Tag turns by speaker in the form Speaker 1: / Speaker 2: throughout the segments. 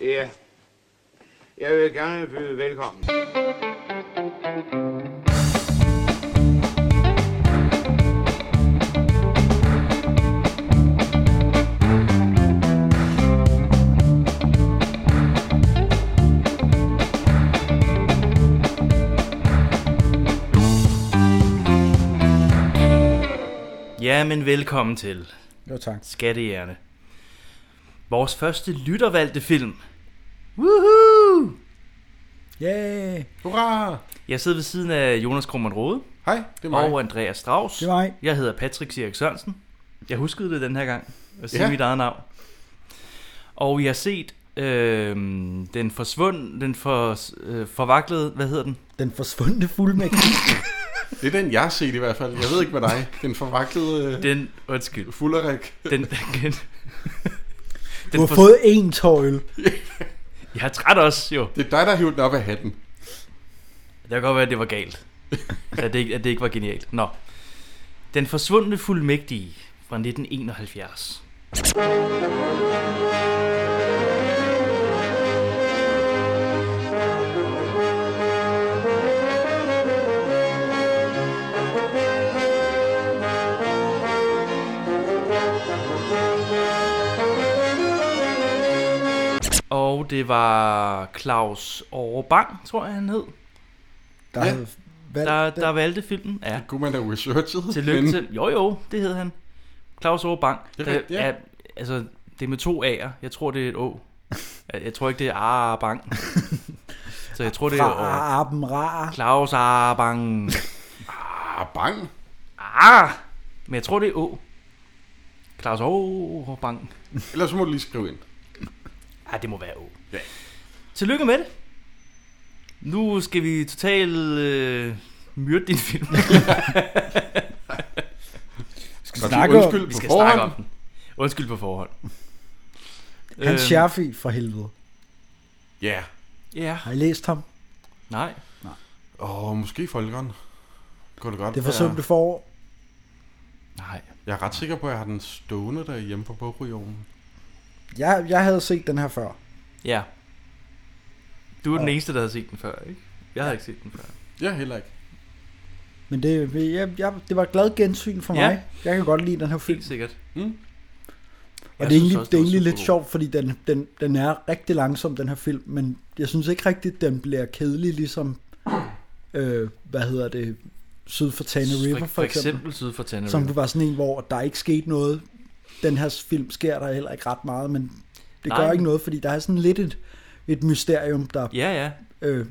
Speaker 1: Ja. Jeg vil gerne byde velkommen.
Speaker 2: Ja, men velkommen til
Speaker 3: Jo tak.
Speaker 2: Skattejerne. Vores første lyttervalgte film. Woohoo!
Speaker 3: Yay!
Speaker 1: Hurra!
Speaker 2: Jeg sidder ved siden af Jonas Krummernd Rode
Speaker 1: Hej, det er mig.
Speaker 2: og øh, Andreas Strauss.
Speaker 3: Det var mig.
Speaker 2: Jeg hedder Patrick Erik Sørensen. Jeg huskede det den her gang. At sige
Speaker 1: Ja.
Speaker 2: ja. mit eget navn. Og jeg har set øh, den forsvund, den for, øh, forvaklede, hvad hedder den?
Speaker 3: Den forsvundne fuldmægtig.
Speaker 1: Det er den, jeg har set i hvert fald. Jeg ved ikke med dig. Den øh, forvaklede det...
Speaker 2: Den, undskyld.
Speaker 1: fulderik.
Speaker 2: Den, den, den,
Speaker 3: Du har
Speaker 2: for-
Speaker 3: fået en tøjl.
Speaker 2: Jeg er træt også, jo.
Speaker 1: Det er dig, der hiver den op af hatten.
Speaker 2: Det kan godt være, at det var galt. At det, ikke- at det ikke var genialt. Nå. Den forsvundne fuldmægtige fra 1971. Og det var Claus Overbang, tror jeg han hed,
Speaker 3: Der,
Speaker 1: Ja.
Speaker 3: ja. hvad,
Speaker 2: der, der valgte filmen. Ja.
Speaker 1: Kunne man da researchet?
Speaker 2: Tillykke
Speaker 1: men-
Speaker 2: til. Jo, jo, det hed han. Claus Aage Bang.
Speaker 1: Det er
Speaker 2: Der
Speaker 1: rigtigt, ja.
Speaker 2: er- altså, det er med to A'er. Jeg tror, det er et Å. Jeg- Jeg tror ikke, det er Aar Bang. Så jeg tror, det
Speaker 3: Fra
Speaker 2: er Å.
Speaker 3: Arben Rar.
Speaker 2: Claus Aar Bang.
Speaker 1: Ah, bang.
Speaker 2: Ah! Men jeg tror, det er Å. Claus Aage Bang.
Speaker 1: Ellers må du lige skrive ind.
Speaker 2: Ah, det må være Å.
Speaker 1: Ja.
Speaker 2: Tillykke med det. Nu skal vi totalt øh, myrde din film.
Speaker 3: Skal
Speaker 1: Godt,
Speaker 3: snakke
Speaker 1: undskyld.
Speaker 3: om
Speaker 2: Vi
Speaker 1: På
Speaker 2: skal
Speaker 1: forhånd?
Speaker 2: snakke om den. Undskyld på forhånd.
Speaker 3: Hans
Speaker 2: Øhm,
Speaker 3: Scherfi for helvede.
Speaker 1: Ja. Yeah.
Speaker 2: Ja,
Speaker 3: Har I læst ham?
Speaker 2: nej.
Speaker 1: Og måske folkeren. Går det godt?
Speaker 3: Det forsømte forår.
Speaker 2: Nej.
Speaker 1: Jeg er ret sikker på, at jeg har den stående derhjemme på bogregionen.
Speaker 3: Jeg, jeg havde set den her før.
Speaker 2: Ja. Du er den eneste, der har set den før, ikke? Jeg har ikke set den før.
Speaker 1: Ja, heller ikke.
Speaker 3: Men det, jeg, jeg, det var et glad gensyn for
Speaker 2: Ja.
Speaker 3: mig. Jeg kan godt lide den her film.
Speaker 2: Helt sikkert.
Speaker 1: Mm.
Speaker 3: Og
Speaker 2: Jeg
Speaker 3: det er
Speaker 2: synes
Speaker 3: egentlig,
Speaker 2: også,
Speaker 3: det
Speaker 2: den var
Speaker 3: er egentlig lidt
Speaker 2: supergod.
Speaker 3: sjovt, fordi den, den, den er rigtig langsom, den her film, men jeg synes ikke rigtigt, den bliver kedelig, ligesom, øh, hvad hedder det, syd for Tana River,
Speaker 2: For, for eksempel syd for Tanner
Speaker 3: Som du var sådan en, hvor der ikke skete noget. Den her film sker der heller ikke ret meget, men det
Speaker 2: Nej.
Speaker 3: gør ikke noget, fordi der er sådan lidt et, et mysterium, der
Speaker 2: Ja, ja.
Speaker 3: øh,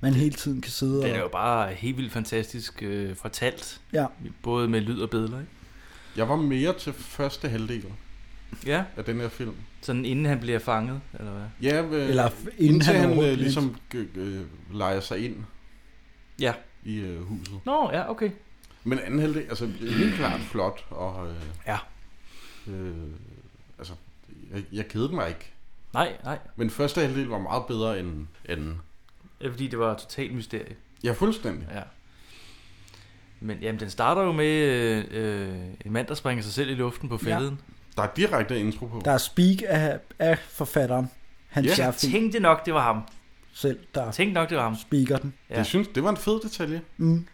Speaker 3: man hele tiden kan sidde
Speaker 2: Den er jo
Speaker 3: og...
Speaker 2: bare helt vildt fantastisk øh, fortalt.
Speaker 3: Ja,
Speaker 2: Både med lyd og billeder, ikke?
Speaker 1: Jeg var mere til første halvdel
Speaker 2: Ja.
Speaker 1: af den her film.
Speaker 2: Sådan inden han bliver fanget, eller hvad?
Speaker 1: Ja, øh,
Speaker 3: eller inden,
Speaker 1: indtil han,
Speaker 3: overhovedet
Speaker 1: øh,
Speaker 3: bliver-
Speaker 1: ligesom øh, øh, leger sig ind
Speaker 2: Ja.
Speaker 1: i øh, huset.
Speaker 2: Nå, ja, okay.
Speaker 1: Men anden halvdel, altså helt klart flot, og øh,
Speaker 2: Ja.
Speaker 1: øh, altså, jeg, jeg kedede mig ikke.
Speaker 2: Nej, nej.
Speaker 1: Men første halvdel var meget bedre end anden.
Speaker 2: Det er fordi, det var et totalt mysterie.
Speaker 1: Ja, fuldstændig.
Speaker 2: Ja. Men jamen, den starter jo med øh, øh, en mand, der springer sig selv i luften på fælden.
Speaker 1: Der er direkte intro på.
Speaker 3: Der er speak af, af forfatteren, Hans
Speaker 1: Ja.
Speaker 3: yeah.
Speaker 2: Jeg
Speaker 3: Scherfi
Speaker 2: tænkte nok, det var ham.
Speaker 3: selv, der
Speaker 2: Tænkte nok, det var ham.
Speaker 3: speaker den.
Speaker 2: Ja.
Speaker 1: Jeg synes, det var en fed detalje.
Speaker 3: Mm.
Speaker 1: Kunne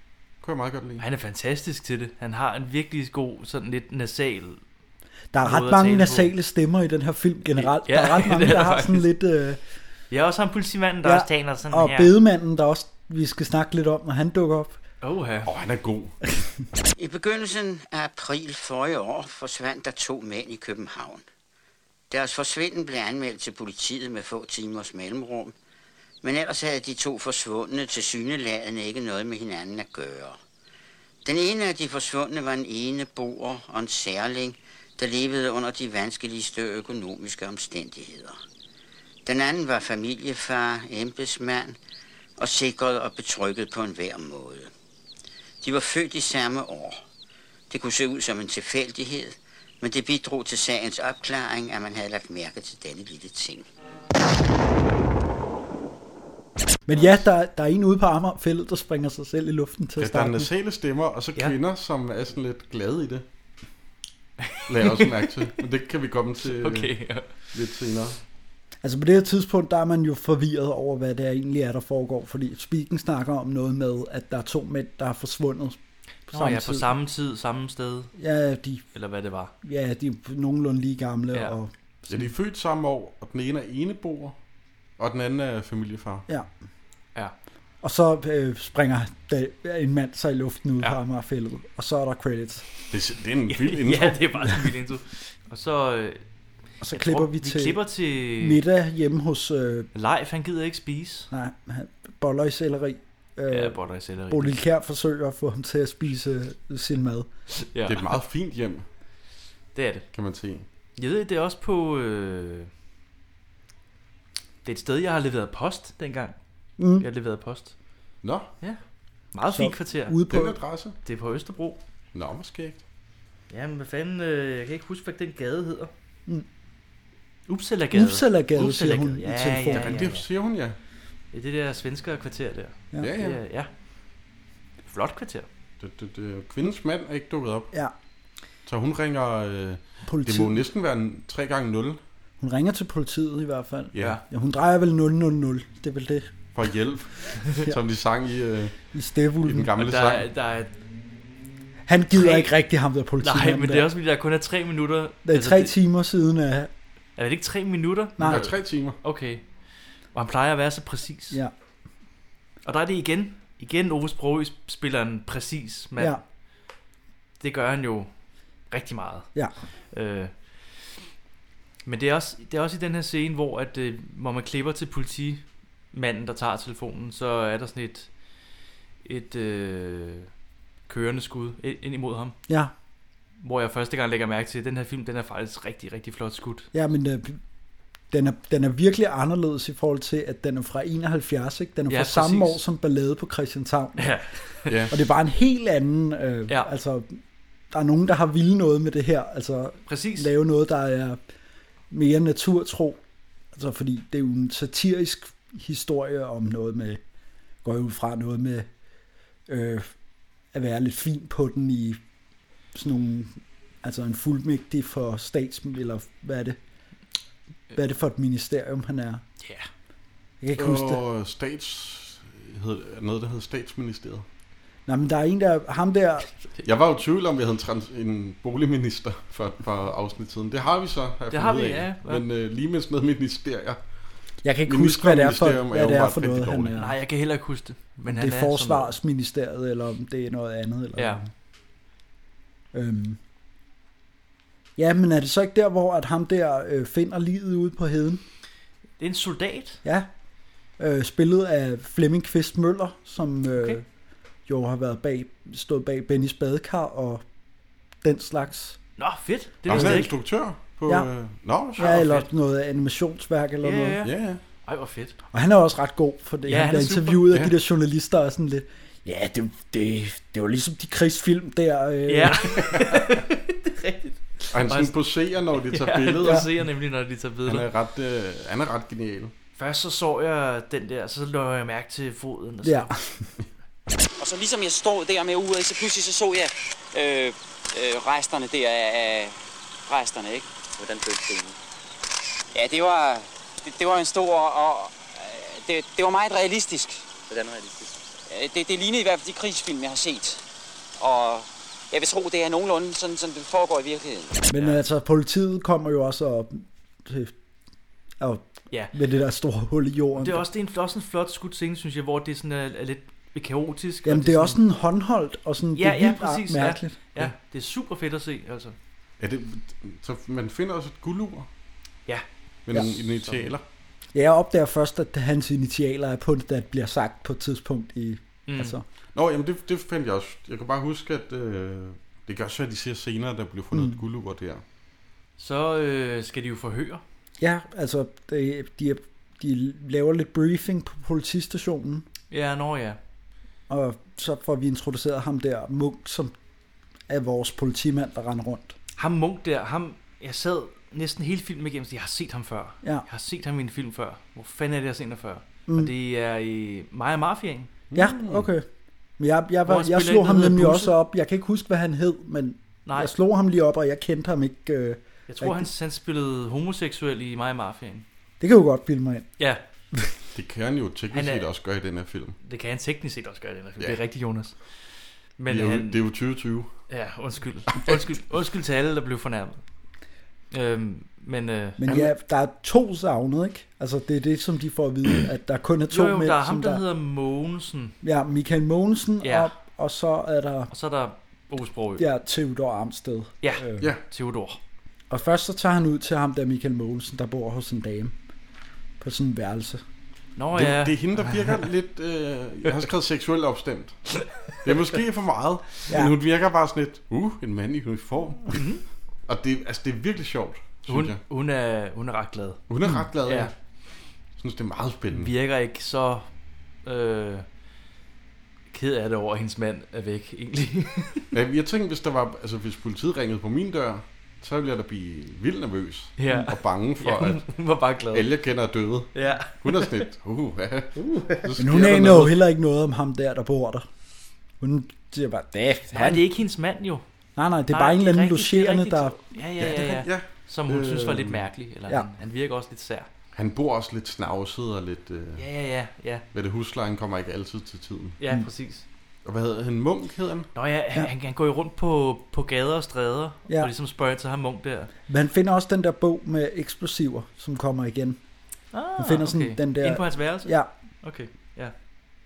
Speaker 1: jeg meget godt lide.
Speaker 2: Han er fantastisk til det. Han har en virkelig god, sådan lidt nasal...
Speaker 3: Der er
Speaker 2: Måde
Speaker 3: ret
Speaker 2: at
Speaker 3: mange
Speaker 2: tale på.
Speaker 3: nasale stemmer i den her film generelt.
Speaker 2: Ja,
Speaker 3: der er ret
Speaker 2: det
Speaker 3: mange,
Speaker 2: er
Speaker 3: der
Speaker 2: der
Speaker 3: har sådan lidt... Øh,
Speaker 2: Ja, også ham politimanden, der ja.
Speaker 3: Ja,
Speaker 2: også taler sådan
Speaker 3: og
Speaker 2: her.
Speaker 3: bedemanden, der også vi skal snakke lidt om, når han dukker op.
Speaker 2: Oh, ja.
Speaker 1: Åh, oh, han er god.
Speaker 4: I begyndelsen af april forrige år forsvandt der to mænd i København. Deres forsvinden blev anmeldt til politiet med få timers mellemrum, men ellers havde de to forsvundne til syneladende ikke noget med hinanden at gøre. Den ene af de forsvundne var en ene boer og en særling, der levede under de vanskeligste økonomiske omstændigheder. Den anden var familiefar, embedsmand og sikret og betrykket på enhver måde. De var født i samme år. Det kunne se ud som en tilfældighed, men det bidrog til sagens opklaring, at man havde lagt mærke til denne lille ting.
Speaker 3: Men ja, der, der er en ude på Amagerfældet, der springer sig selv i luften til
Speaker 1: Ja,
Speaker 3: at
Speaker 1: der er
Speaker 3: starte. med.
Speaker 1: nasale stemmer, og så
Speaker 2: Ja.
Speaker 1: ja. kvinder, som er sådan lidt glade i det. Lad jeg også mærke til. Men det kan vi komme til øh,
Speaker 2: Okay, ja.
Speaker 1: lidt senere.
Speaker 3: Altså på det her tidspunkt, der er man jo forvirret over, hvad det egentlig er, der foregår, fordi Spiken snakker om noget med, at der er to mænd, der er forsvundet på
Speaker 2: Nå,
Speaker 3: samme
Speaker 2: ja, på
Speaker 3: tid.
Speaker 2: samme tid, samme sted,
Speaker 3: Ja, de,
Speaker 2: eller hvad det var.
Speaker 3: ja, de er nogenlunde lige gamle,
Speaker 2: Ja.
Speaker 3: ja. og
Speaker 1: Ja, de er født samme år, og den ene er eneboer, og den anden er familiefar.
Speaker 3: ja.
Speaker 2: Ja.
Speaker 3: Og så øh, springer da, en mand sig i luften ud
Speaker 2: Ja.
Speaker 3: ja. på Amagerfældet, og så er der credits.
Speaker 1: Det, er- det er en vild intro.
Speaker 2: ja, det er bare sådan en vild intro. Og så, øh,
Speaker 3: Og så
Speaker 2: jeg
Speaker 3: klipper
Speaker 2: tror,
Speaker 3: vi til
Speaker 2: vi klipper til
Speaker 3: middag hjemme hos, øh,
Speaker 2: Leif, han gider ikke spise.
Speaker 3: nej, han- boller i selleri. Øh,
Speaker 2: Ja, boller i selleri.
Speaker 3: Bodil Kær forsøger at få ham til at spise øh, sin mad.
Speaker 2: Ja,
Speaker 1: Det er et meget fint hjem,
Speaker 2: det er det.
Speaker 1: kan man sige.
Speaker 2: Jeg ved, det er også på... Øh... Det er et sted, jeg har leveret post dengang.
Speaker 3: Mm.
Speaker 2: Jeg har leveret post.
Speaker 1: Nå,
Speaker 2: Meget
Speaker 3: Så-
Speaker 2: fint kvarter.
Speaker 3: Ude på,
Speaker 1: den adresse.
Speaker 2: Det er på Østerbro.
Speaker 1: Nå, hvor skægt.
Speaker 2: Jamen, hvad fanden... Øh... Jeg kan ikke huske, hvad den gade hedder.
Speaker 3: Mm.
Speaker 2: Uppsala-gade.
Speaker 3: Uppsala-gade, siger hun
Speaker 2: Uppsala-gade.
Speaker 3: i
Speaker 2: Ja,
Speaker 3: telefonen.
Speaker 1: Ja, ja, ja. Det siger hun, ja.
Speaker 2: Det er det der svenskere kvarter der.
Speaker 3: Ja.
Speaker 1: Ja, ja.
Speaker 2: Det er, ja. Flot kvarter.
Speaker 1: Det, det, det, kvindens mand er ikke dukket op.
Speaker 3: Ja,
Speaker 1: Så hun ringer... Øh, det må
Speaker 3: politiet.
Speaker 1: næsten være en 3 gange 0
Speaker 3: Hun ringer til politiet i hvert fald.
Speaker 1: ja,
Speaker 3: Ja, hun drejer vel 000. Det er vel det
Speaker 1: for hjælp,
Speaker 3: Ja.
Speaker 1: som de sang i, øh,
Speaker 3: i
Speaker 1: i den
Speaker 3: stævulden.
Speaker 1: gamle
Speaker 2: der,
Speaker 1: sang.
Speaker 2: er- der er,
Speaker 3: Han gider
Speaker 2: Tre-
Speaker 3: ikke rigtig ham der politimanden.
Speaker 2: nej, men det er også fordi, der kun er tre minutter.
Speaker 3: der. Det er tre
Speaker 2: det-
Speaker 3: timer siden af...
Speaker 2: Er det ikke tre minutter?
Speaker 1: Der
Speaker 3: Nej,
Speaker 1: er tre timer.
Speaker 2: Okay. Og han plejer at være så præcis.
Speaker 3: ja.
Speaker 2: Og der er det igen. Igen Ove Sprogø spiller en præcis mand.
Speaker 3: ja.
Speaker 2: Ja. Det gør han jo rigtig meget.
Speaker 3: Ja.
Speaker 2: Øh, men det er, også, det er også i den her scene, hvor, at, øh, hvor man klipper til politimanden, der tager telefonen, så er der sådan et, et øh, kørende skud ind ind imod ham.
Speaker 3: Ja,
Speaker 2: Hvor jeg første gang lægger mærke til, at den her film, den er faktisk rigtig, rigtig flot skudt.
Speaker 3: ja, men øh, den er, den er virkelig anderledes i forhold til, at den er fra 71, ikke? Den er
Speaker 2: Ja,
Speaker 3: fra samme
Speaker 2: præcis.
Speaker 3: år som Ballade på Christianshavn.
Speaker 2: Ja,
Speaker 1: Ja.
Speaker 3: Og det er bare en helt anden... Øh,
Speaker 2: Ja.
Speaker 3: ja. Altså, der er nogen, der har ville noget med det her. Altså,
Speaker 2: præcis.
Speaker 3: lave noget, der er mere naturtro. Altså, fordi det er jo en satirisk historie om noget med, går jeg ud fra noget med øh, at være lidt fin på den i sådan nogle, altså en fuldmægtig for stats, eller hvad er det? Hvad er det for et ministerium, han er?
Speaker 2: Ja.
Speaker 3: Jeg kan ikke huske det.
Speaker 1: Og stats... Hed, noget, der hedder statsministeriet.
Speaker 3: Nej, men der er en der, ham der,
Speaker 1: Jeg var jo i tvivl om, vi havde en, trans, en boligminister for et par afsnit siden. Det har vi så. har jeg
Speaker 2: Det
Speaker 1: fundet
Speaker 2: har
Speaker 1: ud
Speaker 2: vi,
Speaker 1: af.
Speaker 2: ja.
Speaker 1: Men øh, lige med sådan noget ministerier.
Speaker 3: jeg kan ikke
Speaker 1: Minister-
Speaker 3: huske, hvad det er for,
Speaker 1: ministerium er
Speaker 3: hvad det er
Speaker 1: åbenbart
Speaker 3: for noget,
Speaker 1: rigtig
Speaker 3: han
Speaker 1: dårligt.
Speaker 3: er.
Speaker 2: Nej, jeg kan heller ikke huske det. Men han
Speaker 3: det er
Speaker 2: sådan-
Speaker 3: forsvarsministeriet, eller om det er noget andet. Eller
Speaker 2: Ja.
Speaker 3: Øhm. Ja, men er det så ikke der, hvor at ham der øh, finder livet ude på heden?
Speaker 2: Det er en soldat.
Speaker 3: Ja. Øh, spillet af Flemming Kvist Møller, som øh,
Speaker 2: Okay.
Speaker 3: okay. jo har været bag, stået bag Benny Spadekar og den slags.
Speaker 2: Nå, fedt. Det
Speaker 1: Nå, han
Speaker 2: vidste
Speaker 1: er
Speaker 2: jeg ikke.
Speaker 1: instruktør på...
Speaker 3: Ja.
Speaker 1: Øh, Nå, så.
Speaker 3: Ja,
Speaker 2: hvor
Speaker 3: eller
Speaker 2: fedt.
Speaker 3: noget animationsværk eller
Speaker 2: Ja,
Speaker 3: noget.
Speaker 2: ja, ja.
Speaker 1: Ja, ja.
Speaker 2: Ej, hvor fedt.
Speaker 3: Og han er også ret god, for
Speaker 2: Ja,
Speaker 3: det. Ja, han
Speaker 2: han er
Speaker 3: bliver
Speaker 2: super.
Speaker 3: interviewet af
Speaker 1: Ja.
Speaker 3: de der journalister og sådan lidt. Ja, det, det, det var ligesom de krigsfilm der. Øh,
Speaker 2: Ja, det er rigtigt.
Speaker 1: Og han
Speaker 2: Og han-
Speaker 1: sådan poserer, når de tager
Speaker 2: ja,
Speaker 1: billeder.
Speaker 2: det ser jeg nemlig, når de tager
Speaker 1: Han
Speaker 2: billeder.
Speaker 1: er ret, øh, han er ret genial.
Speaker 2: Først så så jeg den der, så lå jeg mærke til foden. Og så,
Speaker 3: Ja.
Speaker 5: Og så ligesom jeg stod der med uret, så pludselig så så jeg øh, øh, resterne der af af resterne, ikke? Hvordan føltes det Ja, det var, det, det var en stor og... øh, Det, det var meget realistisk. Hvordan realistisk? Det, det lignede i hvert fald de krigsfilm, jeg har set. Og jeg vil tro, det er nogenlunde sådan, som det foregår i virkeligheden.
Speaker 3: Men
Speaker 2: Ja.
Speaker 3: ja. altså, politiet kommer jo også op til, og
Speaker 2: Ja.
Speaker 3: med det der store hul i jorden.
Speaker 2: Det er også, det er en, det er også en flot skudt scene, synes jeg, hvor det sådan er, er lidt kaotisk. og
Speaker 3: Jamen, det er også
Speaker 2: sådan,
Speaker 3: sådan håndholdt, og sådan, det
Speaker 2: Ja,
Speaker 3: er
Speaker 2: ja,
Speaker 3: vildt
Speaker 2: præcis, ja.
Speaker 3: mærkeligt.
Speaker 2: Ja, det er super fedt at se, altså.
Speaker 1: Ja, det, så man finder også et guldur.
Speaker 2: Ja.
Speaker 1: Men
Speaker 3: Ja.
Speaker 1: ja. initialer.
Speaker 3: Ja. Jeg opdager først, at hans initialer er på det, der bliver sagt på et tidspunkt i,
Speaker 2: Mm.
Speaker 3: mm. altså,
Speaker 1: Nå, jamen det, det fandt jeg også. Jeg kan bare huske, at øh, det kan også være, at de siger senere, at der blev fundet mm.
Speaker 3: Mm.
Speaker 1: et guldur der.
Speaker 2: Så øh, skal de jo forhøre.
Speaker 3: ja, altså, det, de, er- de laver lidt briefing på politistationen,
Speaker 2: Ja, nå ja.
Speaker 3: og så får vi introduceret ham der, Munk, som er vores politimand, der render rundt.
Speaker 2: Ham Munk der, ham, jeg sad næsten hele filmen igennem, så jeg har set ham før.
Speaker 3: Ja.
Speaker 2: Jeg har set ham i en film før. Hvor fanden er det, jeg har set ham før? Mm.
Speaker 3: Mm.
Speaker 2: Og det er i Maja Mafiaen.
Speaker 3: Ja, okay. Men jeg, jeg,
Speaker 2: Hvor
Speaker 3: var,
Speaker 2: han
Speaker 3: jeg
Speaker 2: spiller
Speaker 3: slog
Speaker 2: en,
Speaker 3: ham
Speaker 2: der hedder
Speaker 3: nemlig
Speaker 2: Busse.
Speaker 3: også op. Jeg kan ikke huske, hvad han hed, men
Speaker 2: Nej.
Speaker 3: Nej. jeg slog ham lige op, og jeg kendte ham ikke. Øh,
Speaker 2: Jeg tror, han, han spillede homoseksuel i Maja Mafiaen.
Speaker 3: Det kan jo godt bilde mig ind.
Speaker 2: Ja,
Speaker 1: Det kan han jo teknisk
Speaker 2: Han er-
Speaker 1: set også gøre i den her film.
Speaker 2: det kan han teknisk set også gøre, den her film.
Speaker 1: Ja.
Speaker 2: Det er rigtigt, Jonas. Men
Speaker 1: Men det, er jo,
Speaker 2: han,
Speaker 1: det er jo 2020.
Speaker 2: Ja, undskyld. Undskyld, undskyld til alle, der blev fornærmet. Øhm, men øh,
Speaker 3: Men ja, der er to savnet, ikke? Altså, det er det, som de får at vide, at der kun er to
Speaker 2: jo, jo,
Speaker 3: mænd,
Speaker 2: der er
Speaker 3: som
Speaker 2: ham, der, der hedder Mogensen,
Speaker 3: Ja, Michael Mogensen,
Speaker 2: Ja.
Speaker 3: ja. og, og så er der
Speaker 2: og så er der Osbro. Ja.
Speaker 3: ja, Theodor Armsted.
Speaker 2: ja,
Speaker 3: Øh,
Speaker 1: Ja,
Speaker 2: Theodor.
Speaker 3: Og først så tager han ud til ham, der Michael Mogensen, der bor hos en dame på sådan en værelse.
Speaker 2: Nå
Speaker 1: det,
Speaker 2: ja,
Speaker 1: det er hende, der virker lidt... Øh, jeg har skrevet seksuelt opstemt. Det er måske for meget, ja.
Speaker 3: Ja. Mhm.
Speaker 1: men hun virker bare sådan lidt... Uh, en mand i uniform. Og det, altså, det er virkelig sjovt, synes
Speaker 2: hun,
Speaker 1: jeg.
Speaker 2: hun, er, hun er ret glad.
Speaker 1: Hun
Speaker 3: Mm.
Speaker 1: er ret glad.
Speaker 2: Ja.
Speaker 1: Ja. Jeg synes, det er meget spændende.
Speaker 2: Virker ikke så øh, ked af det over, at hendes mand er væk, egentlig.
Speaker 1: Ja, Jeg tænkte, hvis, der var, altså, hvis politiet ringede på min dør, så ville jeg da blive vildt nervøs
Speaker 2: Ja.
Speaker 3: Mm.
Speaker 1: og bange for,
Speaker 2: ja,
Speaker 1: ja,
Speaker 2: hun, hun var bare glad.
Speaker 1: at alle jeg kender er døde.
Speaker 2: Ja.
Speaker 1: Hun er sådan lidt, uh, ja.
Speaker 3: Men hun aner jo heller ikke noget om ham der, der bor der. Hun siger bare, "Næh,
Speaker 2: Nej,
Speaker 3: han.
Speaker 2: det er ikke hendes mand, jo.
Speaker 3: Nej, nej, det er
Speaker 2: Nej,
Speaker 3: bare en eller anden
Speaker 2: rigtigt, det er
Speaker 3: logerende, der...
Speaker 2: rigtigt. Ja, ja, ja, ja.
Speaker 1: Ja,
Speaker 2: Som hun øh, synes var
Speaker 1: Øh,
Speaker 2: lidt mærkelig. Eller ja.
Speaker 3: ja.
Speaker 2: han, han virker også lidt sær.
Speaker 1: han bor også lidt snavset og lidt... Øh,
Speaker 2: Ja, ja, ja. Ja,
Speaker 1: Hvad det huslejen kommer ikke altid til tiden.
Speaker 2: ja mm. præcis.
Speaker 1: Og hvad hedder han? Munk hedder han?
Speaker 2: Nå ja, han,
Speaker 3: Ja.
Speaker 2: han, han går jo rundt på, på gader og stræder, ja.
Speaker 3: Ja.
Speaker 2: og ligesom spørger til ham munk der.
Speaker 3: Men han finder også den der bog med eksplosiver, som kommer igen.
Speaker 2: Ah,
Speaker 3: Han finder sådan den der-
Speaker 2: Inde på hans værelse?
Speaker 3: Ja,
Speaker 2: Okay, ja.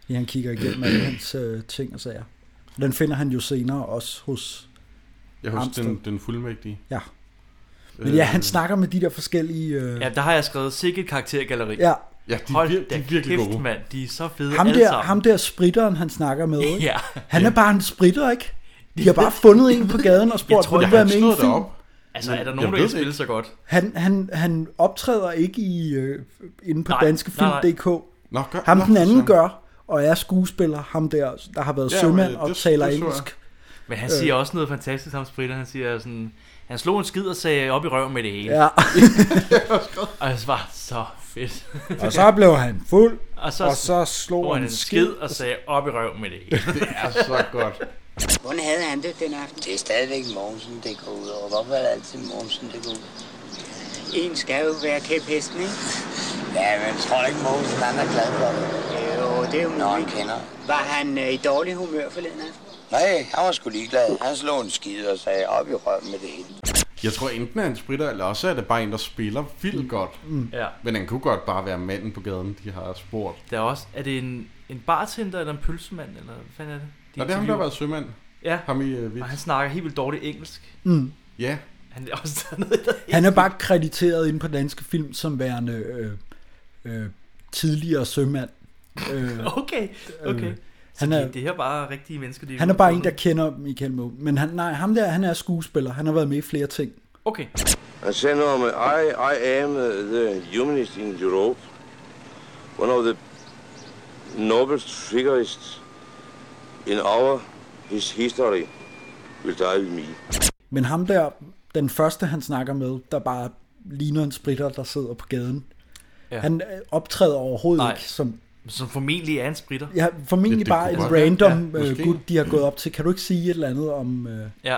Speaker 3: fordi han kigger igennem alle hans øh, ting og sager. Og den finder han jo senere også hos...
Speaker 1: Jeg husker
Speaker 3: Amstel.
Speaker 1: den, den fuldmægtige. Øh,
Speaker 3: Ja. Men ja, han snakker med de der forskellige... Øh,
Speaker 2: Øh. Ja, der har jeg skrevet sikkert karaktergalleri.
Speaker 3: ja.
Speaker 1: Ja, de,
Speaker 2: Hold
Speaker 1: Hold vir- de
Speaker 2: da
Speaker 1: er virkelig
Speaker 2: kæft,
Speaker 1: gode.
Speaker 2: mand. De er så fede
Speaker 3: Ham
Speaker 2: alle
Speaker 3: der,
Speaker 2: sammen.
Speaker 3: ham der spritteren, han snakker med, ikke?
Speaker 2: Ja,
Speaker 3: Han er bare en spritter, ikke? De har bare fundet en på gaden og spurgt,
Speaker 2: tror,
Speaker 3: hvor
Speaker 1: Jeg
Speaker 2: jeg
Speaker 3: er
Speaker 1: har
Speaker 3: med i
Speaker 1: ikke
Speaker 3: en
Speaker 1: slået det
Speaker 3: film?
Speaker 1: op.
Speaker 2: altså
Speaker 1: Men
Speaker 2: er der
Speaker 1: jeg
Speaker 2: nogen, der
Speaker 1: ved
Speaker 2: kan
Speaker 1: det
Speaker 2: spille
Speaker 1: ikke.
Speaker 2: så godt?
Speaker 3: Han, han, han optræder ikke i, øh, inde på
Speaker 2: Nej, nej, nej.
Speaker 3: danskefilm.dk.
Speaker 1: Nå, gør,
Speaker 3: Ham
Speaker 1: nå,
Speaker 3: den anden
Speaker 1: sådan.
Speaker 3: gør, og er skuespiller. Ham der, der har været
Speaker 1: Ja,
Speaker 3: ja,
Speaker 1: men
Speaker 3: sømand
Speaker 1: det-
Speaker 3: og
Speaker 1: det-
Speaker 3: taler
Speaker 1: det så jeg.
Speaker 3: engelsk.
Speaker 2: Men
Speaker 3: Øh.
Speaker 2: han siger også noget fantastisk, ham Spritter. Han siger sådan, han slog en skid og sagde op i røven med det hele.
Speaker 3: Ja.
Speaker 2: Og det var så fedt.
Speaker 3: Og så blev han fuld,
Speaker 2: Og så,
Speaker 3: og så slog han en skid.
Speaker 2: og sagde op i røven med det hele.
Speaker 1: Det er så godt.
Speaker 4: Hvordan havde han det den aften?
Speaker 6: Det er stadigvæk Mogensen, det går ud over. Hvorfor er det altid Mogensen, det går ud?
Speaker 4: En skal jo være kæphesten, ikke?
Speaker 6: Ja, men tror du ikke, Mogensen han er glad for det?
Speaker 4: Jo, det er jo
Speaker 6: Nå, han
Speaker 4: muligt.
Speaker 6: kender.
Speaker 4: Var han øh, i dårlig humør forleden aften?
Speaker 6: Nej, han var sgu ligeglad. Han slog en skid og sagde op i røven med det hele.
Speaker 1: Jeg tror enten er han spritter, eller også er det bare en, der spiller
Speaker 2: Mm.
Speaker 1: vildt godt.
Speaker 3: Mm,
Speaker 2: ja.
Speaker 1: Men han kunne godt bare være manden på gaden, de har spurgt.
Speaker 2: Der er også, er det en, en bartender eller en pølsemand, eller hvad fanden er det? De
Speaker 1: Nå, det er ham, der har
Speaker 2: interviewer.
Speaker 1: været sømand.
Speaker 2: Ja,
Speaker 1: Ham i uh,
Speaker 2: og han snakker helt vildt dårligt engelsk.
Speaker 1: Ja,
Speaker 2: Han er også dernede, der
Speaker 3: mm. Han er bare krediteret inde på danske film som værende øh, øh, tidligere sømand. Øh,
Speaker 2: Okay, okay.
Speaker 3: Øh,
Speaker 2: Så
Speaker 3: han er-
Speaker 2: de, det her er bare rigtige mennesker. De
Speaker 3: han er bare en, der kender Michael Mogensen. Men han, nej, ham der, han er skuespiller. Han har været med i flere ting.
Speaker 2: Okay,
Speaker 7: I said, no, man, I, I am uh, the humanist in Europe, one of the noblest figures in our his history will die with me.
Speaker 3: Men ham der, den første han snakker med, der bare ligner en spritter, der sidder på gaden.
Speaker 2: Ja.
Speaker 3: Ja. Han øh, optræder overhovedet
Speaker 2: Nej.
Speaker 3: Nej. ikke som...
Speaker 2: som formentlig er en spritter.
Speaker 3: Ja, formentlig
Speaker 1: Det- det
Speaker 3: bare
Speaker 1: kunne
Speaker 3: en
Speaker 1: godt
Speaker 3: random
Speaker 1: være. Ja,
Speaker 3: ja,
Speaker 1: måske.
Speaker 3: øh, gut, de har gået op til. Kan du ikke sige et eller andet om, øh,
Speaker 2: Ja,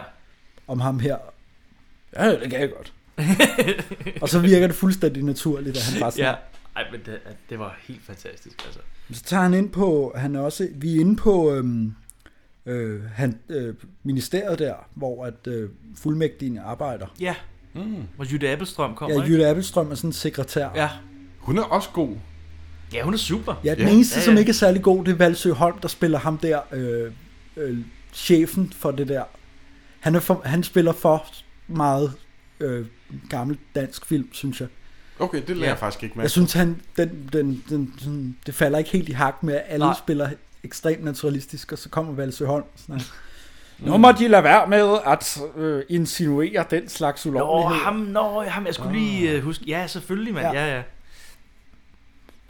Speaker 3: om ham her? Ja, det kan jeg godt. og så virker det fuldstændig naturligt, at han bare sådan...
Speaker 2: ja.
Speaker 3: Ja.
Speaker 2: Ej, men det, det var helt fantastisk, altså.
Speaker 3: Så tager han ind på... Han er også, vi er inde på øhm, øh, han, øh, ministeriet der, hvor at øh, fuldmægtigen arbejder.
Speaker 2: Ja, mm. hvor Jytte Appelstrøm kommer,
Speaker 3: Ja,
Speaker 2: ikke?
Speaker 3: Jytte Appelstrøm er sådan en sekretær.
Speaker 2: Ja.
Speaker 1: hun er også god.
Speaker 2: ja, hun er super.
Speaker 3: Ja, den
Speaker 1: Ja.
Speaker 3: ja. eneste,
Speaker 2: Ja,
Speaker 3: ja,
Speaker 2: ja.
Speaker 3: ja. som ikke er særlig god, det er Valsø Holm, der spiller ham der, øh, øh, chefen for det der. Han, er for, han spiller for meget øh, gammel dansk film, synes jeg.
Speaker 1: Okay, det lader
Speaker 2: Ja.
Speaker 1: jeg faktisk ikke med.
Speaker 3: Jeg synes, han, den, den, den, den, det falder ikke helt i hak med, at alle
Speaker 2: Nej.
Speaker 3: Nej. spiller ekstremt naturalistisk, og så kommer Valsø Holm. Sådan. Nu må de lade være med at øh, insinuere den slags
Speaker 2: Nå, ham, nå, ham, jeg skulle lige uh, huske. Ja, selvfølgelig, mand. Ja.
Speaker 3: Ah. Ja.
Speaker 2: ja, ja.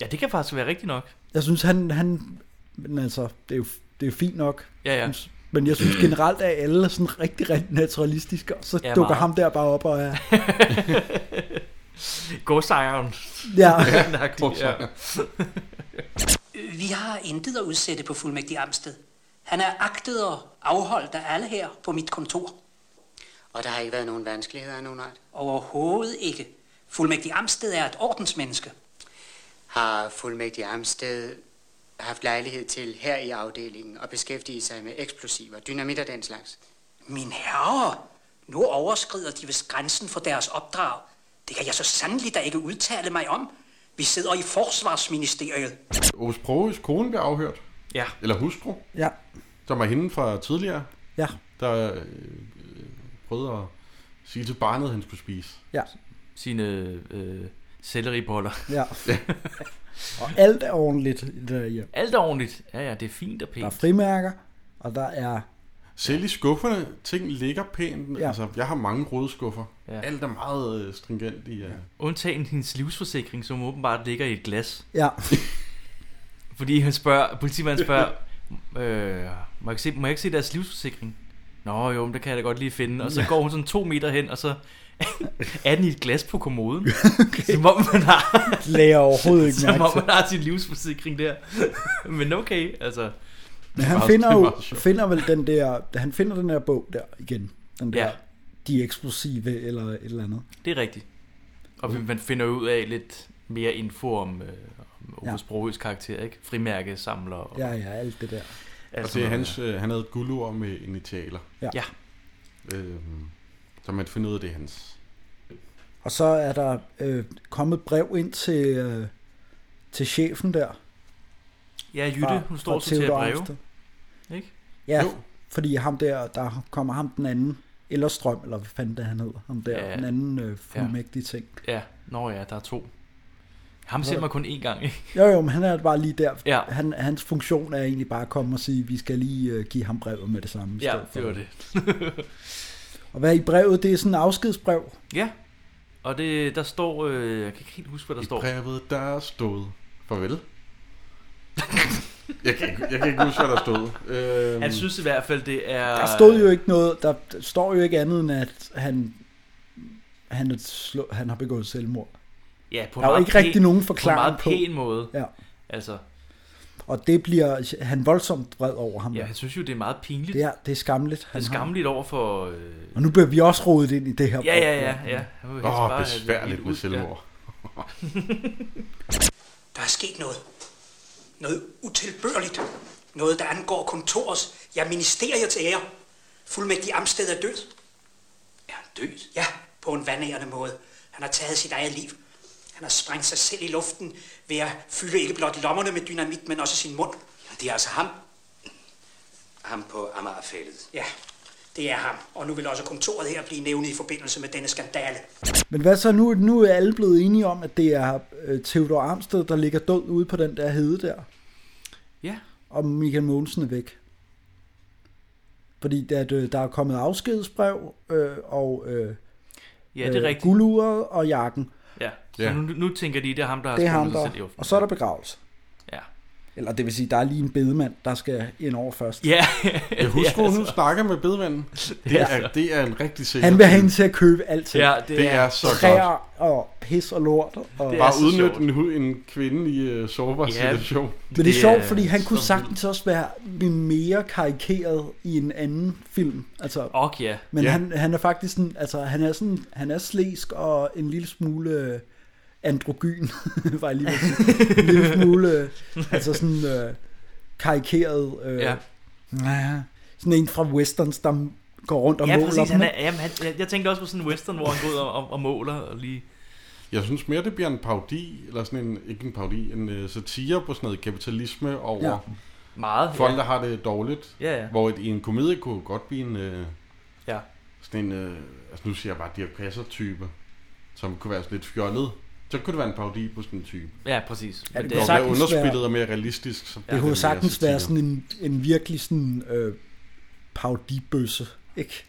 Speaker 2: Ja, det kan faktisk være rigtigt nok.
Speaker 3: Jeg synes, han... han men altså, det er jo det er fint nok,
Speaker 2: Ja, ja.
Speaker 3: Men jeg synes generelt, at alle er sådan rigtig, rigtig naturalistiske, og så
Speaker 2: Ja,
Speaker 3: ja, dukker
Speaker 2: meget.
Speaker 3: ham der bare op og er...
Speaker 2: Godsejeren.
Speaker 3: Ja,
Speaker 2: Ja, ja.
Speaker 8: Øh, Vi har intet at udsætte på fuldmægtig Amsted. Han er agtet og afholdt af alle her på mit kontor.
Speaker 4: Og der har ikke været nogen vanskeligheder af nogen art.
Speaker 8: Overhovedet ikke. Fuldmægtig Amsted er et ordensmenneske.
Speaker 9: Har fuldmægtig Amsted haft lejlighed til her i afdelingen at beskæftige sig med eksplosiver, dynamit og den slags?
Speaker 8: Min herre, nu overskrider de vist grænsen for deres opdrag. Det kan jeg så sandelig da ikke udtale mig om. Vi sidder i forsvarsministeriet.
Speaker 1: Aarhus Proges kone bliver afhørt.
Speaker 2: Ja.
Speaker 1: Eller hustru,
Speaker 3: Ja,
Speaker 1: som er hende fra tidligere,
Speaker 3: ja,
Speaker 1: der øh, øh, prøvede at sige til barnet, at han skulle spise.
Speaker 3: ja,
Speaker 2: Sine øh, selleriboller.
Speaker 3: ja. og alt er ordentligt i det der hjem.
Speaker 2: Alt er ordentligt. Ja, ja, det er fint og pænt.
Speaker 3: Der er frimærker, og der er...
Speaker 1: Selv i skufferne, ting ligger pænt. Ja.
Speaker 3: Ja.
Speaker 1: Altså, jeg har mange røde skuffer. Ja.
Speaker 2: Ja.
Speaker 1: Alt er meget øh, stringent i. Ja.
Speaker 2: Undtagen hendes livsforsikring, som åbenbart ligger i et glas.
Speaker 3: Ja,
Speaker 2: Fordi han spørger, politimanden spørger, øh, må, jeg ikke se, må jeg ikke se deres livsforsikring? Nå jo, men det kan jeg da godt lige finde. Og så går hun sådan to meter hen, og så er den i et glas på kommoden. okay. Som om man har,
Speaker 3: det lagde jeg overhovedet ikke
Speaker 2: som
Speaker 3: mærke
Speaker 2: om
Speaker 3: til.
Speaker 2: man har sin livsforsikring der. Men okay, altså.
Speaker 3: Men han
Speaker 1: meget-
Speaker 3: finder
Speaker 1: det er
Speaker 3: jo
Speaker 1: meget sjovt.
Speaker 3: finder vel den der, han finder den der bog der igen. Den der,
Speaker 2: Ja.
Speaker 3: ja. de eksplosive eller et eller andet.
Speaker 2: Det er rigtigt. Og man finder jo ud af lidt mere info om, øh, om Ove
Speaker 3: Ja.
Speaker 2: Sprogøs karakter, ikke? Frimærke, samler og
Speaker 3: Ja, ja, alt det der.
Speaker 1: Og det er hans, øh, han havde et guldord med initialer.
Speaker 3: Altså Ja.
Speaker 2: Ja.
Speaker 1: Øh, så man finder ud af, det er hans.
Speaker 3: Og så er der øh, kommet et brev ind til, øh, til chefen der.
Speaker 2: Ja, Jytte, hun står og sorterer
Speaker 3: Theodor
Speaker 2: breve,
Speaker 3: Amsted.
Speaker 2: ikke?
Speaker 3: Ja,
Speaker 1: Jo.
Speaker 3: jo. fordi ham der, der kommer ham den anden, eller Strøm, eller hvad fanden det er, han hedder, ham der,
Speaker 2: Ja.
Speaker 3: ja. den anden øh, fuldmægtige ting.
Speaker 2: Ja, nå ja, der er to. Ham ser man kun én gang, ikke?
Speaker 3: Jo, jo, men han er bare lige der.
Speaker 2: Ja.
Speaker 3: Han, hans funktion er egentlig bare at komme og sige, vi skal lige øh, give ham brevet med det samme. i
Speaker 2: Ja,
Speaker 3: stedet for.
Speaker 2: det var det.
Speaker 3: Og hvad er i brevet? Det er sådan en afskedsbrev.
Speaker 2: Ja, og det, der står, øh, jeg kan ikke helt huske, hvad der
Speaker 1: I
Speaker 2: står.
Speaker 1: brevet, der stod farvel. jeg, kan ikke, jeg kan ikke huske, hvad der stod. Øh,
Speaker 2: Han synes i hvert fald, det er...
Speaker 3: Der stod jo ikke noget, der står jo ikke andet end, at han, han, er slå, han har begået selvmord.
Speaker 2: ja, på en
Speaker 3: Der er jo
Speaker 2: meget
Speaker 3: ikke rigtig nogen forklaring
Speaker 2: på. en meget
Speaker 3: på.
Speaker 2: pæn måde,
Speaker 3: Ja.
Speaker 2: altså.
Speaker 3: Og det bliver han voldsomt vred over ham.
Speaker 2: Ja,
Speaker 3: Ja.
Speaker 2: han synes jo, det er meget pinligt.
Speaker 3: Det, er, det er skamligt.
Speaker 2: det
Speaker 3: Han
Speaker 2: er
Speaker 3: har.
Speaker 2: skamligt over for... Øh,
Speaker 3: Og nu bliver vi også rodet ind i det her.
Speaker 2: ja,
Speaker 3: brev.
Speaker 2: ja, ja, ja. Han vil helst
Speaker 1: Åh,
Speaker 2: bare
Speaker 1: oh,
Speaker 2: have det
Speaker 1: besværligt
Speaker 2: helt
Speaker 1: med
Speaker 2: ud, ja.
Speaker 1: selvmord.
Speaker 8: Der er sket noget. Noget utilbørligt. Noget, der angår kontorets, ja, ministeriets ære. Fuldmægtig Amsted er død.
Speaker 5: Er han død?
Speaker 8: Ja, på en vandærende måde. Han har taget sit eget liv. Han har sprængt sig selv i luften ved at fylde ikke blot lommerne med dynamit, men også sin mund.
Speaker 5: Det er altså ham. Ham på Amagerfældet.
Speaker 8: Ja, det er ham. Og nu vil også kontoret her blive nævnt i forbindelse med denne skandale.
Speaker 3: Men hvad så nu? Nu er alle blevet enige om, at det er øh, Theodor Amsted, der ligger død ude på den der hede der.
Speaker 2: Ja,
Speaker 3: Og Michael Mogensen er væk. Fordi at, øh, der er kommet afskedsbrev øh, og øh,
Speaker 2: ja, det er
Speaker 3: øh,
Speaker 2: rigtigt.
Speaker 3: gulduret og jakken.
Speaker 2: Ja.
Speaker 1: Ja.
Speaker 2: Så nu, nu tænker de, det er ham, der har
Speaker 3: Det er ham
Speaker 2: sprunget sig selv i
Speaker 3: der.
Speaker 2: luften.
Speaker 3: Og så er der begravelse.
Speaker 2: Ja.
Speaker 3: Eller det vil sige, der er lige en bedemand, der skal ind over først.
Speaker 2: Ja,
Speaker 1: Jeg husker, hun snakker med bedvanden. Det er, det er en rigtig sikker.
Speaker 3: Han vil have hende til at købe alting.
Speaker 2: ja, det,
Speaker 1: Det er så godt.
Speaker 3: Træer og pis og lort. Og...
Speaker 2: Det er
Speaker 1: Bare
Speaker 2: så
Speaker 1: udnytte
Speaker 2: sjovt.
Speaker 1: en, hu- en kvinde i uh, sårbar
Speaker 2: Ja.
Speaker 1: situation.
Speaker 3: Men det er
Speaker 2: Det
Speaker 3: sjovt,
Speaker 2: er
Speaker 3: fordi han kunne
Speaker 2: så
Speaker 3: sagtens også være mere karikeret i en anden film. Altså,
Speaker 2: Og ja.
Speaker 3: men
Speaker 1: Ja.
Speaker 3: han, han er faktisk sådan, altså, han er sådan, han er slæsk og en lille smule øh, androgyn, var jeg lige ved at sige. En lille smule, øh, altså sådan øh, karikeret. Øh,
Speaker 2: Ja.
Speaker 3: ja. Sådan en fra westerns, der går rundt og
Speaker 2: Ja,
Speaker 3: måler
Speaker 2: præcis.
Speaker 3: dem,
Speaker 2: Han
Speaker 3: ikke?
Speaker 2: er, jamen, han, jeg, jeg tænkte også på sådan en western, hvor han går ud og, og, og måler og lige...
Speaker 1: Jeg synes mere, det bliver en parodi, eller sådan en, ikke en parodi, en uh, satire på sådan noget kapitalisme over ja.
Speaker 3: Ja.
Speaker 2: Meget.
Speaker 1: folk,
Speaker 2: ja.
Speaker 1: der har det dårligt.
Speaker 2: Ja, ja.
Speaker 1: Hvor et, i en komedie kunne godt blive en, uh,
Speaker 2: ja.
Speaker 1: sådan en, uh, altså nu siger jeg bare Dirk Passer-type, som kunne være sådan lidt fjollet. Så kunne det være en parodi på sådan en type.
Speaker 2: Ja, præcis.
Speaker 3: Ja, det
Speaker 1: Det
Speaker 3: kunne
Speaker 1: var mere
Speaker 3: sagtens
Speaker 1: underspillet
Speaker 3: være-
Speaker 1: og mere realistisk. Så
Speaker 3: Det kunne sagtens være
Speaker 1: sådan
Speaker 3: sådan en, en virkelig sådan øh, paudibøsse, ikke?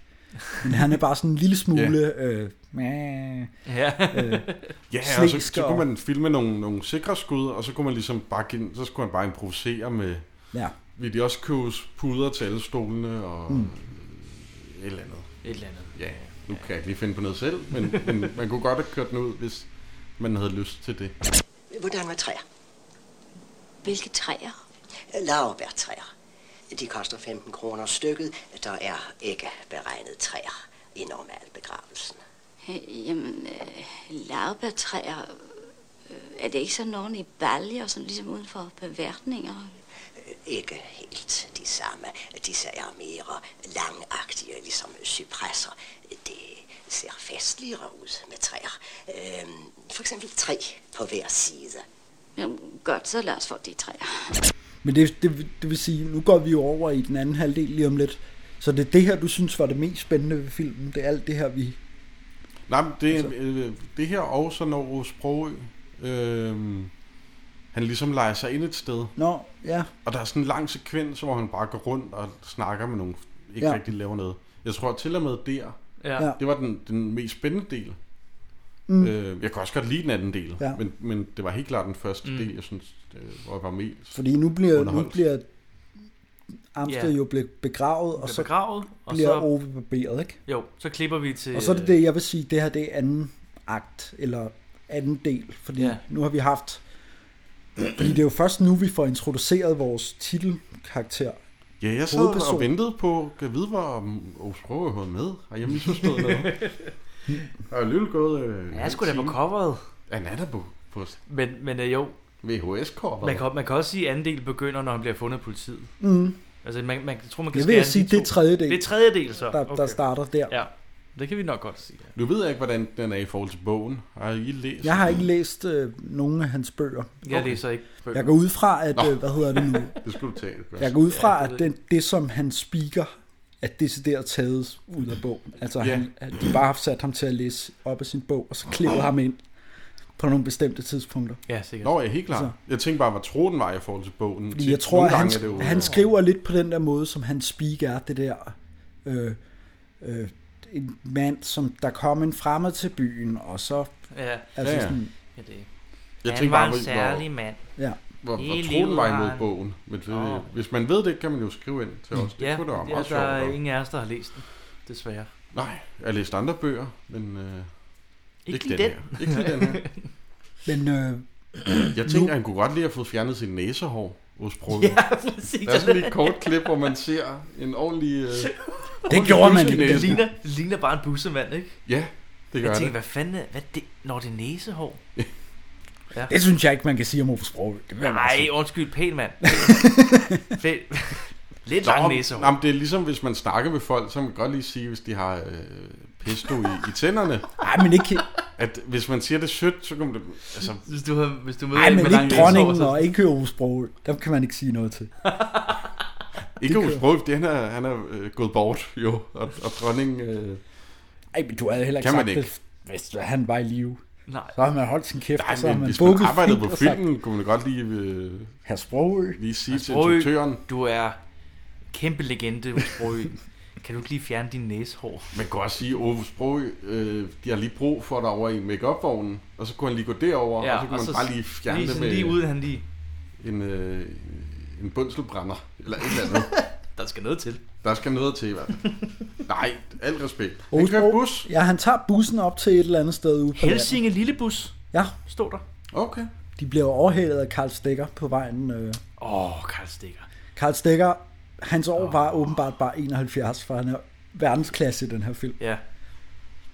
Speaker 3: Men han er bare sådan en lille smule... Øh, mæh.
Speaker 2: Ja,
Speaker 3: Øh.
Speaker 1: Ja, og så,
Speaker 3: slæsk
Speaker 1: så
Speaker 3: og-
Speaker 1: kunne man filme nogle, nogle sikre skud, og så kunne man ligesom bare, gen- så skulle man bare improvisere med,
Speaker 3: ja.
Speaker 1: vil de også købe puder til alle stolene og mm. et eller andet.
Speaker 2: et eller andet.
Speaker 1: Ja, nu kan jeg ikke lige finde på noget selv, men, men man kunne godt have kørt den ud, hvis man havde lyst til det.
Speaker 9: Hvordan med træer?
Speaker 10: Hvilke træer?
Speaker 9: Laverbærtræer. De koster 15 kroner stykket. Der er ikke beregnet træer i normal begravelsen.
Speaker 10: Øh, Jamen, øh, laurbærtræer, øh, er det ikke sådan nogen i balje og sådan ligesom uden for beværtninger?
Speaker 11: Ikke helt de samme. Disse er mere langagtige, ligesom cypresser. Det ser festligere ud med træer. Øhm, for eksempel tre på hver side.
Speaker 10: Jamen, godt, så lad os få de træer.
Speaker 3: Men det, det, det vil sige, nu går vi jo over i den anden halvdel lige om lidt. Så det er det her, du synes var det mest spændende ved filmen. Det er alt det her, vi...
Speaker 1: Nej, men det, altså. øh, det her og så når Rose Sprogø, øh, han ligesom leger sig ind et sted.
Speaker 3: Nå, ja.
Speaker 1: Og der er sådan en lang sekvens, hvor han bare går rundt og snakker med nogen, ikke
Speaker 3: Ja.
Speaker 1: ja. rigtig laver noget. Jeg tror til og med der,
Speaker 2: Ja.
Speaker 3: Ja.
Speaker 1: det var den, den mest spændende del.
Speaker 3: Mm.
Speaker 1: Mm. Øh, jeg kan også godt lide den anden del,
Speaker 3: Ja.
Speaker 1: men, men det var helt klart den første mm. del, jeg synes, øh, hvor jeg var mest
Speaker 3: Fordi nu bliver, nu
Speaker 1: underholdt.
Speaker 3: bliver Amsted
Speaker 2: Ja.
Speaker 3: jo blevet begravet, og
Speaker 2: Bliver
Speaker 3: så
Speaker 2: begravet, og
Speaker 3: bliver
Speaker 2: så- Øh.
Speaker 3: Ove barberet, ikke?
Speaker 2: Jo, så klipper vi til...
Speaker 3: Og så er det det, jeg vil sige, det her det er anden akt, eller anden del, fordi ja.
Speaker 2: Ja.
Speaker 3: nu har vi haft... Fordi det er jo først nu, vi får introduceret vores titelkarakter.
Speaker 1: Ja, jeg sad og ventede på, kan vide, hvor om Aarhus Brogø havde med. Har jeg misforstået noget? Der er alligevel gået... Øh,
Speaker 2: Ja, sgu da på coveret.
Speaker 1: Ja, han er da på, på
Speaker 2: Men, men øh, jo,
Speaker 1: VHS-coveret.
Speaker 2: man kan, man kan også sige, at anden del begynder, når han bliver fundet af politiet.
Speaker 3: Mm.
Speaker 2: Altså, man, man jeg tror, man kan
Speaker 3: Jeg vil
Speaker 2: skære
Speaker 3: sige,
Speaker 2: den i
Speaker 3: det er
Speaker 2: to.
Speaker 3: tredje del.
Speaker 2: Det er tredje del, så.
Speaker 3: Der, der starter der.
Speaker 2: Ja, det kan vi nok godt sige.
Speaker 1: Nu ved jeg ikke, hvordan den er i forhold til bogen. Har I læst
Speaker 3: Jeg har
Speaker 1: den?
Speaker 3: ikke læst øh, nogen af hans bøger.
Speaker 2: Jeg læser ikke bøger.
Speaker 3: Jeg går ud fra, at...
Speaker 1: Nå.
Speaker 3: Øh, hvad hedder det nu?
Speaker 1: Det skulle du tage. Chris.
Speaker 3: Jeg går ud fra, at den, det, som han speaker, er decideret taget ud af bogen. Altså,
Speaker 1: Ja.
Speaker 3: han, at de bare har sat ham til at læse op af sin bog, og så klippet ham ind på nogle bestemte tidspunkter.
Speaker 2: Ja, sikkert.
Speaker 1: Nå, ja, helt klart.
Speaker 3: Så.
Speaker 1: Jeg tænkte bare, hvor tro den var i forhold til bogen.
Speaker 3: Altså- Fordi
Speaker 1: Til-
Speaker 3: jeg tror,
Speaker 1: nogle
Speaker 3: at han,
Speaker 1: gange er det jo- øh,
Speaker 3: han skriver lidt på den der måde, som han speak er, det der øh, øh, en mand, som der kom en fremmed til byen, og så...
Speaker 2: Ja.
Speaker 3: altså
Speaker 1: Ja, ja.
Speaker 3: Sådan,
Speaker 2: Ja, det.
Speaker 1: Jeg
Speaker 2: han
Speaker 1: tænkte
Speaker 2: var
Speaker 1: bare,
Speaker 2: en
Speaker 1: hvor-
Speaker 2: særlig mand.
Speaker 3: Ja.
Speaker 1: Hvor, hvor
Speaker 2: Hele
Speaker 1: troen var
Speaker 2: livet
Speaker 1: imod
Speaker 2: har han-
Speaker 1: bogen. Men det,
Speaker 2: Nå.
Speaker 1: hvis man ved det, kan man jo skrive ind til os. Det
Speaker 2: Ja,
Speaker 1: kunne da være
Speaker 2: ja
Speaker 1: meget
Speaker 2: der er
Speaker 1: sjovt.
Speaker 2: ingen af os, der har læst den, desværre.
Speaker 1: Nej, jeg har læst andre bøger, men... Øh,
Speaker 2: Ikke
Speaker 1: ikke
Speaker 2: lige
Speaker 1: den.
Speaker 2: den.
Speaker 1: her. Ikke lige den her.
Speaker 3: Men øh,
Speaker 1: Jeg tænker, han kunne godt lige have fået fjernet sin næsehår hos Brugge.
Speaker 2: Ja, præcis.
Speaker 1: Der er sådan lige et kort klip, hvor man ser en ordentlig... Øh, ordentlig
Speaker 3: det gjorde man
Speaker 1: busk i
Speaker 3: ikke.
Speaker 2: Det
Speaker 1: næsen.
Speaker 2: ligner, det ligner bare en bussemand, ikke?
Speaker 1: Ja, det gør
Speaker 2: jeg tænker,
Speaker 1: det.
Speaker 2: hvad fanden er, hvad er det, når det er næsehår? Ja.
Speaker 3: Det synes jeg ikke, man kan sige om Ove Sprogøe. Det vil jeg bare
Speaker 2: Nej,
Speaker 3: sige.
Speaker 2: undskyld, pæn mand. Pæn- Lidt
Speaker 1: Nå,
Speaker 2: lang
Speaker 1: men-
Speaker 2: næsehår.
Speaker 1: Jamen, det er ligesom, hvis man snakker med folk, så kan man godt lige sige, hvis de har øh, pesto i, i tænderne.
Speaker 3: Nej, men ikke...
Speaker 1: At hvis man siger det sødt, så kan man... Altså,
Speaker 2: Hvis du, har, hvis du møder
Speaker 3: Nej,
Speaker 2: en
Speaker 3: men
Speaker 2: med lang
Speaker 3: ikke dronningen
Speaker 2: næsehår, så-
Speaker 3: og ikke Ove Sprogøe. Dem kan man ikke sige noget til.
Speaker 1: ikke hos Brugge, fordi han er, han er øh, gået bort, jo. Og, og dronning... Øh,
Speaker 3: Ej, men du havde heller ikke
Speaker 1: Kan man
Speaker 3: sagt
Speaker 1: ikke?
Speaker 3: det, hvis han var i live.
Speaker 2: Nej.
Speaker 3: Så har man holdt sin kæft,
Speaker 1: nej,
Speaker 3: og så har
Speaker 1: men
Speaker 3: man
Speaker 1: hvis man
Speaker 3: bukket
Speaker 1: arbejdede
Speaker 3: fint
Speaker 1: på
Speaker 3: og sagt,
Speaker 1: filmen, kunne man godt lige, øh,
Speaker 3: herr Sprogøe.
Speaker 1: lige sige til
Speaker 2: Sprogø,
Speaker 1: instruktøren,
Speaker 2: Du er kæmpe legende, Sprogø. kan du ikke lige fjerne din næsehår?
Speaker 1: Man kan også sige, at Ove Sprogø, øh, de har lige brug for dig over i make vognen og så kunne han lige gå derover, ja, og så kunne og man så bare lige fjerne
Speaker 2: lige
Speaker 1: det
Speaker 2: sådan
Speaker 1: med
Speaker 2: Lige uden han lige...
Speaker 1: en, øh, en bundselbrænder, eller et eller andet.
Speaker 2: Der skal noget til.
Speaker 1: Der skal noget til i hvert fald. Nej, al respekt. Han
Speaker 3: Ove
Speaker 1: kører
Speaker 3: Sprogøe-
Speaker 1: bus.
Speaker 3: Ja, han tager bussen op til et eller andet sted ude på landet.
Speaker 2: Helsinge Lillebus
Speaker 3: Ja,
Speaker 2: stod der.
Speaker 1: Okay.
Speaker 3: de bliver overhældet af Karl Stikker på vejen. øh.
Speaker 2: Åh, oh, Karl Stikker.
Speaker 3: Karl Stikker, hans år var åbenbart bare 71, for han er verdensklasse i den her film.
Speaker 2: Ja.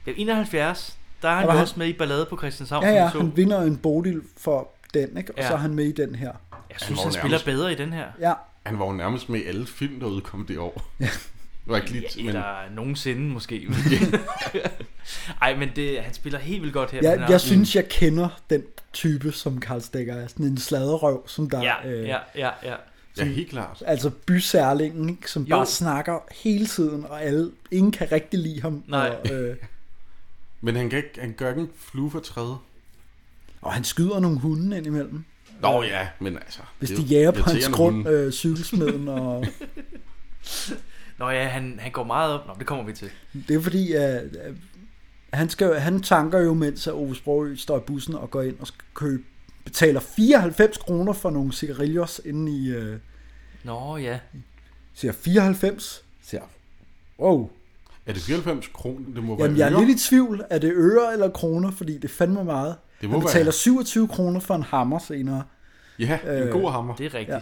Speaker 2: ja 71, der er han
Speaker 3: var
Speaker 2: jo
Speaker 3: han-
Speaker 2: også med i Ballade på Christianshavn,
Speaker 3: Ja,
Speaker 2: som
Speaker 3: ja,
Speaker 2: vi så.
Speaker 3: han vinder en Bodil for den, ikke? Og
Speaker 2: Ja.
Speaker 3: så er han med i den her.
Speaker 2: Jeg synes,
Speaker 1: Han
Speaker 2: han,
Speaker 1: var
Speaker 2: spiller
Speaker 1: nærmest-
Speaker 2: bedre i den her.
Speaker 3: Ja,
Speaker 1: Han var jo nærmest med i alle film, der udkom det år. Ja. Det var ikke lidt,
Speaker 2: Ja,
Speaker 1: men
Speaker 2: eller nogensinde måske. Ej, men det, han spiller helt vildt godt her. på den
Speaker 3: jeg,
Speaker 2: her
Speaker 3: jeg
Speaker 2: aften.
Speaker 3: synes, jeg kender den type, som Karl Stikker er. Sådan en sladerøv, som der... øh,
Speaker 2: Ja, ja, ja, ja.
Speaker 1: ja, helt klart.
Speaker 3: Altså bysærlingen, ikke? som jo.
Speaker 2: Jo.
Speaker 3: bare snakker hele tiden, og alle, ingen kan rigtig lide ham.
Speaker 2: Nej.
Speaker 3: Og, øh,
Speaker 1: Men han, kan ikke, han gør ikke en flue for træde.
Speaker 3: og han skyder nogle hunde ind imellem.
Speaker 1: Nå ja, men altså...
Speaker 3: Hvis
Speaker 1: det
Speaker 3: de
Speaker 1: er jo
Speaker 3: jager på hans
Speaker 1: irriterende
Speaker 3: grund,
Speaker 1: hunde.
Speaker 3: øh, cykelsmeden, og
Speaker 2: Nå ja, han, han går meget op. Nå, det kommer vi til.
Speaker 3: det er fordi, at, at han, skal, han tanker jo, mens at Ove Sprogø står i bussen og går ind og skal købe, betaler 94 kroner for nogle cigarillos inde i, øh,
Speaker 2: Nå ja.
Speaker 3: siger 94, siger jeg, wow.
Speaker 1: Er det 94 kroner? Det må være
Speaker 3: Jamen, jeg er
Speaker 1: øre.
Speaker 3: lidt i tvivl, er det øre eller kroner, fordi det er fandme meget.
Speaker 1: Det må
Speaker 3: han
Speaker 1: være.
Speaker 3: betaler 27 kroner for en hammer senere. Øh,
Speaker 1: Ja, en god hammer.
Speaker 2: Det er rigtigt.
Speaker 3: Ja.
Speaker 2: Ja.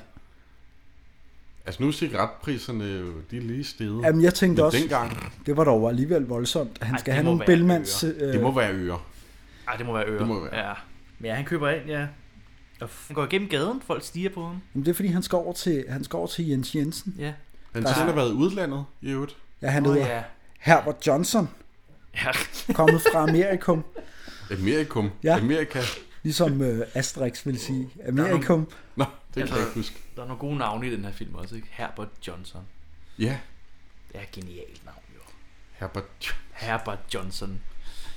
Speaker 1: Altså nu er cigaretpriserne jo, de er lige steget.
Speaker 3: Jamen, jeg tænkte
Speaker 1: Men
Speaker 3: også,
Speaker 1: Dengang,
Speaker 3: det var dog alligevel voldsomt. Han
Speaker 2: Ej,
Speaker 3: skal
Speaker 2: det
Speaker 3: have
Speaker 2: må
Speaker 3: nogle
Speaker 2: være
Speaker 3: Bellmans... øh,
Speaker 2: ører.
Speaker 1: det må være ører.
Speaker 2: Ej, det må være øre.
Speaker 1: Det må være.
Speaker 2: Ja. Men ja, han køber ind, ja. Og f- han går igennem gaden, folk stiger på ham.
Speaker 3: Jamen, det er fordi, han skal over til, han skal over til Jens Jensen.
Speaker 2: Ja.
Speaker 1: Han
Speaker 3: Der er-
Speaker 1: selv har været i udlandet, i øvrigt.
Speaker 3: Ja, han
Speaker 2: Åh,
Speaker 3: hedder
Speaker 2: ja.
Speaker 3: Herbert Johnson.
Speaker 2: Ja.
Speaker 3: kommet fra Amerikum.
Speaker 1: Amerikum.
Speaker 3: Ja.
Speaker 1: Amerika.
Speaker 3: Ligesom øh, Asterix vil sige. Amerikum.
Speaker 1: Nå, det kan jeg ikke huske.
Speaker 2: Der er nogle gode navne i den her film også, ikke? Herbert Johnson.
Speaker 1: Ja,
Speaker 2: Det er et genialt navn, jo.
Speaker 1: Herbert.
Speaker 2: Herbert Johnson.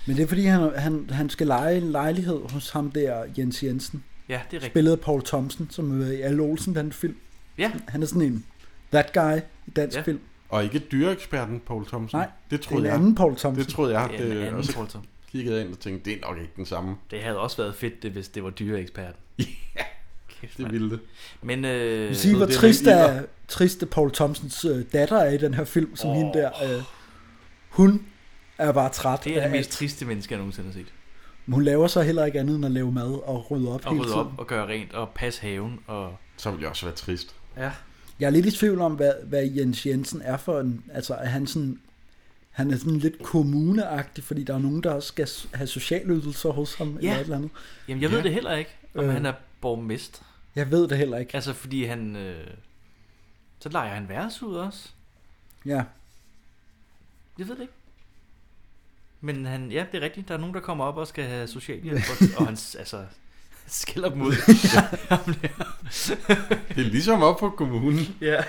Speaker 3: Men det er fordi, han, han, han skal lege en lejlighed hos ham der, Jens Jensen.
Speaker 2: Ja, det er rigtigt.
Speaker 3: Spillet af Paul Thompson, som er med i Alle Olsen, den film.
Speaker 2: Ja.
Speaker 3: Han er sådan en that guy i dansk
Speaker 2: Ja.
Speaker 3: ja. film.
Speaker 1: Og ikke dyreeksperten Paul Thomsen.
Speaker 3: Nej,
Speaker 1: det
Speaker 3: det er
Speaker 1: troede
Speaker 3: en
Speaker 1: jeg.
Speaker 3: anden Paul Thomsen.
Speaker 1: Det troede jeg.
Speaker 2: Det er en anden
Speaker 1: og så
Speaker 2: Paul Thomsen.
Speaker 1: kiggede jeg ind og tænkte, det er nok ikke den samme.
Speaker 2: Det havde også været fedt, det, hvis det var dyreeksperten.
Speaker 1: Ja,
Speaker 2: Kæft,
Speaker 1: det
Speaker 2: mand.
Speaker 1: ville det.
Speaker 2: Men øh,
Speaker 3: Vi siger, hvor
Speaker 1: det er
Speaker 3: trist
Speaker 1: rimelig
Speaker 3: er, trist er Paul Thompsons øh, datter er i den her film, som oh. hende der. Øh, hun er bare træt.
Speaker 2: det er
Speaker 3: af
Speaker 2: det mest
Speaker 3: alt.
Speaker 2: triste menneske, jeg nogensinde har set.
Speaker 3: Men hun laver så heller ikke andet end at lave mad og rydde op
Speaker 2: At
Speaker 3: hele
Speaker 2: rydde
Speaker 3: tiden.
Speaker 2: op og gøre rent og passe haven. Og,
Speaker 1: Så ville jeg også være trist.
Speaker 2: ja.
Speaker 3: Jeg er lidt i tvivl om, hvad, hvad Jens Jensen er for en... Altså, er han sådan... Han er sådan lidt kommuneagtig, fordi der er nogen, der også skal s- have socialydelser hos ham, ja. eller et eller andet.
Speaker 2: Jamen, jeg ved det heller ikke, om
Speaker 3: Øh.
Speaker 2: han er borgmester.
Speaker 3: Jeg ved det heller ikke.
Speaker 2: Altså, fordi han... Øh, så leger han værelse ud også.
Speaker 3: Ja,
Speaker 2: Jeg ved det ikke. Men han, ja, det er rigtigt. Der er nogen, der kommer op og skal have socialhjælp, og, og han s- altså, skælder dem ud.
Speaker 1: Det er ligesom op på kommunen.
Speaker 2: ja.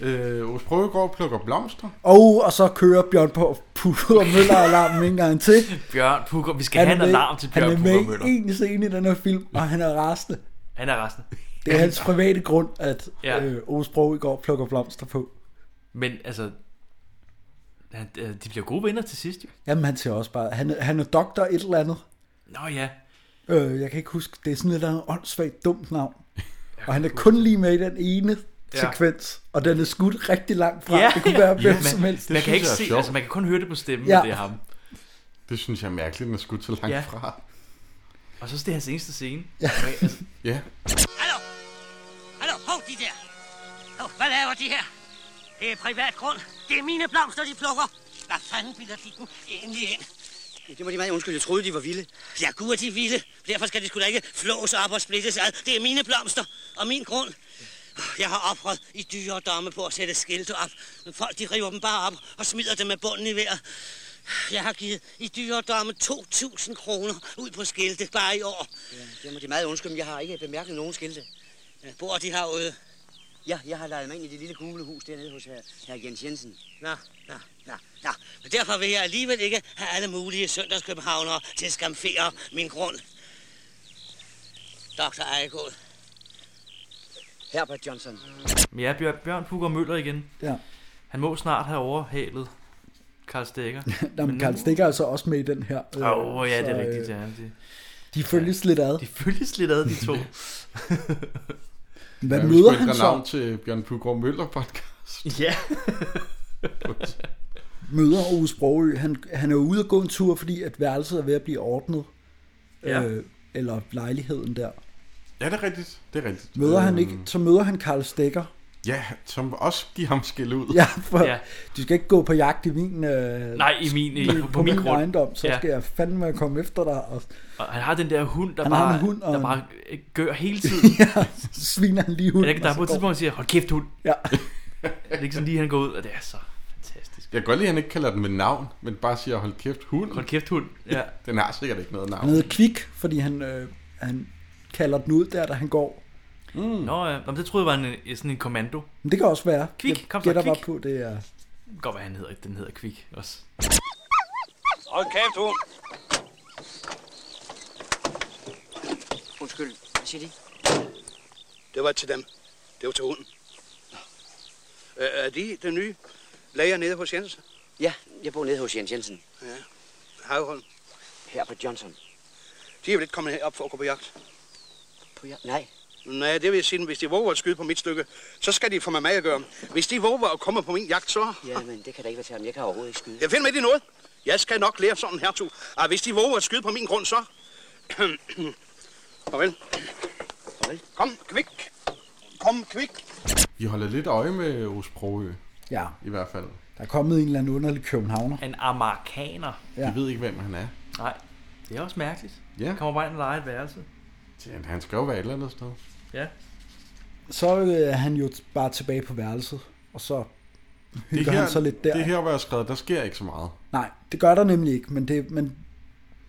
Speaker 1: Øh, Os Prøvegård plukker blomster.
Speaker 3: Og, og så kører Bjørn på Pukker og Møller alarmen en gang til.
Speaker 2: Bjørn Pukker. Vi skal han have en
Speaker 3: er med-
Speaker 2: alarm til Bjørn
Speaker 3: Han
Speaker 2: Pukker
Speaker 3: er med
Speaker 2: Møller.
Speaker 3: i en scene i den her film, og han er rasende.
Speaker 2: Han er resten.
Speaker 3: Det er hans private grund, at
Speaker 2: Ja.
Speaker 3: ja. øh, Osbro i går plukker blomster på.
Speaker 2: Men altså, han, øh, de bliver gode venner til sidst. jo.
Speaker 3: Jamen, han ser også bare... Han, er- han er doktor et eller andet.
Speaker 2: Nå ja.
Speaker 3: Øh, jeg kan ikke huske, det er sådan et eller andet åndssvagt dumt navn. Og han er kun lige med i den ene
Speaker 2: Ja.
Speaker 3: ja. sekvens, og den er skudt rigtig langt frem.
Speaker 2: Ja,
Speaker 3: Ja, det kunne være
Speaker 2: ja.
Speaker 3: hvem
Speaker 2: Ja,
Speaker 3: som
Speaker 2: man-
Speaker 3: helst.
Speaker 2: Man kan
Speaker 1: synes
Speaker 2: ikke
Speaker 1: jeg er
Speaker 2: se,
Speaker 1: sjovt.
Speaker 2: altså man kan kun høre det på stemmen, ja.
Speaker 3: Ja.
Speaker 2: det er ham.
Speaker 1: Det synes jeg er mærkeligt, at den er skudt så
Speaker 2: Ja.
Speaker 1: langt ja. fra.
Speaker 2: Og så er det hans eneste scene. Ja. Altså,
Speaker 1: Ja,
Speaker 5: Hallo? Hallo, hov, de der. Hov, hvad laver de her? Det er privat grund. Det er mine blomster, de plukker. Hvad fanden bilder de dem egentlig ind?
Speaker 9: Det må de meget undskylde. Jeg troede, de var vilde.
Speaker 5: Ja, gud er de vilde. Derfor skal de sgu da ikke flås op og splittes ad. Det er mine blomster og min grund. Jeg har opret i dyre domme på at sætte skilte op. Men folk, de river dem bare op og smider dem med bunden i vejret. Jeg har givet i dyre domme 2.000 kroner ud på skilte bare i år.
Speaker 9: Det må de meget undskylde, men jeg har ikke bemærket nogen skilte.
Speaker 5: Jeg bor de herude.
Speaker 9: Ja, jeg har lejet mig ind i det lille gule hus dernede hos her, her Jens Jensen.
Speaker 5: Nå, nå, nå, nå. Men derfor vil jeg alligevel ikke have alle mulige søndagskøbenhavnere til at skamfere min grund. Dr. Ejegod.
Speaker 9: Herbert Johnson.
Speaker 2: men ja, Bjørn, Bjørn Pukker Møller igen.
Speaker 3: Ja.
Speaker 2: Han må snart have overhalet Karl Stikker.
Speaker 3: Nå, men Karl Stikker er altså også med i den her. øh,
Speaker 2: Mm. Åh, oh, ja, det
Speaker 3: så,
Speaker 2: er
Speaker 3: øh,
Speaker 2: rigtigt, ja. De,
Speaker 3: De følges lidt ad.
Speaker 2: de følges lidt ad, de to.
Speaker 3: Hvad
Speaker 1: Ja, vi
Speaker 3: møder
Speaker 1: skulle ændre
Speaker 3: han
Speaker 1: navn
Speaker 3: så?
Speaker 1: til Bjørn Pugård Møller podcast.
Speaker 2: ja.
Speaker 3: Møder Ove Sprogø. Han, han er ude og gå en tur, fordi at værelset er ved at blive ordnet.
Speaker 2: Ja.
Speaker 3: Øh, eller lejligheden der.
Speaker 1: Ja, det er rigtigt. Det er rigtigt.
Speaker 3: Møder
Speaker 1: Øh,
Speaker 3: han ikke, så møder han Karl Stikker.
Speaker 1: Ja, som også giver ham skæld ud.
Speaker 3: Ja, for
Speaker 2: Ja.
Speaker 3: ja. du skal ikke gå på jagt i min... Øh,
Speaker 2: Nej, i min, i,
Speaker 3: på, på min
Speaker 2: grund.
Speaker 3: ejendom, så
Speaker 2: Ja.
Speaker 3: ja. skal jeg fandme komme efter dig, og
Speaker 2: Og han har den der hund, der
Speaker 3: Han har
Speaker 2: bare,
Speaker 3: en hund og
Speaker 2: der
Speaker 3: en-
Speaker 2: bare øh, gør hele tiden. ja.
Speaker 3: så sviner han lige
Speaker 2: Er
Speaker 3: hunden.
Speaker 2: det ikke, der er
Speaker 3: og
Speaker 2: på et
Speaker 3: så går-
Speaker 2: tidspunkt, han siger, hold kæft hund.
Speaker 3: Ja,
Speaker 2: Er det ikke sådan lige, han går ud, og det er så fantastisk.
Speaker 1: Jeg kan godt lide, at han ikke kalder den med navn, men bare siger, hold kæft, hund.
Speaker 2: Hold kæft hund. Ja.
Speaker 1: Den har sikkert ikke noget navn.
Speaker 3: han hedder Kvik, fordi han, øh, han kalder den ud der, da han går.
Speaker 2: Nå, ja. Nå, men det troede jeg var en, øh, sådan en kommando.
Speaker 3: Men det kan også være.
Speaker 2: Kvik,
Speaker 3: jeg
Speaker 2: kom så,
Speaker 3: gætter
Speaker 2: Kvik.
Speaker 3: bare på, det er...
Speaker 2: Det kan Godt, hvad han hedder. Den hedder Kvik også.
Speaker 5: Hold kæft, hun.
Speaker 9: Undskyld, hvad siger de?
Speaker 12: Det var til dem. Det var til hunden. Øh, er de den nye læger nede hos Jensen?
Speaker 9: Ja, jeg bor nede hos Jens Jensen.
Speaker 12: Ja. Havholm.
Speaker 9: Herbert Johnson.
Speaker 12: De er vel ikke kommet herop for at gå på jagt?
Speaker 9: På jer? Nej.
Speaker 12: Nej, det vil jeg sige, hvis de våger at skyde på mit stykke, så skal de få mig med at gøre. Hvis de våger at komme på min jagt, så...
Speaker 9: Ja, men det kan da ikke være til ham. Jeg kan overhovedet ikke skyde.
Speaker 12: Jeg finder mig i noget. Jeg skal nok lære sådan her, to. Og hvis de våger at skyde på min grund, så... Farvel.
Speaker 9: Farvel.
Speaker 12: Kom, kvik. Kom, kvik!
Speaker 1: Vi holder lidt øje med Osprogø.
Speaker 3: Ja.
Speaker 1: I hvert fald.
Speaker 3: Der er kommet en eller anden underlig københavner.
Speaker 2: En amerikaner.
Speaker 1: Ja. Vi ved ikke, hvem han er.
Speaker 2: Nej, det er også mærkeligt.
Speaker 1: Ja.
Speaker 2: Han kommer bare ind og leger et værelse.
Speaker 1: Jamen, han skal jo være et eller andet sted.
Speaker 2: Ja.
Speaker 3: Så øh, er han jo t- bare tilbage på værelset, og så hygger
Speaker 1: her,
Speaker 3: han sig lidt der.
Speaker 1: det her, hvor jeg har skrevet, der sker ikke så meget.
Speaker 3: Nej, det gør der nemlig ikke, men det... Men,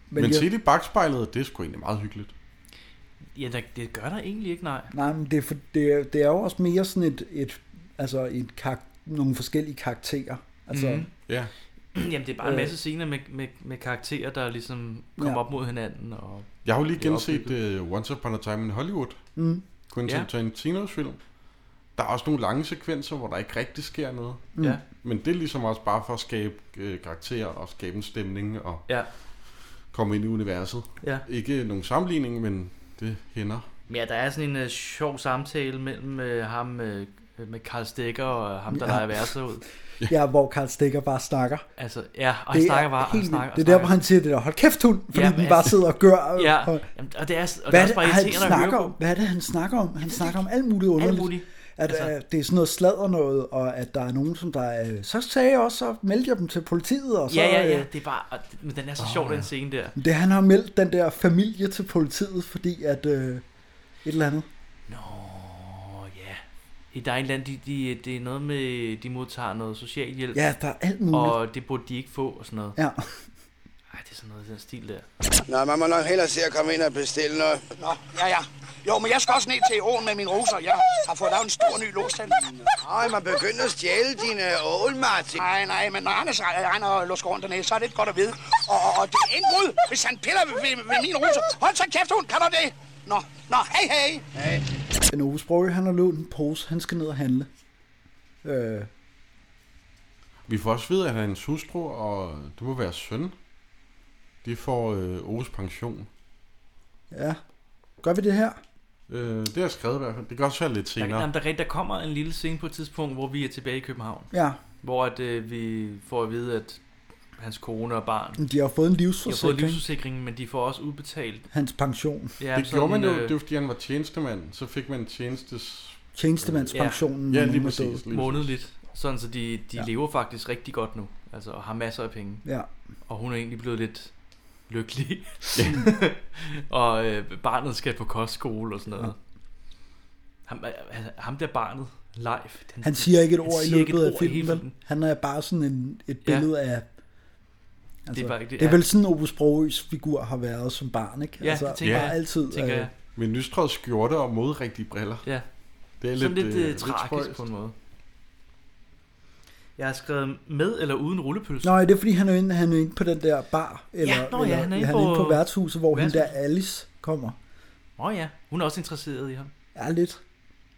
Speaker 1: Men, men set i bagspejlet, det er sgu egentlig meget hyggeligt.
Speaker 2: Ja, der, det gør der egentlig ikke, nej.
Speaker 3: Nej, men det, er for, det, er- det er jo også mere sådan et, et altså et kar, nogle forskellige karakterer. Altså,
Speaker 2: Mhm.
Speaker 1: Ja.
Speaker 2: Jamen, det er bare en
Speaker 3: Øh.
Speaker 2: masse scener med, med, med karakterer, der ligesom kommer
Speaker 3: Ja.
Speaker 2: op mod hinanden. Og
Speaker 1: Jeg har jo lige
Speaker 2: bliver
Speaker 1: genset uh, Once Upon a Time in Hollywood.
Speaker 3: Mm.
Speaker 1: Quentin
Speaker 2: Ja.
Speaker 1: ja. Tarantinos film. Der er også nogle lange sekvenser, hvor der ikke rigtig sker noget.
Speaker 2: Mm. Ja.
Speaker 1: Men det er ligesom også bare for at skabe øh, karakterer og skabe en stemning og
Speaker 2: Ja.
Speaker 1: komme ind i universet.
Speaker 2: Ja.
Speaker 1: Ikke nogen sammenligning, men det hænder.
Speaker 2: Men ja, der er sådan en øh, sjov samtale mellem øh, ham øh, med Karl Stikker og ham, der
Speaker 3: Ja.
Speaker 2: ja. leger værelser ud.
Speaker 3: Ja, hvor Karl Stikker bare snakker.
Speaker 2: Altså, ja, og han snakker bare, og han snakker, og
Speaker 3: Det er der,
Speaker 2: snakker.
Speaker 3: hvor han siger det der, hold kæft hund, fordi
Speaker 2: Ja,
Speaker 3: ja,
Speaker 2: men
Speaker 3: den bare
Speaker 2: altså-
Speaker 3: sidder og gør.
Speaker 2: Ja,
Speaker 3: og,
Speaker 2: jamen, og det er, og det er
Speaker 3: hvad, er
Speaker 2: også
Speaker 3: det,
Speaker 2: bare
Speaker 3: han
Speaker 2: irriterende at høre
Speaker 3: snakker
Speaker 2: på.
Speaker 3: om? hvad er det, han snakker om? Han snakker om alt muligt underligt.
Speaker 2: muligt.
Speaker 3: At
Speaker 2: Altså-
Speaker 3: altså. det er sådan noget sladder noget, og at der er nogen, som der... Øh, så sagde jeg også, så meldte jeg dem til politiet, og så...
Speaker 2: Ja, ja, ja,
Speaker 3: øh,
Speaker 2: det er bare, og, men den er så oh, sjov, den scene der.
Speaker 3: det, han har meldt den der familie til politiet, fordi at... Øh, et eller andet.
Speaker 2: Der er en eller anden, de, de, det er noget med, de modtager noget social hjælp.
Speaker 3: Ja, der er alt muligt.
Speaker 2: Og det burde de ikke få, og sådan noget.
Speaker 3: Ja.
Speaker 2: Ej, det er sådan noget i den stil der.
Speaker 6: Nå, man må nok hellere se at komme ind og bestille noget.
Speaker 12: Nå, ja, ja. Jo, men jeg skal også ned til åen med mine roser. Jeg har fået lavet en stor ny låstand.
Speaker 6: Nej, man begynder at stjæle dine ål, Martin.
Speaker 12: Nej, nej, men når Anders re- regner og lusker rundt dernede, så er det ikke godt at vide. Og, og, og det er indbrud, hvis han piller ved, ved, ved min roser. Hold så kæft, hun, kan du det? Nå, nå, hey, hey. Hey.
Speaker 3: Men Ove Sprogø, han har lånt en pose, han skal ned og handle. Øh,
Speaker 1: Vi får også vide, at hans hustru og det må være søn, de får øh, Oves pension.
Speaker 3: ja. Gør vi det her?
Speaker 1: Øh, det har jeg skrevet i hvert fald. Det kan også være lidt
Speaker 2: Der,
Speaker 1: senere.
Speaker 2: jamen, der, rent- der kommer en lille scene på et tidspunkt, hvor vi er tilbage i København.
Speaker 3: Ja.
Speaker 2: Hvor at, øh, vi får at vide, at hans kone og barn...
Speaker 3: Men de har fået en
Speaker 2: De har fået
Speaker 3: livsforsikring.
Speaker 2: livsforsikringen, men de får også udbetalt...
Speaker 3: Hans pension.
Speaker 2: Ja,
Speaker 1: det
Speaker 2: sådan,
Speaker 1: gjorde man jo,
Speaker 2: øh,
Speaker 1: det var fordi han var tjenestemand. Så fik man tjenestes...
Speaker 3: Tjenestemandspensionen,
Speaker 1: Ja,
Speaker 3: når
Speaker 1: lige
Speaker 3: nogen er død.
Speaker 1: præcis. Lige
Speaker 2: månedligt. Sådan, så de, de ja. lever faktisk rigtig godt nu. Altså, og har masser af penge.
Speaker 3: Ja.
Speaker 2: Og hun er egentlig blevet lidt lykkelig. og øh, barnet skal på kostskole og sådan noget. Ham, øh, ham der barnet, live.
Speaker 3: Han siger ikke et
Speaker 2: han
Speaker 3: ord i
Speaker 2: siger ikke et
Speaker 3: løbet af
Speaker 2: ord i hele
Speaker 3: filmen. vel? Han er bare sådan en, et
Speaker 2: Ja.
Speaker 3: billede af... Altså, det, er
Speaker 2: bare ikke det,
Speaker 3: det er
Speaker 2: ja.
Speaker 3: vel sådan, Opus Brogøs figur har været som barn, ikke?
Speaker 2: Ja,
Speaker 3: altså,
Speaker 2: det tænker
Speaker 3: bare
Speaker 2: jeg.
Speaker 3: altid,
Speaker 2: Tænker
Speaker 3: øh,
Speaker 2: jeg.
Speaker 1: Med nystrød skjorte og modrigtige briller.
Speaker 2: Ja.
Speaker 1: Det er
Speaker 2: Sådan
Speaker 1: lidt,
Speaker 2: lidt,
Speaker 1: øh,
Speaker 2: lidt,
Speaker 1: lidt
Speaker 2: tragisk
Speaker 1: spøjst.
Speaker 2: på en måde. Jeg har skrevet med eller uden rullepølse.
Speaker 3: Nå, er det fordi, han er inde, han er inde på den der bar? Eller,
Speaker 2: nå ja,
Speaker 3: eller,
Speaker 2: han er inde
Speaker 3: han er inde
Speaker 2: på-
Speaker 3: på værtshuset, hvor hun der
Speaker 2: værtshuset.
Speaker 3: Alice kommer.
Speaker 2: Nå ja, hun er også interesseret i ham.
Speaker 3: Ja, lidt.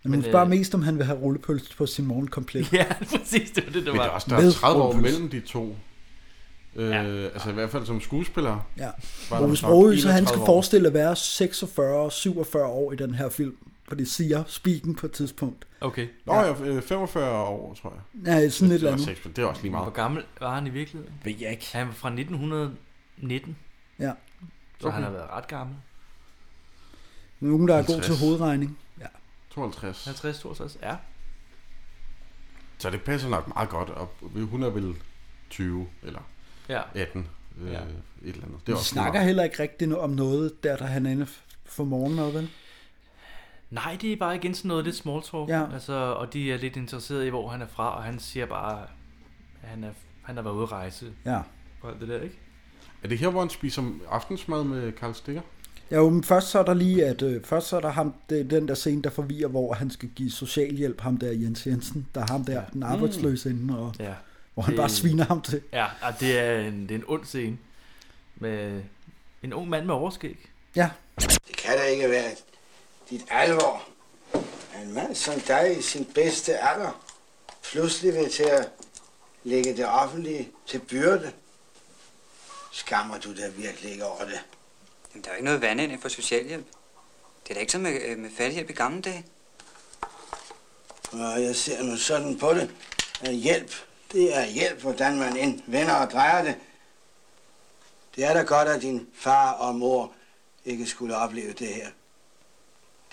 Speaker 3: Men,
Speaker 2: Men,
Speaker 3: hun spørger
Speaker 2: øh,
Speaker 3: mest, om han vil have rullepølse på sin morgenkomplet.
Speaker 2: Ja, præcis, det var det, der
Speaker 1: Men
Speaker 2: var.
Speaker 1: der er også der er
Speaker 3: Med
Speaker 1: 30 år
Speaker 3: Rullepølse.
Speaker 1: mellem de to. Øh, Altså i hvert fald som skuespiller.
Speaker 3: Ja.
Speaker 1: Var
Speaker 3: Rose
Speaker 1: nok
Speaker 3: Brogø, så han skal
Speaker 1: 31 år.
Speaker 3: forestille at være 46-47 år i den her film. For det siger Spiken på et tidspunkt.
Speaker 2: Okay.
Speaker 1: Nå ja, øh, 45 år, tror jeg.
Speaker 3: Ja, sådan et
Speaker 1: Det
Speaker 3: eller
Speaker 1: er
Speaker 3: andet.
Speaker 1: seks, men det er også lige meget.
Speaker 2: Hvor gammel var han i virkeligheden?
Speaker 3: Ved jeg ikke.
Speaker 2: Han var fra 1919,
Speaker 3: Ja.
Speaker 2: så okay. han
Speaker 1: Okay.
Speaker 2: har været ret gammel.
Speaker 3: Nogen, der er god
Speaker 1: 50.
Speaker 3: til hovedregning. Ja.
Speaker 1: 52.
Speaker 2: 50, 62, ja.
Speaker 1: Så det passer nok meget godt. Og hun er vel 20 eller
Speaker 2: Ja.
Speaker 1: 18. Øh,
Speaker 2: Ja.
Speaker 1: Et
Speaker 3: Det
Speaker 1: eller andet. Det er
Speaker 3: Vi
Speaker 1: også
Speaker 3: snakker
Speaker 1: meget.
Speaker 3: heller ikke rigtigt no- om noget, der, der han er inde for morgenmad, vel?
Speaker 2: Nej, det er bare igen sådan noget lidt small talk.
Speaker 3: Ja.
Speaker 2: Altså, og de er lidt interesseret i, hvor han er fra, og han siger bare, at han, er, han har været ude at rejse.
Speaker 3: Ja.
Speaker 2: Og alt det der, ikke?
Speaker 1: Er det her, hvor han spiser aftensmad med Karl Stikker?
Speaker 3: Ja, jo, men først så er der lige, at øh, først så er der ham, det, er den der scene, der forvirrer, hvor han skal give socialhjælp, ham der Jens Jensen, der er ham der, den arbejdsløse inden, og
Speaker 2: Ja.
Speaker 3: hvor han bare sviner ham til.
Speaker 2: Ja, og det er en, det er en ond scene. Med en ung mand med overskæg.
Speaker 6: Det kan da ikke være dit alvor. at En mand som dig i sin bedste alder pludselig vil til at lægge det offentlige til byrde. Skammer du dig virkelig ikke over det?
Speaker 13: Jamen, der er jo ikke noget vand ind for socialhjælp. Det er da ikke som med, øh, med fattighjælp i gamle dage.
Speaker 6: Og jeg ser nu sådan på det. At hjælp, det er hjælp, hvordan man end vender og drejer det. Det er da godt, at din far og mor ikke skulle opleve det her.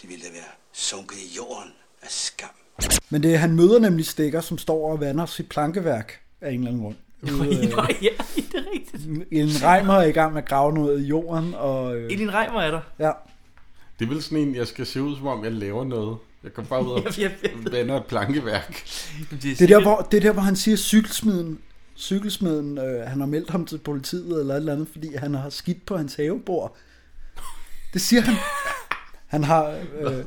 Speaker 6: De ville da være sunket i jorden af skam.
Speaker 3: Men det er, han møder nemlig stikker, som står og vander sit plankeværk af en eller anden grund. Ude, øh,
Speaker 2: Nej, ja, det er rigtigt.
Speaker 3: en Reimer er i gang med at grave noget i jorden. Og, øh,
Speaker 2: Elin Reimer er der.
Speaker 3: Ja.
Speaker 1: Det er vel sådan en, jeg skal se ud som om, jeg laver noget. Jeg kommer bare ud og
Speaker 2: Jeg ved-
Speaker 1: vander et plankeværk.
Speaker 3: Det er, der, hvor, det er der, hvor han siger, cykelsmeden, cykelsmeden øh, han har meldt ham til politiet eller et eller andet, fordi han har skidt på hans havebord. Det siger han. Han har... Øh,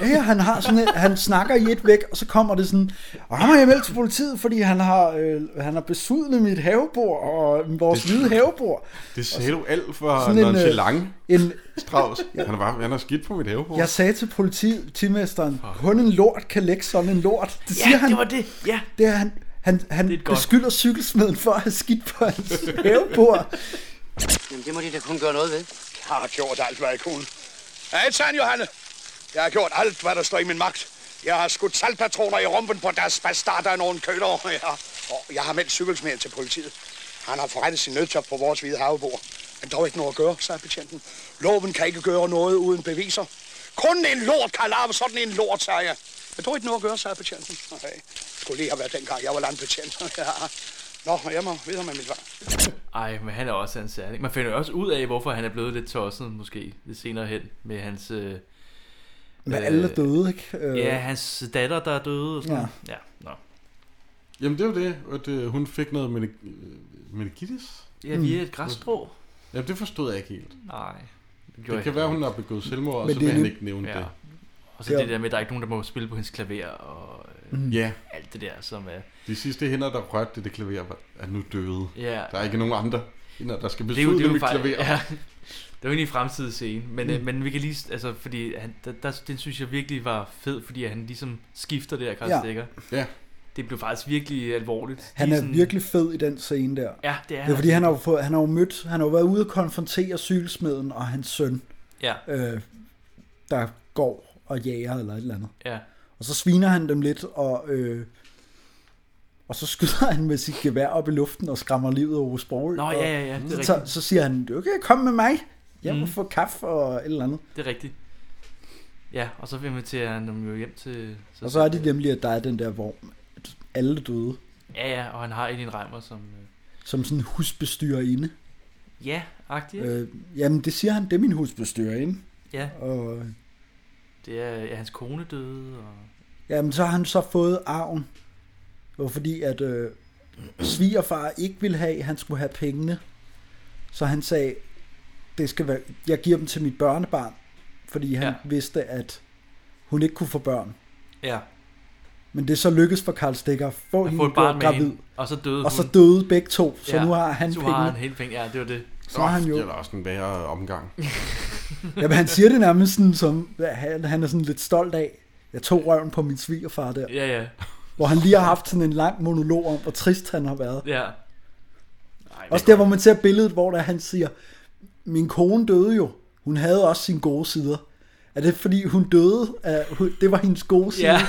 Speaker 3: ja, ja, han, har sådan, et- han snakker i et væk, og så kommer det sådan, og ham har jeg meldt til politiet, fordi han har, øh, han har besudlet mit havebord, og vores hvide havebord.
Speaker 1: Det sagde du alt for
Speaker 3: Sådan en, øh,
Speaker 1: nonchalant,
Speaker 3: en-
Speaker 1: Strauss. Han har bare han har skidt på mit havebord.
Speaker 3: Jeg sagde til politiet, politimesteren, kun en lort kan lægge sådan en lort. Det siger han.
Speaker 2: det var det. Ja.
Speaker 3: Det er han. Han, han
Speaker 2: godt-
Speaker 3: beskylder cykelsmeden for at have skidt på hans havebord.
Speaker 12: Jamen, det må de da kun gøre noget ved. Jeg har gjort alt, hvad jeg kunne. Altså, Johanne. Jeg har gjort alt, hvad der står i min magt. Jeg har skudt saltpatroner i rumpen på deres bastarder og nogle køler. Jeg har, og jeg har meldt cykelsmeden til politiet. Han har forrettet sin nødtop på vores hvide havebord. Men dog ikke noget at gøre, sagde betjenten. Loven kan ikke gøre noget uden beviser. Kun en lort kan larme sådan en lort, sagde jeg. Men dog ikke noget at gøre, sagde betjenten. Okay. Det skulle lige have været dengang, jeg var landbetjent. ja. Nå, jeg må videre med mit vej.
Speaker 2: Ej, men han er også en særlig. Man finder jo også ud af, hvorfor han er blevet lidt tosset, måske lidt senere hen, med hans... Øh,
Speaker 3: Med alle der døde, ikke? Øh.
Speaker 2: Ja, hans datter, der er døde. Og sådan.
Speaker 3: Ja.
Speaker 2: Ja. ja nå.
Speaker 1: Jamen det var det, at øh, hun fik noget menig- øh, meningitis.
Speaker 2: Ja, via Mm. et græsstrå.
Speaker 1: Jamen det forstod jeg ikke helt.
Speaker 2: Nej.
Speaker 1: Det,
Speaker 2: gjorde
Speaker 1: det kan
Speaker 2: jeg
Speaker 1: være,
Speaker 2: ikke.
Speaker 1: hun har begået selvmord, og
Speaker 2: Men
Speaker 1: så
Speaker 2: det
Speaker 1: vil
Speaker 2: er
Speaker 1: han
Speaker 2: lidt-
Speaker 1: ikke nævne
Speaker 2: Ja.
Speaker 1: det.
Speaker 3: Mm.
Speaker 2: Og så
Speaker 1: Ja.
Speaker 2: det der med, at der er ikke nogen, der må spille på hendes klaver, og øh,
Speaker 1: Mm. Ja.
Speaker 2: alt det der, som er...
Speaker 1: De sidste hænder, der rørte det, det klaver, var- er nu døde.
Speaker 2: Ja.
Speaker 1: Der er ikke nogen andre hænder, der skal
Speaker 2: Det er jo, det
Speaker 1: beslutte
Speaker 2: er jo
Speaker 1: mit
Speaker 2: fej-
Speaker 1: klaver.
Speaker 2: Ja, det er jo egentlig en fremtidig scene, men, mm. øh,
Speaker 1: Mm.
Speaker 2: men vi kan lige, altså, fordi han, der, der, den synes jeg virkelig var fed, fordi han ligesom skifter der, Karl
Speaker 3: Ja.
Speaker 2: Stikker.
Speaker 1: Ja.
Speaker 2: Det blev faktisk virkelig alvorligt.
Speaker 3: Han
Speaker 2: De
Speaker 3: er virkelig fed i den scene der.
Speaker 2: Ja, det er
Speaker 3: Det
Speaker 2: han
Speaker 3: er fordi,
Speaker 2: altså.
Speaker 3: han har, jo fået, han har jo mødt, han har jo været ude og konfrontere cykelsmeden og hans søn,
Speaker 2: Ja.
Speaker 3: øh, der går og jager eller et eller andet.
Speaker 2: Ja.
Speaker 3: Og så sviner han dem lidt, og, øh, og så skyder han med sit gevær op i luften og skræmmer livet over sprog.
Speaker 2: Nå, ja, ja, ja, det er
Speaker 3: Mm. så, tager-
Speaker 2: rigtigt.
Speaker 3: så, siger han, du kan komme med mig. Jeg må
Speaker 2: Mm.
Speaker 3: få kaffe og et eller andet.
Speaker 2: Det er rigtigt. Ja, og så inviterer han dem jo hjem til...
Speaker 3: Og så er det nemlig, at der er den der, hvor alle døde,
Speaker 2: Ja, ja, og han har Elin Reimer som... Øh,
Speaker 3: som sådan en husbestyrerinde.
Speaker 2: ja, agtig. Øh.
Speaker 3: Øh, jamen, det siger han, det er min husbestyrerinde.
Speaker 2: Ja.
Speaker 3: Og,
Speaker 2: Det er ja, hans kone døde, og...
Speaker 3: jamen, så har han så fået arven. Det var fordi, at øh, svigerfar ikke ville have, at han skulle have pengene. Så han sagde, det skal være, jeg giver dem til mit børnebarn. Fordi han ja. vidste, at hun ikke kunne få børn.
Speaker 2: Ja.
Speaker 3: Men det er så lykkedes for Karl Stikker at få
Speaker 2: At
Speaker 3: hende
Speaker 2: få et barn
Speaker 3: gjort
Speaker 2: med
Speaker 3: gravid.
Speaker 2: hende, og så døde
Speaker 3: Og så
Speaker 2: hun.
Speaker 3: døde begge to, så
Speaker 2: ja,
Speaker 3: nu har han
Speaker 2: så
Speaker 3: pengene.
Speaker 2: har han hele penge. Ja, det var det.
Speaker 3: Så er han jo-
Speaker 1: Det er da også en værre omgang.
Speaker 3: Jamen, han siger det nærmest sådan, som han, han er sådan lidt stolt af. Jeg tog røven på min svigerfar der.
Speaker 2: Ja, ja.
Speaker 3: Hvor han lige har haft sådan en lang monolog om, hvor trist han har været.
Speaker 2: Ja.
Speaker 3: Ej, også der, hvor man ser billedet, hvor der han siger, min kone døde jo. Hun havde også sine gode sider. Er det fordi, hun døde? Af, hun- det var hendes gode side.
Speaker 2: Ja.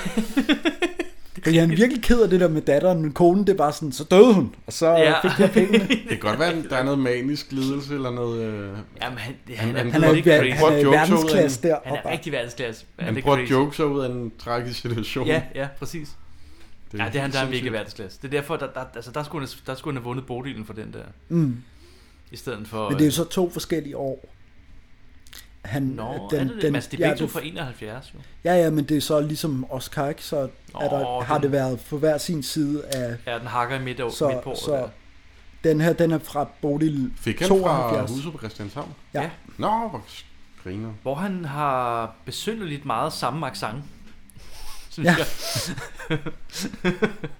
Speaker 3: Fordi han er virkelig ked af det der med datteren, men konen, det er bare sådan, så døde hun, og så ja.
Speaker 1: Ja.
Speaker 3: fik jeg pengene.
Speaker 1: Det kan godt være, at der er noget manisk lidelse eller noget... Øh...
Speaker 2: Jamen, han,
Speaker 1: han,
Speaker 2: han,
Speaker 1: han,
Speaker 3: han er i
Speaker 1: bruger-
Speaker 3: ver-
Speaker 1: han
Speaker 3: han er i
Speaker 1: bruger jokes ud af en-
Speaker 3: verdensklasse der.
Speaker 2: Han
Speaker 3: og
Speaker 2: er
Speaker 3: bare-
Speaker 2: rigtig verdensklasse. Ja, det
Speaker 1: Han
Speaker 2: er
Speaker 1: prøver
Speaker 2: crazy.
Speaker 1: jokes ud af en tragisk situation.
Speaker 2: Ja, ja, præcis.
Speaker 1: Det
Speaker 2: Det
Speaker 1: er
Speaker 2: ja, det er han, der er
Speaker 1: sindssygt.
Speaker 2: virkelig verdensklasse. Det er derfor, der, der, altså, der, skulle han, der skulle han have vundet borddelen for den der.
Speaker 3: Mm.
Speaker 2: I stedet for... øh,
Speaker 3: Men det er jo så to forskellige år. Han,
Speaker 2: Nå, den, er det det? Den, Mads, de er begge to fra 71, jo.
Speaker 3: Ja, ja, men det er så ligesom Oscar, ikke? Så er der,
Speaker 2: Åh,
Speaker 3: har
Speaker 2: den-
Speaker 3: det været på hver sin side af...
Speaker 2: Ja, den hakker i midt,
Speaker 3: så,
Speaker 2: midt på året.
Speaker 3: så
Speaker 2: der.
Speaker 3: den her, den er fra Bodil
Speaker 1: Fik han
Speaker 3: 72.
Speaker 1: fra huset på Christianshavn?
Speaker 3: Ja.
Speaker 1: Nå, hvor griner.
Speaker 2: Hvor han har besynderligt meget samme accent. Synes
Speaker 3: Ja.
Speaker 2: jeg.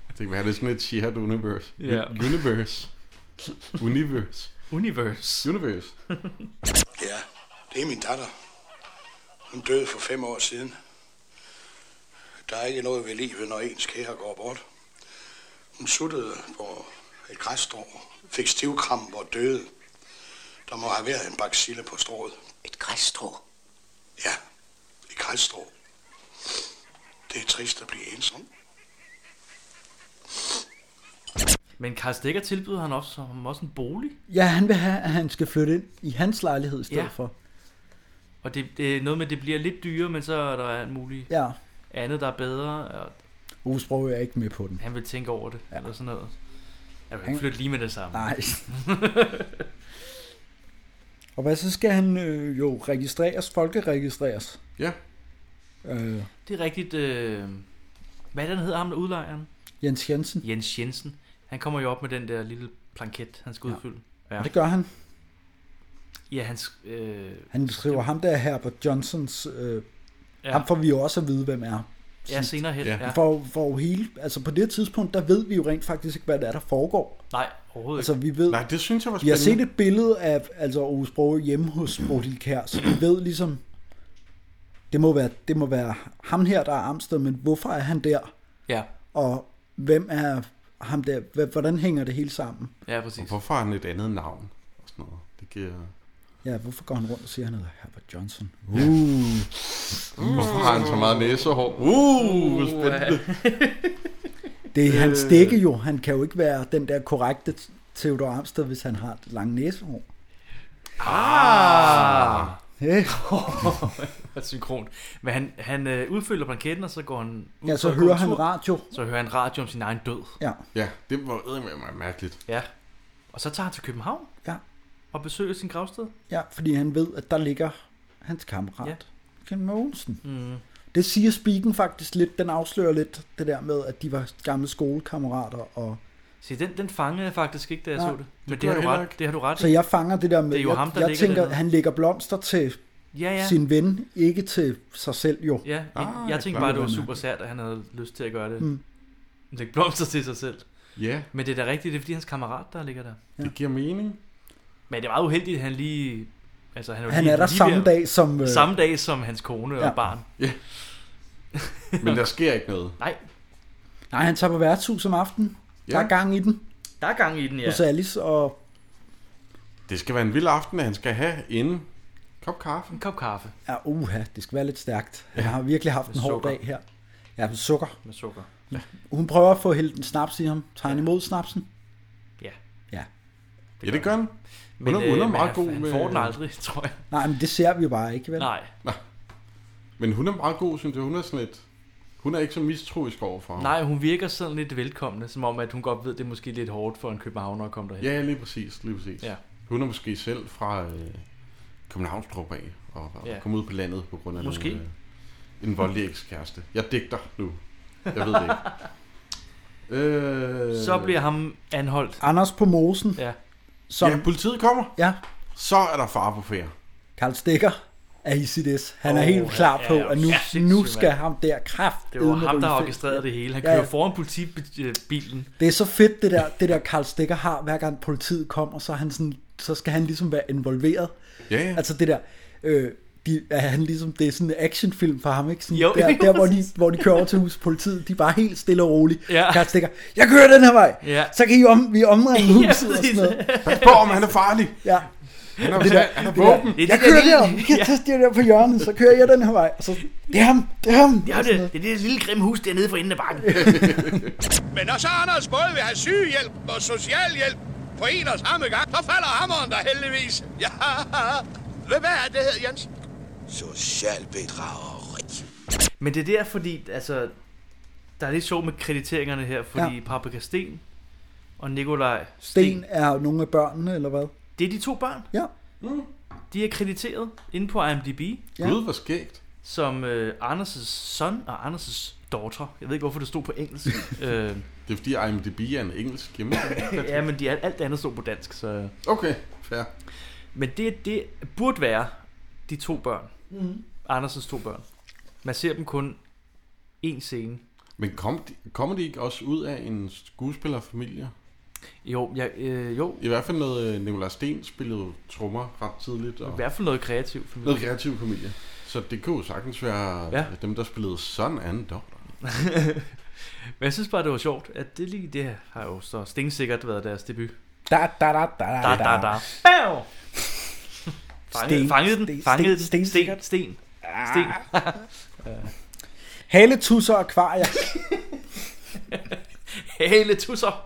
Speaker 1: Det kan være, det er sådan et shared universe.
Speaker 2: Ja.
Speaker 1: Universe. Universe.
Speaker 2: Universe.
Speaker 1: Universe.
Speaker 6: Ja, det er min datter. Hun døde for fem år siden. Der er ikke noget ved livet, når ens kære går bort. Hun suttede på et græsstrå, fik stivkramp og døde. Der må have været en baksille på strået. Et græsstrå? Ja, et græsstrå. Det er trist at blive ensom.
Speaker 2: Men Karl Stikker tilbyder han også, ham også en bolig.
Speaker 3: Ja, han vil have, at han skal flytte ind i hans lejlighed i stedet
Speaker 2: Ja.
Speaker 3: for.
Speaker 2: Og det, det er noget med, at det bliver lidt dyrere, men så er der alt muligt.
Speaker 3: Ja.
Speaker 2: andet, der er bedre. Og
Speaker 3: Ove Sprogøe er ikke med på den.
Speaker 2: han vil tænke over det, ja. eller sådan noget. Jeg vil ikke flytte lige med det samme.
Speaker 3: Nej. Og hvad så skal han øh, jo registreres, folkeregistreres.
Speaker 1: Ja.
Speaker 3: Øh,
Speaker 2: Det er rigtigt... Øh, hvad er det, han hedder ham, der udlejeren?
Speaker 3: Jens Jensen.
Speaker 2: Jens Jensen. Han kommer jo op med den der lille planket, han skal ja. udfylde.
Speaker 3: ja. Det gør han.
Speaker 2: Ja, hans... Øh,
Speaker 3: Han skriver ham der Herbert Johnsons... Øh,
Speaker 2: Ja.
Speaker 3: ja. Ham får vi jo også at vide, hvem er.
Speaker 2: Ja, senere hen, ja.
Speaker 3: Vi får, får jo hele, altså på det tidspunkt, der ved vi jo rent faktisk ikke, hvad det er, der foregår.
Speaker 2: nej, overhovedet
Speaker 3: Altså,
Speaker 2: altså,
Speaker 3: vi ved,
Speaker 1: Nej, det synes jeg var
Speaker 3: vi har
Speaker 1: spændende.
Speaker 3: set et billede af altså, Ove Sprogøe hjemme hos Bodil Kær, så vi ved ligesom, det må, være, det må være ham her, der er Amsted, men hvorfor er han der?
Speaker 2: Ja.
Speaker 3: Og hvem er ham der? Hva- Hvordan hænger det hele sammen?
Speaker 2: Ja, præcis.
Speaker 1: Og hvorfor har han et andet navn? Og sådan noget. Det giver...
Speaker 3: Ja, hvorfor går han rundt og siger, at han hedder Herbert Johnson? Uh.
Speaker 1: Hvorfor har han så meget næsehår? Uh, spændende.
Speaker 3: Det er hans
Speaker 1: Øh.
Speaker 3: dække jo. Han kan jo ikke være den der korrekte Theodor Amsted, hvis han har et langt næsehår.
Speaker 2: Ah!
Speaker 3: Hey.
Speaker 2: Hvad synkront. Men han, han øh, udfylder blanketten, og så går han... Ud
Speaker 3: Ja, så
Speaker 2: går
Speaker 3: hører
Speaker 2: en
Speaker 3: han
Speaker 2: tur.
Speaker 3: radio.
Speaker 2: Så hører han radio om sin egen død.
Speaker 3: Ja.
Speaker 1: Ja, det var eddermame mærkeligt.
Speaker 2: Ja. Og så tager han til København.
Speaker 3: Ja.
Speaker 2: Og besøger sin gravsted.
Speaker 3: Ja, fordi han ved, at der ligger hans kammerat,
Speaker 2: Ja.
Speaker 3: ja. Ken Mogensen.
Speaker 2: Mm.
Speaker 3: Det siger Spiken faktisk lidt. Den afslører lidt det der med, at de var gamle skolekammerater. Og...
Speaker 2: Se, den, den fangede jeg faktisk ikke, da jeg
Speaker 3: Nej,
Speaker 2: så det.
Speaker 3: det
Speaker 2: Men det,
Speaker 3: gør
Speaker 2: har du
Speaker 3: jeg
Speaker 2: ret, det har du ret
Speaker 3: Så
Speaker 2: i.
Speaker 3: jeg fanger det der med,
Speaker 2: Det er jo
Speaker 3: jeg,
Speaker 2: ham, der
Speaker 3: jeg
Speaker 2: ligger
Speaker 3: tænker,
Speaker 2: dernede.
Speaker 3: han lægger blomster til
Speaker 2: Ja, ja.
Speaker 3: sin ven, ikke til sig selv jo.
Speaker 2: Ja, ah, jeg tænkte bare, at det var super sært, at han havde lyst til at gøre det. Mm.
Speaker 3: Mm.
Speaker 2: Lægge blomster til sig selv.
Speaker 1: Ja.
Speaker 2: Men det er da rigtigt, det er fordi hans kammerat, der ligger der.
Speaker 3: Ja.
Speaker 1: Det giver mening.
Speaker 2: Men det var uheldigt, at han lige... Altså, han, jo
Speaker 3: Han
Speaker 2: lige,
Speaker 3: er der
Speaker 2: lige
Speaker 3: samme dag som, øh,
Speaker 2: Samme dag som hans kone ja.
Speaker 3: Ja.
Speaker 2: og barn.
Speaker 1: Ja. Men der sker ikke noget.
Speaker 2: Nej,
Speaker 3: Nej, han tager på værtshus om aftenen.
Speaker 1: Ja.
Speaker 3: Ja. Der er gang i den
Speaker 2: der er gang i den, ja.
Speaker 3: ja. hos Alice, og
Speaker 1: Det skal være en vild aften, at han skal have en kop kaffe.
Speaker 2: En kop kaffe
Speaker 3: ja, uha, det skal være lidt stærkt. Jeg har virkelig haft en
Speaker 2: Med
Speaker 3: hård
Speaker 2: sukker.
Speaker 3: dag her. Ja, med sukker.
Speaker 2: med sukker.
Speaker 3: Hun prøver at få hældt en snaps i ham. Tager han imod snapsen?
Speaker 2: Ja.
Speaker 3: Ja.
Speaker 1: Ja, det gør han.
Speaker 2: Men,
Speaker 1: Men, hun
Speaker 2: øh,
Speaker 1: er, hun er
Speaker 2: men
Speaker 1: meget
Speaker 2: han-
Speaker 1: god
Speaker 2: han
Speaker 1: med...
Speaker 2: får den aldrig, tror jeg.
Speaker 3: Nej, men det ser vi jo bare ikke, vel?
Speaker 2: Nej.
Speaker 1: Men hun er meget god, synes jeg. Hun er sådan lidt... Hun er ikke så mistroisk overfor ham.
Speaker 2: Nej, hun virker sådan lidt velkommende, som om, at hun godt ved, det er måske lidt hårdt for en københavner at komme derhen.
Speaker 1: Ja, lige præcis, lige præcis.
Speaker 2: Ja.
Speaker 1: Hun er måske selv fra øh, Københavnstrup af, og, og
Speaker 2: Ja.
Speaker 1: ja. kommet ud på landet på grund af
Speaker 2: Måske.
Speaker 1: Nogle, øh, en voldelig ekskæreste. Jeg digter nu. Jeg ved det ikke. øh,
Speaker 2: Så bliver ham anholdt.
Speaker 3: Anders på mosen,
Speaker 2: Ja.
Speaker 1: Som...
Speaker 3: som
Speaker 1: Ja, politiet kommer.
Speaker 3: Ja.
Speaker 1: Så er der far på færre.
Speaker 3: Karl Stikker er i sit S. Han er
Speaker 2: Åh,
Speaker 3: helt klar
Speaker 2: ja,
Speaker 3: på,
Speaker 2: ja,
Speaker 3: at nu,
Speaker 2: sindssygt,
Speaker 3: nu
Speaker 2: mand.
Speaker 3: skal ham der kraft.
Speaker 2: Det var ham, der har orkestreret det hele. Han
Speaker 3: Ja,
Speaker 2: kører
Speaker 3: ja.
Speaker 2: foran politibilen.
Speaker 3: Det er så fedt, det der, det der Karl Stikker har, hver gang politiet kommer, så, er han sådan, så skal han ligesom være involveret.
Speaker 1: Ja, ja.
Speaker 3: Altså det der, øh, de, er han ligesom, det er sådan en actionfilm for ham, ikke? Sådan
Speaker 2: Jo,
Speaker 3: der,
Speaker 2: jo,
Speaker 3: der hvor, de,
Speaker 2: præcis.
Speaker 3: hvor de kører over til huset, politiet, de er bare helt stille og roligt.
Speaker 2: Ja.
Speaker 3: Karl Stikker, jeg kører den her vej,
Speaker 2: Ja.
Speaker 3: så kan I om, vi omringer
Speaker 2: Ja,
Speaker 3: huset og sådan
Speaker 2: præcis.
Speaker 3: noget.
Speaker 1: Pas på, om han er farlig.
Speaker 3: Ja.
Speaker 1: Han er,
Speaker 3: Det der-
Speaker 1: han er
Speaker 3: det der-
Speaker 1: våben.
Speaker 2: Det er
Speaker 3: jeg
Speaker 2: det der
Speaker 3: kører
Speaker 2: lille-
Speaker 3: derom, jeg tager det der på hjørnet, så kører jeg den her vej. Og så, det er ham, det er ham.
Speaker 2: Ja,
Speaker 3: Og
Speaker 2: det,
Speaker 3: sådan
Speaker 2: det er
Speaker 3: noget.
Speaker 2: det der lille grimme hus dernede for enden af bakken.
Speaker 12: Men når så Anders både vil have sygehjælp og socialhjælp på en og samme gang, så falder hammeren der heldigvis. Ja, hvad hvad er det, hedder Jens?
Speaker 14: Social bedrageri.
Speaker 2: Men det er der, fordi altså, der er lidt sjovt med krediteringerne her, fordi ja. Paprika Sten og Nikolaj
Speaker 3: Sten er nogle af børnene, eller hvad?
Speaker 2: det er de to børn.
Speaker 3: Ja.
Speaker 1: Mm.
Speaker 2: De er krediteret inde på IMDb
Speaker 3: Ja.
Speaker 1: Gud, hvor skægt.
Speaker 2: som øh, Anders' søn og Anders' daughter. Jeg ved ikke, hvorfor det stod på engelsk. øh,
Speaker 1: Det er fordi IMDb er en engelsk hjemmeside.
Speaker 2: ja, men de, alt andet stod på dansk. Så.
Speaker 1: Okay, fair.
Speaker 2: Men det, det burde være de to børn.
Speaker 3: Mhm.
Speaker 2: Anders' to børn. Man ser dem kun én scene.
Speaker 1: Men kom de, kommer de ikke også ud af en skuespillerfamilie?
Speaker 2: Jo, jeg, øh, jo
Speaker 1: I hvert fald noget, øh, Nikolaj Sten spillede jo trommer ret tidligt.
Speaker 2: i
Speaker 1: Og
Speaker 2: hvert fald noget kreativt. for mig.
Speaker 1: noget kreativ familie. Så det kunne jo sagtens være
Speaker 2: Ja.
Speaker 1: ja. dem, der spillede Son and Daughter.
Speaker 2: Men jeg synes bare, det var sjovt, at det lige det har jo så stensikkert været deres debut.
Speaker 3: Da, da, da, da,
Speaker 2: Da, da, da. Bam! Fangede,
Speaker 3: Sten,
Speaker 2: fangede den,
Speaker 3: sten,
Speaker 2: fangede
Speaker 3: sten,
Speaker 2: den, sten,
Speaker 3: stensikkert.
Speaker 2: sten, sten.
Speaker 3: Haletusser og akvarier.
Speaker 2: Haletusser!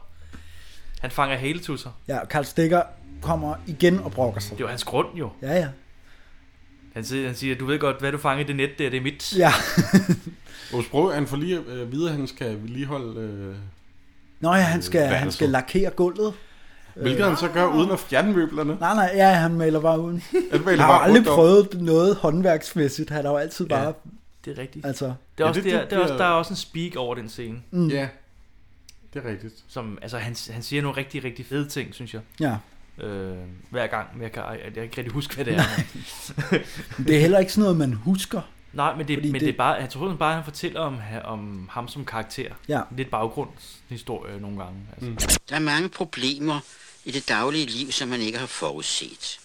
Speaker 2: Han fanger haletusser.
Speaker 3: Ja, og Karl Stikker kommer igen og brokker sig.
Speaker 2: Det var hans grund jo.
Speaker 3: Ja, ja.
Speaker 2: Han siger, han siger, du ved godt, hvad du fanger i det net der, det er mit.
Speaker 3: Ja.
Speaker 1: Osbro, han får lige øh, videre, han skal vedligeholde... Øh,
Speaker 3: Nå ja, han skal, han
Speaker 1: værelset.
Speaker 3: skal lakere gulvet.
Speaker 1: Hvilket han så gør uden at fjerne møblerne.
Speaker 3: Nej, nej, ja, Øh, han maler bare uden.
Speaker 1: Han maler
Speaker 3: han har
Speaker 1: bare
Speaker 3: aldrig
Speaker 1: rundt om.
Speaker 3: prøvet noget håndværksmæssigt. Han har jo altid bare...
Speaker 2: det er rigtigt.
Speaker 3: Altså,
Speaker 2: Det er også, ja, det, der, der, er også, der er også en speak over den scene.
Speaker 3: Mm.
Speaker 1: Ja, det er rigtigt.
Speaker 2: Som, altså, han, han siger nogle rigtig, rigtig fede ting, synes jeg.
Speaker 3: Ja.
Speaker 2: Øh, hver gang, men jeg kan, jeg, jeg kan ikke rigtig huske, hvad det er.
Speaker 3: det er heller ikke sådan noget, man husker.
Speaker 2: Nej, men det,
Speaker 3: Fordi
Speaker 2: men det,
Speaker 3: det-
Speaker 2: det er bare, jeg tror bare, han fortæller om, ha- om ham som karakter.
Speaker 3: Ja.
Speaker 2: Lidt baggrundshistorie nogle gange. Altså. Mm.
Speaker 4: Der er mange problemer i det daglige liv, som man ikke har forudset.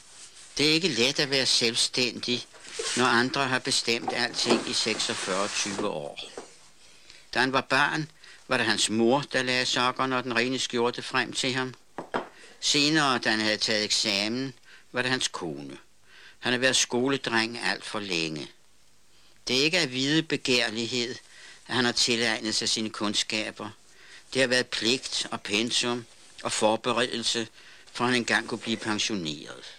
Speaker 4: Det er ikke let at være selvstændig, når andre har bestemt alting i 46-20 år. Da han var barn, var det hans mor, der lagde sokkerne og den rene skjorte frem til ham. Senere, da han havde taget eksamen, var det hans kone. Han har været skoledreng alt for længe. Det er ikke af hvide begærlighed, at han har tilegnet sig sine kundskaber. Det har været pligt og pensum og forberedelse, for at han engang kunne blive pensioneret.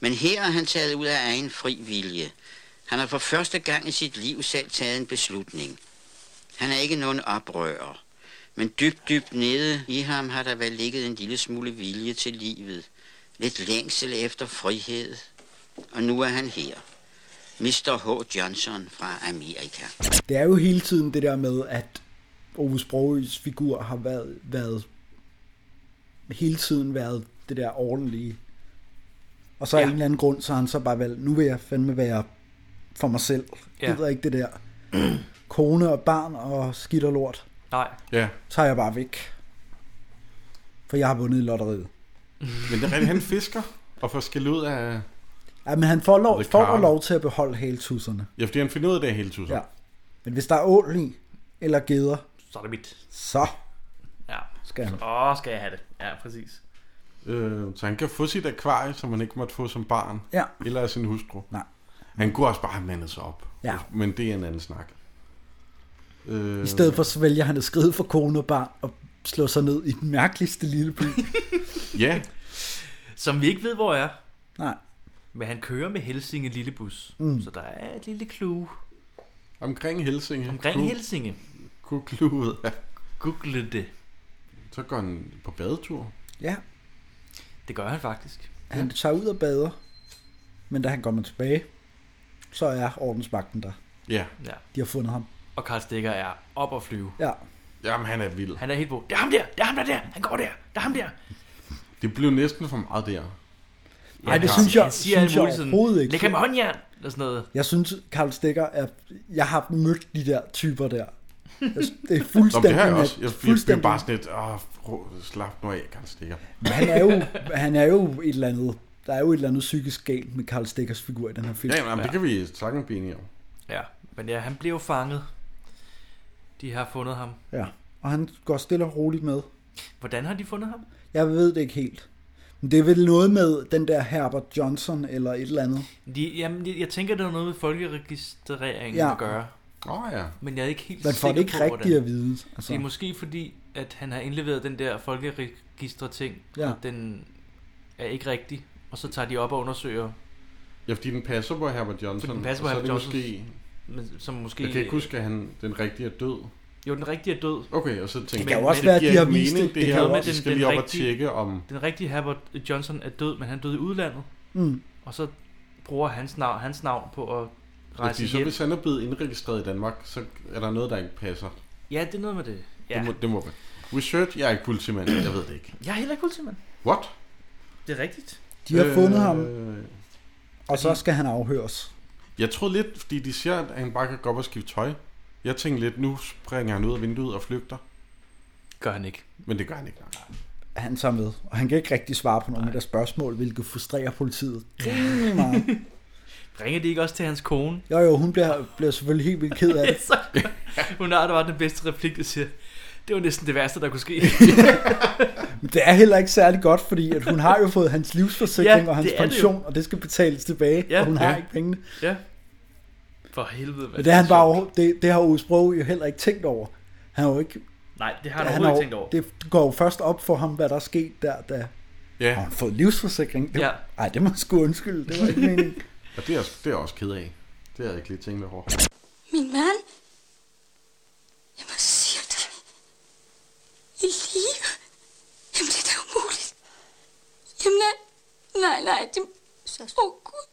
Speaker 4: Men her er han taget ud af egen fri vilje. Han har for første gang i sit liv selv taget en beslutning. Han er ikke nogen oprører. Men dybt, dybt nede i ham har der vel ligget en lille smule vilje til livet. Lidt længsel efter frihed. Og nu er han her. Mr. H. Johnson fra Amerika.
Speaker 3: Det er jo hele tiden det der med, at Ove Sprogøs figur har været, været hele tiden været det der ordentlige. Og så af
Speaker 2: Ja.
Speaker 3: en eller anden grund, så har han så bare valgt, nu vil jeg fandme være for mig selv.
Speaker 2: Ja.
Speaker 3: Ja. Gider ikke det der kone og barn og skidt og lort.
Speaker 2: Nej.
Speaker 1: Ja.
Speaker 3: Tager jeg bare væk. For jeg har vundet i lotteriet.
Speaker 1: Men det er rigtigt, han fisker og får skæld ud af...
Speaker 3: Ja, men han får lov,
Speaker 1: The
Speaker 3: får
Speaker 1: Crown.
Speaker 3: lov til at beholde haletusserne.
Speaker 1: Ja, fordi han finder ud af det hele tiden.
Speaker 3: Ja. Men hvis der er ål i, eller geder,
Speaker 2: Så er det mit.
Speaker 3: så
Speaker 2: Ja.
Speaker 3: Skal han.
Speaker 2: Så, åh, skal jeg have det. Ja, præcis.
Speaker 1: Øh, så han kan få sit akvarie, som han ikke måtte få som barn.
Speaker 3: Ja.
Speaker 1: Eller af sin hustru.
Speaker 3: Nej.
Speaker 1: Han kunne også bare have mandet sig op.
Speaker 3: Ja.
Speaker 1: Men det er en anden snak. Øh,
Speaker 3: I stedet for så vælger han at skride for kone og barn og slå sig ned i den mærkeligste lille by.
Speaker 1: Ja.
Speaker 2: Som vi ikke ved, hvor er.
Speaker 3: Nej.
Speaker 2: Men han kører med Helsinge lille bus.
Speaker 3: Mm.
Speaker 2: Mm. Så der er et lille clue.
Speaker 1: Omkring Helsinge.
Speaker 2: Omkring
Speaker 1: Kunne-
Speaker 2: Helsinge.
Speaker 1: Kunne kluge ud af.
Speaker 2: Google det.
Speaker 1: Så går han på badetur.
Speaker 3: ja,
Speaker 2: Det gør han faktisk.
Speaker 3: han tager ud og bader, men da han kommer tilbage, så er ordensmagten der.
Speaker 1: Ja.
Speaker 2: ja.
Speaker 3: De har fundet ham.
Speaker 2: Og Karl Stikker er op og flyve.
Speaker 3: Ja.
Speaker 1: Jamen, han er vild.
Speaker 2: Han er helt på. Det er ham der, det er ham der, der. Han går der, det er ham der.
Speaker 1: Det blev næsten for meget der.
Speaker 3: Nej, det
Speaker 1: Karl.
Speaker 3: synes jeg,
Speaker 2: han siger alt
Speaker 3: synes jeg
Speaker 2: muligt sådan,
Speaker 3: overhovedet ikke.
Speaker 2: Læg ham i håndjern, eller sådan noget.
Speaker 3: Jeg synes, Karl Stikker er... Jeg har mødt de der typer der. Jeg synes, Det er
Speaker 1: Nå, men
Speaker 3: fuldstændig...
Speaker 1: det har jeg
Speaker 3: nat-
Speaker 1: også. Jeg, jeg blev
Speaker 3: fuldstændig-
Speaker 1: bare sådan lidt, åh, rå, slap nu af, Karl Stikker.
Speaker 3: Men Han er, jo, han er jo et eller andet... Der er jo et eller andet psykisk galt med Karl Stikkers figur i den her film.
Speaker 1: Ja, jamen, det kan vi sagtens blive enige om.
Speaker 2: Ja, men ja, han blev jo fanget. De har fundet ham.
Speaker 3: Ja, og han går stille og roligt med.
Speaker 2: Hvordan har de fundet ham?
Speaker 3: Jeg ved det ikke helt. Men det er vel noget med den der Herbert Johnson eller et eller andet.
Speaker 2: De, jamen, de, jeg tænker, det har noget med folkeregistreringen
Speaker 3: Ja.
Speaker 2: ja. at gøre.
Speaker 1: Åh oh, ja.
Speaker 2: Men jeg er ikke helt
Speaker 3: Man får det
Speaker 2: sikker
Speaker 3: ikke
Speaker 2: på,
Speaker 3: rigtigt
Speaker 2: hvordan.
Speaker 3: at vide, altså.
Speaker 2: Altså. Det er måske fordi, at han har indleveret den der folkeregister-ting,
Speaker 3: Ja.
Speaker 2: ja. og den er ikke rigtig. Og så tager de op og undersøger,
Speaker 1: Ja, fordi den passer på Herbert Johnson.
Speaker 2: fordi den passer på
Speaker 1: og så er
Speaker 2: Herbert
Speaker 1: det
Speaker 2: Johnson,
Speaker 1: Måske,
Speaker 2: men, som måske...
Speaker 1: jeg kan ikke huske, at han, den rigtige er død.
Speaker 2: Jo, den rigtige er død.
Speaker 1: Okay, og så tænker
Speaker 2: Men- men
Speaker 1: jeg,
Speaker 2: det
Speaker 1: det
Speaker 2: giver
Speaker 1: giver
Speaker 2: ikke
Speaker 1: mening, det, det
Speaker 2: kan
Speaker 1: her,
Speaker 2: jo
Speaker 1: med
Speaker 2: være,
Speaker 1: den,
Speaker 2: den-
Speaker 1: skal
Speaker 2: den
Speaker 1: lige op og
Speaker 2: rigtige-
Speaker 1: tjekke om...
Speaker 2: Den rigtige Herbert Johnson er død, men han døde i udlandet.
Speaker 3: Mm.
Speaker 2: Og så bruger hans navn, hans navn på at rejse
Speaker 1: Fordi så
Speaker 2: hjem.
Speaker 1: hvis han er blevet indregistreret i Danmark, så er der noget, der ikke passer.
Speaker 2: Ja, det er noget med det. Ja.
Speaker 1: Det må, det må være. Research, jeg er ikke politimand, jeg ved det ikke.
Speaker 2: Jeg er heller ikke politimand.
Speaker 1: What?
Speaker 2: Det er rigtigt.
Speaker 3: De har fundet ham.
Speaker 1: Øh,
Speaker 3: Og så skal han afhøres.
Speaker 1: Jeg troede lidt, fordi de siger, at han bare kan gå op og skifte tøj. Jeg tænkte lidt, nu springer han ud af vinduet og flygter.
Speaker 2: Gør han ikke.
Speaker 1: Men det gør han ikke. nej.
Speaker 3: Han tager med, og han kan ikke rigtig svare på nogen af deres spørgsmål, hvilket frustrerer politiet rimelig meget.
Speaker 2: Ringer de ikke også til hans kone?
Speaker 3: Jo jo, hun bliver, bliver selvfølgelig helt vildt ked af det.
Speaker 2: Så, hun har da bare den bedste replik, der siger, det var næsten det værste, der kunne ske.
Speaker 3: Men det er heller ikke særlig godt, fordi at hun har jo fået hans livsforsikring
Speaker 2: Ja,
Speaker 3: og hans
Speaker 2: det er det jo.
Speaker 3: pension, og det skal betales tilbage,
Speaker 2: Ja.
Speaker 3: og hun har
Speaker 2: Ja.
Speaker 3: ikke pengene.
Speaker 2: ja. For helvede. hvad
Speaker 3: Men det, er han
Speaker 2: sjovt.
Speaker 3: bare, overho- det, det har Ove Sprogøe jo heller ikke tænkt over. Han har jo ikke...
Speaker 2: Nej, det har han
Speaker 3: har
Speaker 2: overhovedet ikke tænkt over.
Speaker 3: Det går jo først op for ham, hvad der er sket der, da
Speaker 1: Ja.
Speaker 3: har han fået livsforsikring. Det,
Speaker 2: Ja.
Speaker 3: Ej, det må jeg sgu undskylde. Det var ikke meningen.
Speaker 1: Og det er, jeg- det er jeg også ked af. Det har jeg ikke lige tænkt over.
Speaker 15: Min mand. Jeg må sige dig. I live. Jamen, det er da umuligt. Jamen, nej. Nej, nej. Det... Åh, oh, Gud.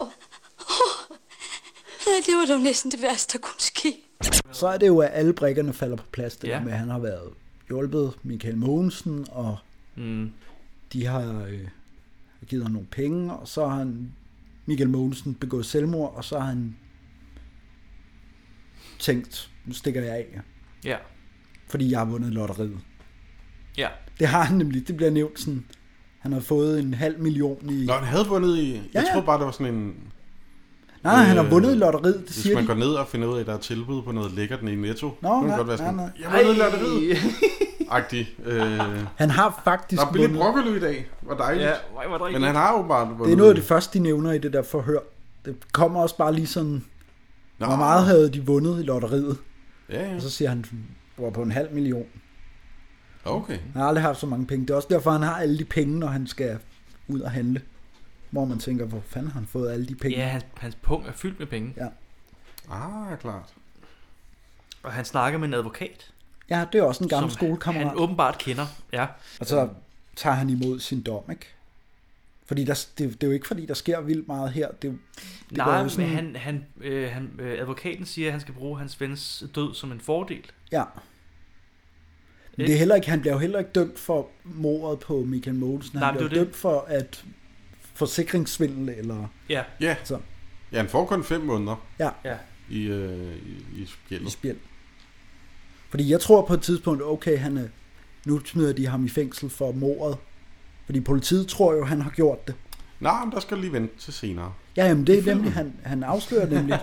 Speaker 15: Åh. Ja, det var dog næsten det værste, der kunne ske.
Speaker 3: Så er det jo, at alle brækkerne falder på plads, det
Speaker 2: Ja.
Speaker 3: ja. med, at han har været hjulpet Michael Mogensen, og
Speaker 2: Mm.
Speaker 3: de har øh, givet ham nogle penge, og så har han Michael Mogensen begået selvmord, og så har han tænkt, nu stikker jeg af,
Speaker 2: Ja.
Speaker 3: fordi jeg har vundet lotteriet.
Speaker 2: Ja.
Speaker 3: Det har han nemlig, det bliver nævnt sådan, han har fået en halv million i...
Speaker 1: Nå, han havde vundet i... Jeg
Speaker 3: Ja, ja.
Speaker 1: tror bare, det var sådan en...
Speaker 3: Nej, han har vundet i lotteriet, det
Speaker 1: Hvis
Speaker 3: siger
Speaker 1: man
Speaker 3: de.
Speaker 1: går ned og finder ud af, at der er tilbud på noget lækkert nede i Netto,
Speaker 3: Nå,
Speaker 1: kunne det
Speaker 3: nej,
Speaker 1: godt være sådan,
Speaker 3: nej,
Speaker 1: jeg
Speaker 3: nej.
Speaker 1: vundet i lotteriet. Agtig. Øh,
Speaker 3: Han har faktisk
Speaker 1: der er billig
Speaker 3: vundet-
Speaker 1: broccoli i dag. Hvor dejligt.
Speaker 2: Ja, hvor var det
Speaker 1: Men
Speaker 2: rigtigt.
Speaker 1: han har jo bare
Speaker 3: Det er noget af det første, de nævner i det der forhør. Det kommer også bare lige sådan,
Speaker 1: Nå.
Speaker 3: Nå. hvor meget havde de vundet i lotteriet.
Speaker 1: Ja, ja.
Speaker 3: Og så siger han, det var på en halv million.
Speaker 1: Okay.
Speaker 3: Han har aldrig haft så mange penge. Det er også derfor, han har alle de penge, når han skal ud og handle. Hvor man tænker, hvor fanden har han fået alle de penge?
Speaker 2: Ja, hans, hans punkt er fyldt med penge.
Speaker 3: Ja.
Speaker 1: Ah, klart.
Speaker 2: Og han snakker med en advokat.
Speaker 3: ja det er også en gammel
Speaker 2: som
Speaker 3: skolekammerat.
Speaker 2: Han åbenbart kender, ja.
Speaker 3: Og så tager han imod sin dom, ikke? Fordi der, det, det er jo ikke fordi, der sker vildt meget her. Det, det går
Speaker 2: Nej,
Speaker 3: jo
Speaker 2: men han, han, øh, han, øh, advokaten siger, at han skal bruge hans vens død som en fordel.
Speaker 3: Ja. Men det er
Speaker 2: Ikke?
Speaker 3: heller ikke, han bliver jo heller ikke dømt for mordet på Michael Mogensen.
Speaker 2: Nej,
Speaker 3: Han
Speaker 2: men
Speaker 3: bliver
Speaker 2: det er
Speaker 3: jo
Speaker 2: jo
Speaker 3: dømt for at forsikringssvindel eller... altså,
Speaker 2: Ja.
Speaker 1: Ja. Ja, han får kun fem måneder.
Speaker 3: Ja.
Speaker 2: ja.
Speaker 1: I, øh, i, i spjældet. I
Speaker 3: spjæld. Fordi jeg tror på et tidspunkt, okay, han er, nu smider de ham i fængsel for mordet. Fordi politiet tror jo, han har gjort det.
Speaker 1: Nej, men der skal du lige vente til senere.
Speaker 3: Ja, jamen det er nemlig, han, han afslører nemlig.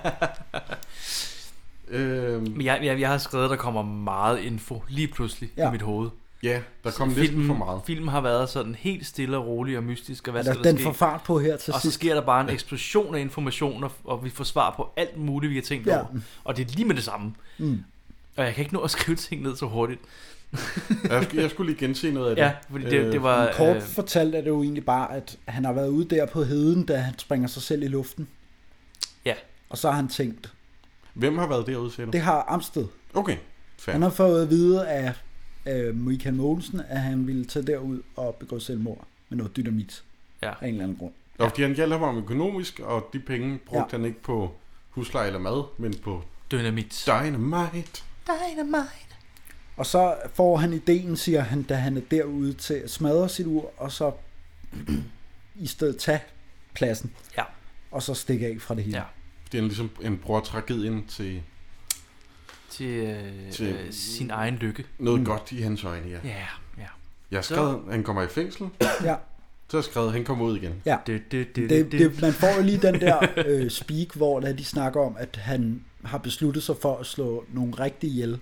Speaker 1: Øhm.
Speaker 2: Men jeg, jeg, jeg har skrevet, at der kommer meget info lige pludselig ja.
Speaker 3: Ja.
Speaker 2: i mit hoved.
Speaker 1: Ja, der
Speaker 2: Så
Speaker 1: kom næsten for meget.
Speaker 2: Filmen har været sådan helt stille og rolig og mystisk, og hvad
Speaker 3: Ja, der-
Speaker 2: skal der
Speaker 3: den
Speaker 2: ske?
Speaker 3: får fart på her til
Speaker 2: Og så
Speaker 3: sidst.
Speaker 2: sker der bare en eksplosion af informationer, og vi får svar på alt muligt, vi har tænkt
Speaker 3: Ja.
Speaker 2: over. Og det er lige med det samme.
Speaker 3: Mm.
Speaker 2: Og jeg kan ikke nå at skrive ting ned så hurtigt.
Speaker 1: jeg, skulle, jeg skulle lige gense noget af det.
Speaker 2: Ja, fordi det,
Speaker 1: Øh,
Speaker 2: det var...
Speaker 1: sådan
Speaker 3: Kort fortalt er det jo egentlig bare, at han har været ude der på heden, da han springer sig selv i luften.
Speaker 2: Ja.
Speaker 3: Og så har han tænkt,
Speaker 1: Øh, Hvem har været derude, siger du?
Speaker 3: det har Amsted.
Speaker 1: Okay, fair.
Speaker 3: Han har fået at vide af øh, Michael Mogensen, at han ville tage derud og begå selvmord med noget dynamit.
Speaker 2: Ja.
Speaker 3: Af en eller anden grund.
Speaker 1: Og fordi han hjalp ham økonomisk, og de penge brugte ja. han ikke på husleje eller mad, men på...
Speaker 2: Dynamit.
Speaker 1: Dynamite.
Speaker 15: Dynamite.
Speaker 3: Og så får han ideen, siger han, da han er derude til at smadre sit ur, og så i stedet tage pladsen.
Speaker 2: Ja.
Speaker 3: Og så stikke af fra det hele.
Speaker 2: Ja.
Speaker 1: Fordi han ligesom han bruger tragedien til
Speaker 2: Til, øh, til øh, sin egen lykke.
Speaker 1: noget mm. godt i hans øjne, ja.
Speaker 2: Ja, ja.
Speaker 1: Jeg har
Speaker 2: Så-
Speaker 1: skrevet, han kommer i fængsel.
Speaker 3: Ja.
Speaker 1: Så har jeg skrevet, han kommer ud igen.
Speaker 3: Ja.
Speaker 2: Det, det,
Speaker 3: Det, det, det, man får jo lige den der øh, speak, hvor der de snakker om, at han har besluttet sig for at slå nogle rigtige ihjel,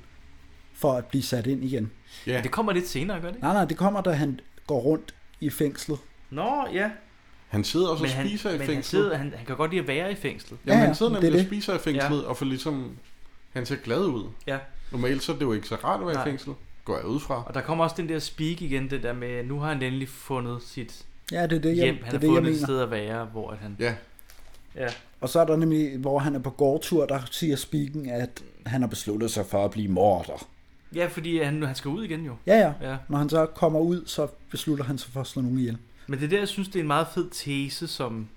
Speaker 3: for at blive sat ind igen.
Speaker 1: Ja.
Speaker 2: Det kommer lidt senere, gør det ikke?
Speaker 3: Nej, nej, det kommer, da han går rundt i fængslet.
Speaker 2: Nå, ja.
Speaker 1: Han sidder også og
Speaker 2: Men han-
Speaker 1: spiser i
Speaker 2: men han,
Speaker 1: fængslet.
Speaker 2: sidder, han, han kan godt lide at være i fængslet.
Speaker 1: Jamen, ja, han sidder nemlig
Speaker 2: det er
Speaker 1: og
Speaker 2: det.
Speaker 1: spiser i fængslet, ja. og får ligesom... Han ser glad ud.
Speaker 2: Ja.
Speaker 1: Normalt så er det jo ikke så rart at være
Speaker 2: Nej.
Speaker 1: i fængsel. Går jeg ud fra.
Speaker 2: Og der kommer også den der speak igen, det der med, nu har han endelig fundet sit
Speaker 3: Ja, det er det, jeg-
Speaker 2: hjem.
Speaker 3: det
Speaker 2: Han
Speaker 3: er
Speaker 2: har
Speaker 3: det, jeg
Speaker 2: fundet et
Speaker 3: mener.
Speaker 2: sted at være, hvor at han...
Speaker 1: Ja.
Speaker 2: Ja.
Speaker 3: Og så er der nemlig, hvor han er på gårdtur, der siger speaken, at han har besluttet sig for at blive morder.
Speaker 2: ja, fordi han, han skal ud igen jo.
Speaker 3: Ja, ja,
Speaker 2: ja.
Speaker 3: ja. Når han så kommer ud, så beslutter han sig for at slå nogen ihjel.
Speaker 2: Men det er der, jeg synes, det er en meget fed tese, som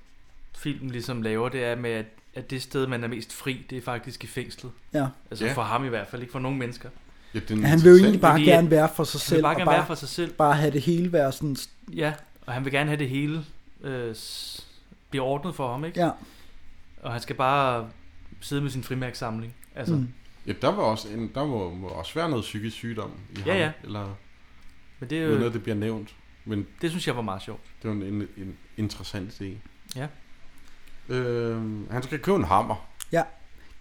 Speaker 2: filmen ligesom laver, det er med, at, at det sted, man er mest fri, det er faktisk i fængslet.
Speaker 3: Ja.
Speaker 2: Altså
Speaker 3: Ja.
Speaker 2: for ham i hvert fald, ikke for nogen mennesker.
Speaker 1: Ja,
Speaker 3: Han vil jo egentlig bare
Speaker 2: Fordi at-
Speaker 3: gerne være for sig
Speaker 2: han
Speaker 3: selv.
Speaker 2: Vil bare
Speaker 3: og
Speaker 2: gerne være for sig selv.
Speaker 3: Bare have det hele være sådan...
Speaker 2: Ja, og han vil gerne have det hele øh, s- bliver ordnet for ham, ikke?
Speaker 3: Ja.
Speaker 2: Og han skal bare sidde med sin frimærkssamling. Altså, mm.
Speaker 3: Mm.
Speaker 1: Ja, der, var også en, der må, må også være noget psykisk sygdom i ham.
Speaker 2: Ja, ja.
Speaker 1: Eller,
Speaker 2: Men det er jo-
Speaker 1: uden at det bliver nævnt. Men
Speaker 2: det synes jeg var meget sjovt.
Speaker 1: Det var en, en, en interessant idé.
Speaker 2: Ja.
Speaker 1: Øh, han skal købe en hammer.
Speaker 3: Ja.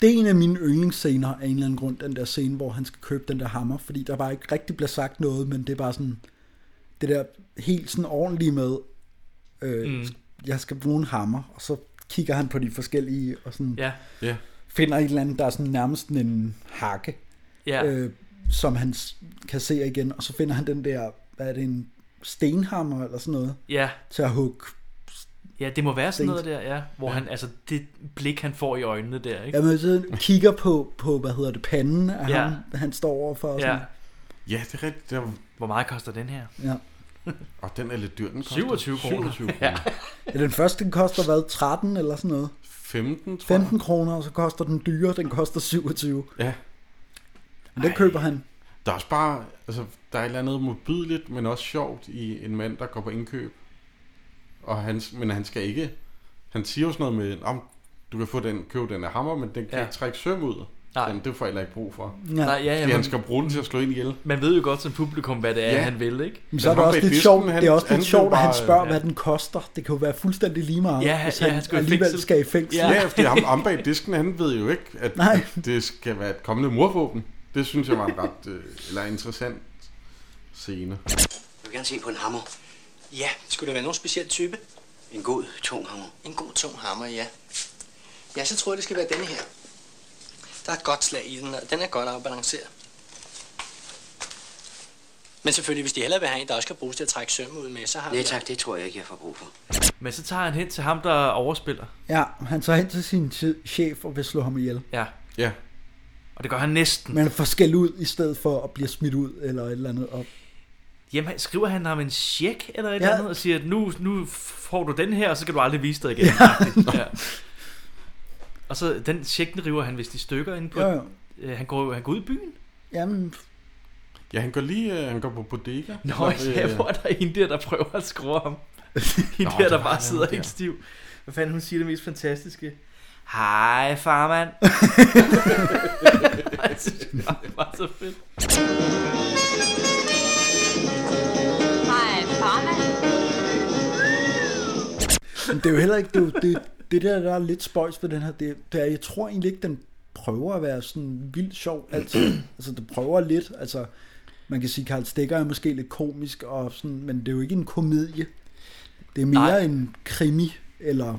Speaker 3: Det er en af mine yndlingsscener af en eller anden grund, den der scene, hvor han skal købe den der hammer, fordi der bare ikke rigtig bliver sagt noget, men det er bare sådan, det der helt sådan ordentlige med, øh,
Speaker 2: Mm.
Speaker 3: mm. jeg skal bruge en hammer, og så kigger han på de forskellige, og sådan
Speaker 2: Ja.
Speaker 1: Ja.
Speaker 3: finder et eller andet, der er sådan nærmest en hakke,
Speaker 2: Ja.
Speaker 3: øh, som han s- kan se igen, og så finder han den der, hvad er det, en stenhammer eller sådan noget.
Speaker 2: Ja.
Speaker 3: Til at hugge.
Speaker 2: Ja, det må være sådan noget der, ja. Hvor han, altså det blik, han får i øjnene der, ikke?
Speaker 3: Jamen, så kigger på, på, hvad hedder det, panden af
Speaker 2: Ja.
Speaker 3: ja. ham, han står overfor. og
Speaker 2: Ja.
Speaker 3: Sådan.
Speaker 1: Ja, det er rigtigt. Det er...
Speaker 2: Hvor meget koster den her?
Speaker 3: Ja.
Speaker 1: Og den er lidt dyr, den koster
Speaker 2: 27 kroner.
Speaker 1: 27 kroner.
Speaker 3: ja. Den første, den koster hvad, 13 eller sådan noget?
Speaker 1: 15, tror
Speaker 3: 15 kroner, og så koster den dyre, den koster 27.
Speaker 1: Ja.
Speaker 3: Men den køber han.
Speaker 1: Der er også bare, altså, der er et eller andet modbydeligt, men også sjovt i en mand, der går på indkøb. Og han, men han skal ikke, han siger jo sådan noget med, om du kan få den, købe den af hammer, men den kan
Speaker 2: Ja.
Speaker 1: ja. ikke trække søm ud.
Speaker 2: Nej.
Speaker 1: Den, det får jeg ikke brug for.
Speaker 3: Nej, ja, ja,
Speaker 1: Fordi han
Speaker 2: men-
Speaker 1: skal bruge den til at slå ind ihjel.
Speaker 2: Man ved jo godt som publikum, hvad det er,
Speaker 1: Ja.
Speaker 2: han vil, ikke?
Speaker 3: Men så er det også lidt sjovt, det er også lidt sjovt, at han
Speaker 1: øh,
Speaker 3: spørger, hvad den koster. Det kan jo være fuldstændig lige meget,
Speaker 2: Ja,
Speaker 3: hvis
Speaker 2: ja,
Speaker 3: han,
Speaker 2: han skal i
Speaker 3: alligevel
Speaker 2: fængsel.
Speaker 3: skal i fængsel.
Speaker 1: Ja, ja fordi ham, ham bag disken, han ved jo ikke, at,
Speaker 3: Nej.
Speaker 1: at det skal være et kommende morvåben. Det synes jeg var en ret, øh, eller interessant scene.
Speaker 16: Jeg vil gerne se på en hammer. Ja, skulle det være nogen speciel type? En god, tung hammer. En god, tung hammer, ja. Ja, så tror jeg, det skal være denne her. Der er et godt slag i den, og den er godt afbalanceret. Men selvfølgelig, hvis de hellere vil have en, der også kan bruges til at trække søm ud med, så har
Speaker 9: Nej
Speaker 16: vi-
Speaker 9: tak, det tror jeg ikke, jeg får brug for.
Speaker 2: Men så tager han hen til ham, der overspiller.
Speaker 3: Ja, han tager hen til sin che- chef og vil slå ham ihjel.
Speaker 2: Ja.
Speaker 1: Ja.
Speaker 2: Og det gør han næsten.
Speaker 3: Men får skæld ud, i stedet for at blive smidt ud eller et eller andet. Og
Speaker 2: Jamen, han- skriver han ham en check eller et
Speaker 3: Ja.
Speaker 2: eller andet, og siger, at nu, nu får du den her, og så kan du aldrig vise dig igen. Ja. Og så den check, den river han vist i stykker inde på...
Speaker 3: Jo, jo.
Speaker 2: Øh, Han går, han går ud i byen.
Speaker 3: Jamen,
Speaker 1: Ja, han går lige, øh, han går på bodega. øh,
Speaker 2: Nå, ja, hvor er der en der, der prøver at skrue ham. En
Speaker 1: Nå,
Speaker 2: der, der
Speaker 1: det var
Speaker 2: bare
Speaker 1: ham
Speaker 2: sidder
Speaker 1: der.
Speaker 2: helt stiv. Hvad fanden, hun siger det mest fantastiske. Hej, farmand. Ej, det synes jeg var så fedt.
Speaker 15: Hej, farmand.
Speaker 3: men det er jo heller ikke, det, er jo- det, det der, der er lidt spøjs ved den her, det, det er, jeg tror egentlig ikke, den prøver at være sådan vildt sjov altid. altså, den prøver lidt, altså, man kan sige, Karl Stikker er måske lidt komisk, og sådan, men det er jo ikke en komedie. Det er mere
Speaker 1: Nej.
Speaker 3: en krimi, eller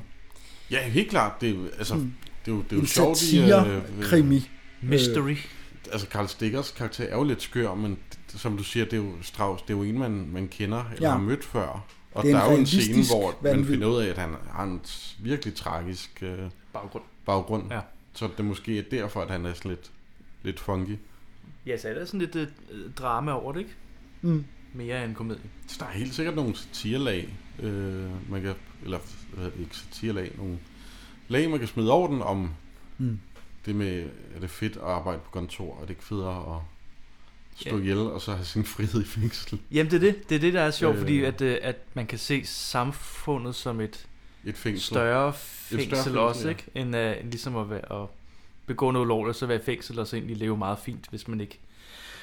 Speaker 1: Ja, helt klart. Det er, jo- altså,
Speaker 3: Mm.
Speaker 1: det er jo, det er jo
Speaker 3: En
Speaker 1: sjovt i... øh,
Speaker 3: satire-krimi. Mystery.
Speaker 2: Øh.
Speaker 1: Altså, Karl Stikkers karakter er jo lidt skør, men det- som du siger, det er jo Strauss, det er jo en, man, man kender eller
Speaker 3: Ja.
Speaker 1: ja. har mødt før. Og
Speaker 3: Det er
Speaker 1: der
Speaker 3: en
Speaker 1: er jo en scene,
Speaker 3: realistisk
Speaker 1: hvor man
Speaker 3: vanvid.
Speaker 1: finder ud af, at han har en s- virkelig tragisk øh,
Speaker 2: baggrund.
Speaker 1: baggrund.
Speaker 2: Ja.
Speaker 1: Så det måske er derfor, at han er sådan lidt, lidt funky.
Speaker 2: Ja, så er der sådan lidt øh, drama over det, ikke?
Speaker 3: Mm.
Speaker 2: Mere end komedie.
Speaker 1: Så der er helt sikkert nogle satirlag, øh, man kan, eller hvad hedder det, ikke satirlag, nogle lag, man kan smide over den om
Speaker 3: Mm.
Speaker 1: det med, er det fedt at arbejde på kontor, er det ikke federe at stå
Speaker 2: Ja.
Speaker 1: ihjel og så have sin frihed i fængsel?
Speaker 2: Jamen, det er det. Det er det, der er sjovt,
Speaker 1: Øh.
Speaker 2: fordi at, øh, at man kan se samfundet som et,
Speaker 1: Et fængsel.
Speaker 2: større
Speaker 1: Et større
Speaker 2: fængsel,
Speaker 1: fængsel,
Speaker 2: også,
Speaker 1: ja.
Speaker 2: ikke? End, øh, end ligesom at, være, at begå noget ulovligt, og så være i fængsel, og så egentlig leve meget fint, hvis man ikke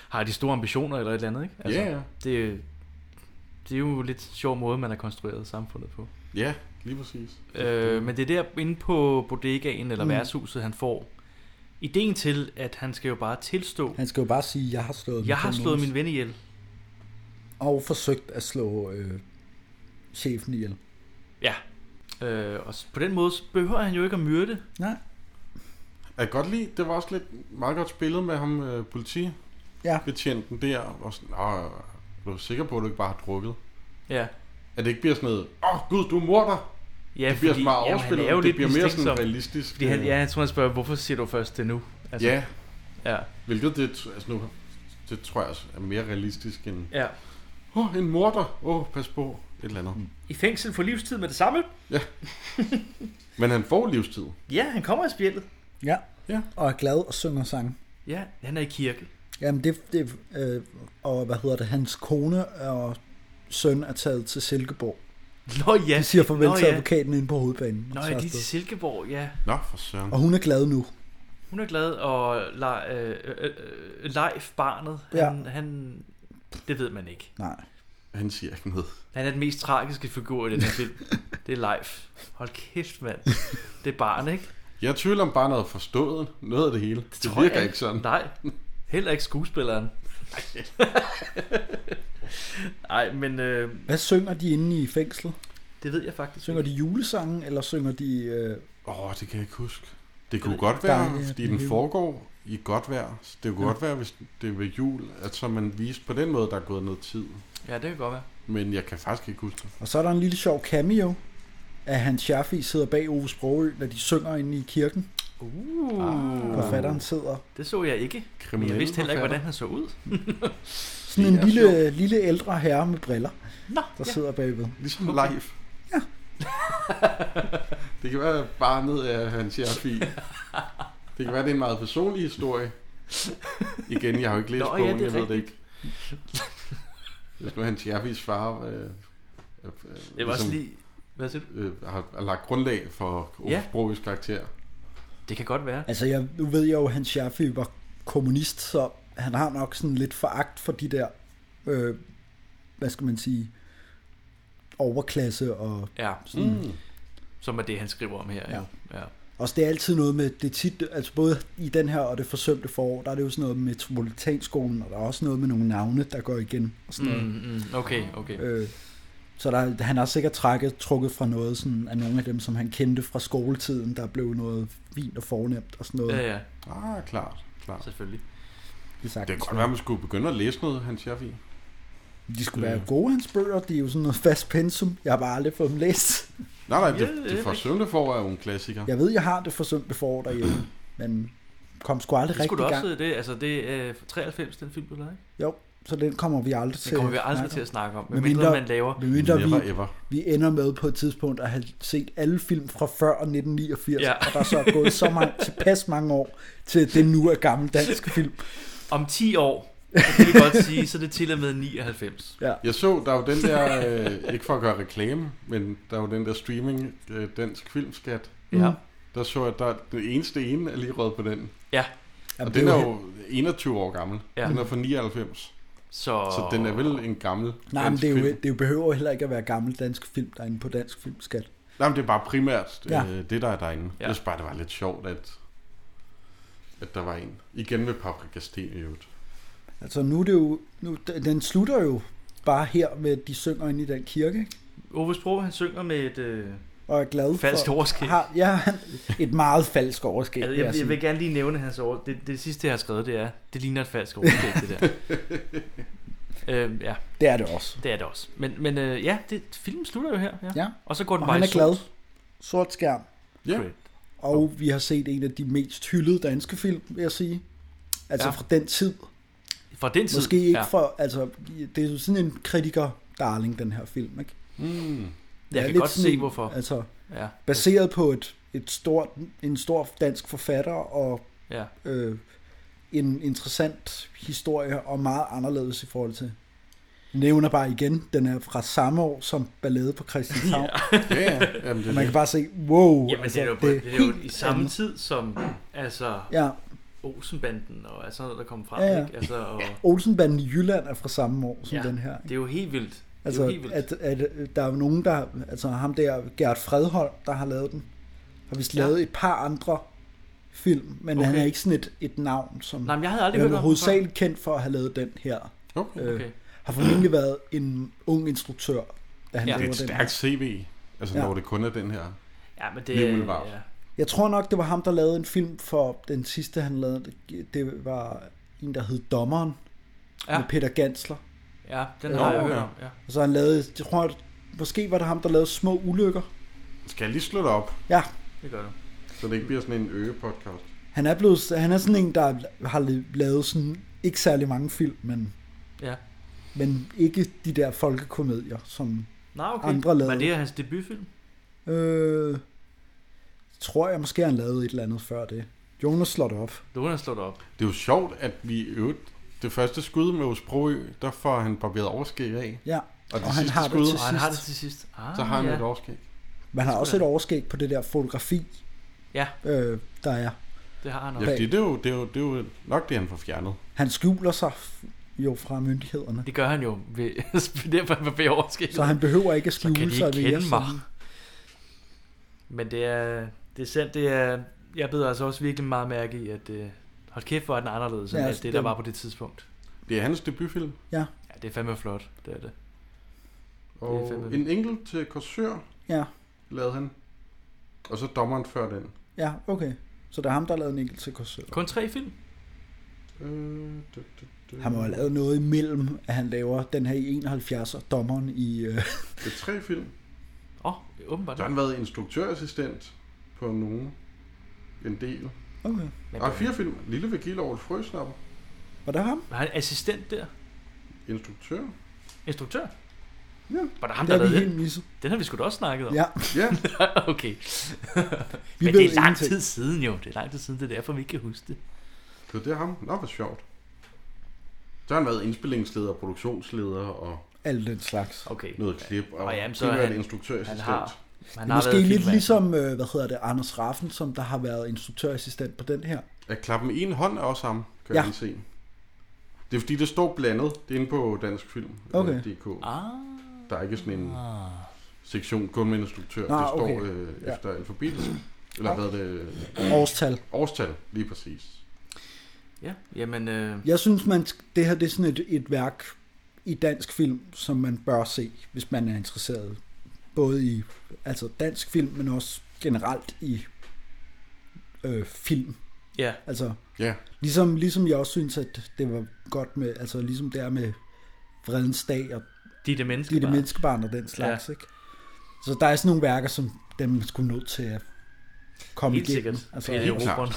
Speaker 2: har de store ambitioner eller et eller andet, ikke? Altså,
Speaker 1: Ja, ja.
Speaker 2: Det, det er jo en lidt sjov måde, man har konstrueret samfundet på.
Speaker 1: Ja, lige præcis.
Speaker 2: Øh, men det er der inde på bodegaen eller
Speaker 3: Mm.
Speaker 2: mm. værtshuset, han får ideen til, at han skal jo bare tilstå,
Speaker 3: han skal jo bare sige, jeg har slået
Speaker 2: jeg har
Speaker 3: kone
Speaker 2: slået
Speaker 3: ihjel."
Speaker 2: min ven ihjel.
Speaker 3: Og forsøgt at slå øh, chefen ihjel.
Speaker 2: Ja. Øh, og s- på den måde så behøver han jo ikke at myrde.
Speaker 3: Nej.
Speaker 1: Jeg kan godt lide, det var også lidt meget godt spillet med ham, øh,
Speaker 3: Ja.
Speaker 1: politibetjenten der, og sådan, "Åh, er du sikker på, at du ikke bare har drukket?
Speaker 2: Ja.
Speaker 1: At det ikke bliver sådan noget, åh oh, gud, du er morder!
Speaker 2: Ja,
Speaker 1: det bliver
Speaker 2: fordi-
Speaker 1: sådan meget
Speaker 2: jamen, han
Speaker 1: overspillet,
Speaker 2: er jo
Speaker 1: det
Speaker 2: lidt
Speaker 1: bliver mere sådan
Speaker 2: mistænksom.
Speaker 1: realistisk.
Speaker 2: Fordi
Speaker 3: Øh.
Speaker 2: han, ja, jeg tror, han spørger, hvorfor siger du først det nu?
Speaker 1: Altså, ja.
Speaker 2: ja.
Speaker 1: Hvilket det, altså nu, det tror jeg også er mere realistisk end...
Speaker 2: Ja.
Speaker 1: Åh, oh, en morder. Åh, oh, pas på. Et eller andet. Mm.
Speaker 2: I fængsel for livstid med det samme?
Speaker 1: Ja. Men han får livstid.
Speaker 2: Ja, han kommer i spjældet.
Speaker 3: Ja.
Speaker 1: ja.
Speaker 3: Og er glad og synger sang.
Speaker 2: Ja, han er i kirke.
Speaker 3: Jamen det, det øh, og hvad hedder det, hans kone og søn er taget til Silkeborg.
Speaker 2: Nå ja.
Speaker 3: De siger farvel
Speaker 2: Nå
Speaker 3: til
Speaker 2: ja.
Speaker 3: advokaten inde på hovedbanen.
Speaker 2: Nå
Speaker 3: Og så
Speaker 2: ja, de er
Speaker 3: afsted.
Speaker 2: til Silkeborg, ja.
Speaker 1: Nå, for søren.
Speaker 3: Og hun er glad nu.
Speaker 2: Hun er glad, og Le- øh, øh, øh, Leif, barnet, han, ja. han, det ved man ikke.
Speaker 3: Nej.
Speaker 1: Han siger ikke noget.
Speaker 2: Han er den mest tragiske figur i den her film. Det er Leif. Hold kæft, mand. Det er barn, ikke?
Speaker 1: Jeg er i tvivl om bare noget forstået. Noget af det hele. Det, det
Speaker 2: tror
Speaker 1: virker
Speaker 2: jeg
Speaker 1: ikke sådan.
Speaker 2: Nej, heller ikke skuespilleren. Nej, men øh,
Speaker 3: Hvad synger de inde i fængslet?
Speaker 2: det ved jeg faktisk
Speaker 3: Synger de julesange, eller synger de... Øh,
Speaker 1: Åh, oh, det kan jeg ikke huske. Det kunne godt
Speaker 3: Der
Speaker 1: være,
Speaker 3: er-
Speaker 1: fordi
Speaker 3: det er
Speaker 1: den
Speaker 3: jul.
Speaker 1: foregår i godt vejr. Så Det kunne
Speaker 3: Ja.
Speaker 1: godt være, hvis det var jul, at så man viste på den måde, der er gået noget tid.
Speaker 2: Ja, det kan godt være.
Speaker 1: Men jeg kan faktisk ikke huske det.
Speaker 3: Og så er der en lille sjov cameo, at han Schaffi sidder bag Ove Sprogø, når de synger inde i kirken.
Speaker 2: Uh.
Speaker 3: Forfatteren sidder.
Speaker 2: Det så jeg ikke. Men jeg
Speaker 3: Kriminelle
Speaker 2: vidste heller ikke,
Speaker 3: forfatter.
Speaker 2: hvordan han så ud.
Speaker 3: Sådan en lille, lille ældre herre med briller, Nå, der sidder bagved.
Speaker 1: Ligesom live. Det kan være barnet af hans Jaffi. Det kan være, det er en meget personlig historie. Igen, jeg har jo ikke læst
Speaker 2: Nå, ja,
Speaker 1: bogen,
Speaker 2: det er
Speaker 1: jeg ved det ikke.
Speaker 2: rigtigt.
Speaker 1: Hvis nu hans Jaffis far øh, øh, øh,
Speaker 2: Jeg var også lige- Hvad siger
Speaker 1: øh, har, har lagt grundlag for
Speaker 2: Ja.
Speaker 1: ja. Broges karakter.
Speaker 2: Det kan godt være.
Speaker 3: Altså, jeg, nu ved jeg jo, at Hans Schaffi var kommunist, så han har nok sådan lidt foragt for de der, øh, hvad skal man sige, overklasse og
Speaker 2: Ja.
Speaker 3: sådan. Mm.
Speaker 2: Som er det, han skriver om her. Ja. ja.
Speaker 3: Også det er altid noget med, det er tit, altså både i den her og det forsømte forår, der er det jo sådan noget med metropolitanskolen, og der er også noget med nogle navne, der går igen. Og sådan noget.
Speaker 2: Mm, mm, okay, okay.
Speaker 3: Øh, så der, han har sikkert trækket, trukket fra noget sådan, af nogle af dem, som han kendte fra skoletiden, der blev noget fint og fornemt og sådan noget.
Speaker 2: Ja, ja.
Speaker 1: Ah, klart. klart.
Speaker 2: Selvfølgelig.
Speaker 3: Det,
Speaker 1: det kan godt være, at man skulle begynde at læse noget, hans Jaffi.
Speaker 3: De skulle være gode, hans bøger. De er jo sådan noget fast pensum. Jeg har bare aldrig fået dem læst.
Speaker 1: Nej, nej, det, det forsømte forår er jo en klassiker.
Speaker 3: Jeg ved, jeg har det forsømt forår derhjemme, men kom sgu aldrig
Speaker 2: Det
Speaker 3: rigtig
Speaker 2: skulle
Speaker 3: i
Speaker 2: du
Speaker 3: gang.
Speaker 2: også det, altså det er øh, 93, den film, du lavede, ikke?
Speaker 3: Jo, så den kommer vi aldrig til
Speaker 2: Den kommer vi aldrig
Speaker 3: snakke
Speaker 2: til at snakke om,
Speaker 3: Med
Speaker 2: medmindre man laver-
Speaker 3: med mindre
Speaker 2: Never
Speaker 3: vi,
Speaker 2: ever.
Speaker 3: vi ender med på et tidspunkt at have set alle film fra før 1989,
Speaker 2: Ja.
Speaker 3: ja. og der så er gået så mange, tilpas mange år, til at det nu er gammel dansk film.
Speaker 2: Om 10 år, så kan vi godt sige, så er det til og med 99.
Speaker 3: Ja.
Speaker 1: Jeg så, der er jo den der, øh, ikke for at gøre reklame, men der er jo den der streaming, øh, dansk filmskat.
Speaker 2: Ja.
Speaker 1: Der så jeg, der den eneste ene er lige rød på den.
Speaker 2: Ja.
Speaker 1: Og
Speaker 2: Jamen,
Speaker 1: den
Speaker 2: det er
Speaker 1: er
Speaker 2: jo
Speaker 1: jo 21 år gammel.
Speaker 2: Ja.
Speaker 1: Ja. Den er fra 99.
Speaker 2: Så...
Speaker 1: Så den er vel en gammel
Speaker 3: Nej, men
Speaker 1: dansk
Speaker 3: det, er jo,
Speaker 1: film.
Speaker 3: det jo behøver jo heller ikke at være gammel dansk film, der er inde på dansk filmskat.
Speaker 1: Nej, men det er bare primært
Speaker 3: Ja.
Speaker 1: ja. øh, det, der er derinde. Ja.
Speaker 2: Ja.
Speaker 1: Jeg synes bare, det var lidt sjovt, at, at der var en. Igen med Paprika Sten i øvrigt.
Speaker 3: Altså nu er det jo, nu, den slutter jo bare her med, at de synger inde i den kirke, ikke?
Speaker 2: Ove Sprog, han synger med et... Øh,
Speaker 3: og er glad
Speaker 2: Falsk
Speaker 3: for...
Speaker 2: overskæg.
Speaker 3: Har, ja, han- et meget falsk overskæg.
Speaker 2: Altså,
Speaker 3: vil
Speaker 2: jeg, jeg,
Speaker 3: sige.
Speaker 2: vil gerne lige nævne hans over... Det, det sidste, jeg har skrevet, det er, det ligner et falsk overskæg, det der. øhm, ja.
Speaker 3: Det er det også.
Speaker 2: Det er det også. Men, men øh, ja, det, filmen slutter jo her. Ja.
Speaker 3: Ja.
Speaker 2: Og så går den
Speaker 3: og
Speaker 2: bare
Speaker 3: han
Speaker 2: i
Speaker 3: er glad.
Speaker 2: sort.
Speaker 3: Sort skærm.
Speaker 2: Ja.
Speaker 3: Og vi har set en af de mest hyldede danske film, vil jeg sige. Altså
Speaker 2: Ja.
Speaker 3: ja. fra den tid.
Speaker 2: Fra den tid,
Speaker 3: Måske ikke
Speaker 2: ja.
Speaker 3: fra, altså, det er jo sådan en kritiker darling, den her film, ikke?
Speaker 1: Mm.
Speaker 3: Det er
Speaker 2: kan
Speaker 3: lidt
Speaker 2: godt se,
Speaker 3: sådan en-
Speaker 2: hvorfor.
Speaker 3: Altså,
Speaker 2: Ja.
Speaker 3: ja. baseret på et, et stort, en stor dansk forfatter og
Speaker 2: Ja.
Speaker 3: øh, en interessant historie og meget anderledes i forhold til. Jeg nævner bare igen, den er fra samme år som Ballade på Christianshavn.
Speaker 1: Ja, ja. Jamen, det er
Speaker 3: og man kan
Speaker 1: det.
Speaker 3: bare se, wow.
Speaker 2: Jamen, altså, det er jo,
Speaker 3: det
Speaker 2: det, det er jo
Speaker 3: helt
Speaker 2: i samme
Speaker 3: andet.
Speaker 2: tid som altså,
Speaker 3: Ja.
Speaker 2: Olsenbanden og alt sådan noget, der kom frem.
Speaker 3: Ja, ja.
Speaker 2: Ikke? Altså, og,
Speaker 3: Olsenbanden i Jylland er fra samme år som
Speaker 2: Ja,
Speaker 3: den her.
Speaker 2: det er jo helt vildt. det er jo
Speaker 3: Altså,
Speaker 2: helt vildt.
Speaker 3: at, at øh, der er jo nogen, der... Altså, ham der, Gert Fredholm, der har lavet den. Har vist
Speaker 2: Ja.
Speaker 3: ja. lavet et par andre film, men okay. han er ikke sådan et, et navn, som...
Speaker 2: Nej, men jeg havde aldrig
Speaker 3: han
Speaker 2: hørt
Speaker 3: er
Speaker 2: om
Speaker 3: hovedsageligt kendt for at have lavet den her.
Speaker 1: Okay.
Speaker 3: Øh,
Speaker 2: Okay.
Speaker 3: har formentlig været en ung instruktør, da han
Speaker 1: Ja. Det er
Speaker 3: laver
Speaker 1: et
Speaker 3: den her.
Speaker 1: stærkt CV, altså
Speaker 3: Ja.
Speaker 1: når det kun er den her.
Speaker 2: Ja, men
Speaker 1: Lige
Speaker 2: det
Speaker 1: umiddelbart.
Speaker 2: ja.
Speaker 3: Jeg tror nok, det var ham, der lavede en film for den sidste, han lavede. Det var en, der hed Dommeren,
Speaker 2: Ja.
Speaker 3: ja. med Peter Gansler.
Speaker 2: Ja, den
Speaker 3: Øh,
Speaker 2: har jeg hørt om, ja.
Speaker 3: Og så han lavede, jeg tror, at måske var det ham, der lavede Små Ulykker.
Speaker 1: Skal jeg lige slå dig op?
Speaker 3: Ja,
Speaker 2: Det gør du.
Speaker 1: Så det ikke bliver sådan en øge-podcast.
Speaker 3: han er, blevet, han er sådan en, der har lavet sådan ikke særlig mange film, men,
Speaker 2: Ja.
Speaker 3: men ikke de der folkekomedier, som
Speaker 2: Nå, okay.
Speaker 3: andre lavede.
Speaker 2: Var det hans debutfilm?
Speaker 3: Øh, tror jeg måske, han lavede et eller andet før det. Jonas slår det op.
Speaker 2: Lone slår dig op.
Speaker 1: Det er jo sjovt, at vi i øvrigt, det første skud med Osbroø, der får han barberet overskæg af.
Speaker 3: Ja,
Speaker 1: og, det
Speaker 3: og han
Speaker 1: sidste
Speaker 3: har det
Speaker 1: skud,
Speaker 3: til
Speaker 2: Og han har det til sidst. Ah,
Speaker 1: så har han
Speaker 2: ja.
Speaker 1: et overskæg.
Speaker 3: Man har også et overskæg på det der fotografi,
Speaker 2: Ja,
Speaker 3: øh, der er.
Speaker 2: det har han
Speaker 1: Ja,
Speaker 2: også.
Speaker 1: fordi det, er jo, det, er jo, det er jo nok det, han får fjernet.
Speaker 3: Han skjuler sig f- jo fra myndighederne.
Speaker 2: Det gør han jo. Ved, derfor er han ved overskæg.
Speaker 3: Så han behøver ikke at skjule
Speaker 2: kan de
Speaker 3: sig
Speaker 2: ikke
Speaker 3: ved
Speaker 2: kende
Speaker 3: at
Speaker 2: mig.
Speaker 3: sådan-
Speaker 2: Men det er, det er sandt, det er, jeg beder altså også virkelig meget mærke i, at øh, hold kæft, hvor er den anderledes, ja,
Speaker 3: Ja,
Speaker 2: end alt
Speaker 3: altså,
Speaker 2: det, der
Speaker 3: den-
Speaker 2: var på det tidspunkt.
Speaker 1: Det er hans debutfilm.
Speaker 3: Ja.
Speaker 2: Ja, det er fandme flot, det er det. Det er
Speaker 1: Og
Speaker 2: fandme-
Speaker 1: en enkelt til Korsør
Speaker 3: Ja.
Speaker 1: lavede han. Og så dommeren før den.
Speaker 3: Ja, okay. Så det er ham, der lavede en enkelt til korsør.
Speaker 2: Kun tre film?
Speaker 1: Øh, du, du, du.
Speaker 3: Han må have lavet noget imellem, at han laver den her i 71 og dommeren i... Øh,
Speaker 1: Det er tre film.
Speaker 2: Åh, oh, åbenbart.
Speaker 1: Så har han været instruktørassistent på nogen. En del.
Speaker 3: Okay.
Speaker 1: Og fire film. Lille Vigil over frøsnapper.
Speaker 3: Var det ham?
Speaker 2: Var han assistent der?
Speaker 1: Instruktør.
Speaker 2: Instruktør?
Speaker 3: Ja.
Speaker 2: Var det ham,
Speaker 3: Det
Speaker 2: der
Speaker 3: har vi
Speaker 2: lavede
Speaker 3: helt
Speaker 2: den? Den har vi sgu da også snakket om.
Speaker 3: Ja.
Speaker 1: Ja.
Speaker 2: okay.
Speaker 3: Vi
Speaker 2: Men
Speaker 3: ved
Speaker 2: det er lang
Speaker 3: ingenting.
Speaker 2: tid siden jo. Det er lang tid siden, det er derfor, vi ikke kan huske det.
Speaker 1: Så det er ham. Nå, hvor sjovt. Så har han været indspillingsleder, produktionsleder og
Speaker 3: Alt den slags.
Speaker 2: Okay.
Speaker 1: noget klip. Og,
Speaker 2: Og
Speaker 1: og
Speaker 2: jamen,
Speaker 1: jamen,
Speaker 2: så
Speaker 1: så
Speaker 2: er
Speaker 1: han,
Speaker 2: han-
Speaker 1: instruktørassistent.
Speaker 2: han har-
Speaker 3: det er måske lidt ligesom, øh, hvad hedder det, Anders Raffen, som der har været instruktørassistent på den her.
Speaker 1: At klappe med en hånd er også ham, kan
Speaker 3: Ja.
Speaker 1: ja. se. Det er fordi, det står blandet. Det er inde på Dansk Film.
Speaker 3: Okay.
Speaker 1: øh, DK. Ah. Der er ikke sådan en sektion kun med instruktør.
Speaker 3: Ah,
Speaker 1: Ah, det står
Speaker 3: okay.
Speaker 1: okay. øh,
Speaker 3: Ja.
Speaker 1: efter alfabetisk. Eller
Speaker 3: Ja.
Speaker 1: hvad er det?
Speaker 3: Årstal.
Speaker 1: Årstal, lige præcis.
Speaker 2: Ja, jamen... Øh,
Speaker 3: Jeg synes, man, sk- det her det er sådan et, et værk i dansk film, som man bør se, hvis man er interesseret. Både i altså dansk film, men også generelt i øh, film.
Speaker 2: Ja.
Speaker 3: Altså,
Speaker 1: Ja.
Speaker 3: Ligesom, ligesom jeg også synes, at det var godt med, altså ligesom der med Vredens Dag og
Speaker 2: de det
Speaker 3: de det
Speaker 2: menneskebarn.
Speaker 3: menneskebarn og den slags,
Speaker 2: Ja.
Speaker 3: ja. ikke? Så der er sådan nogle værker, som dem man skulle nødt til at komme
Speaker 2: Helt
Speaker 3: igennem. Altså,
Speaker 2: sikkert. Pelle Erobreren.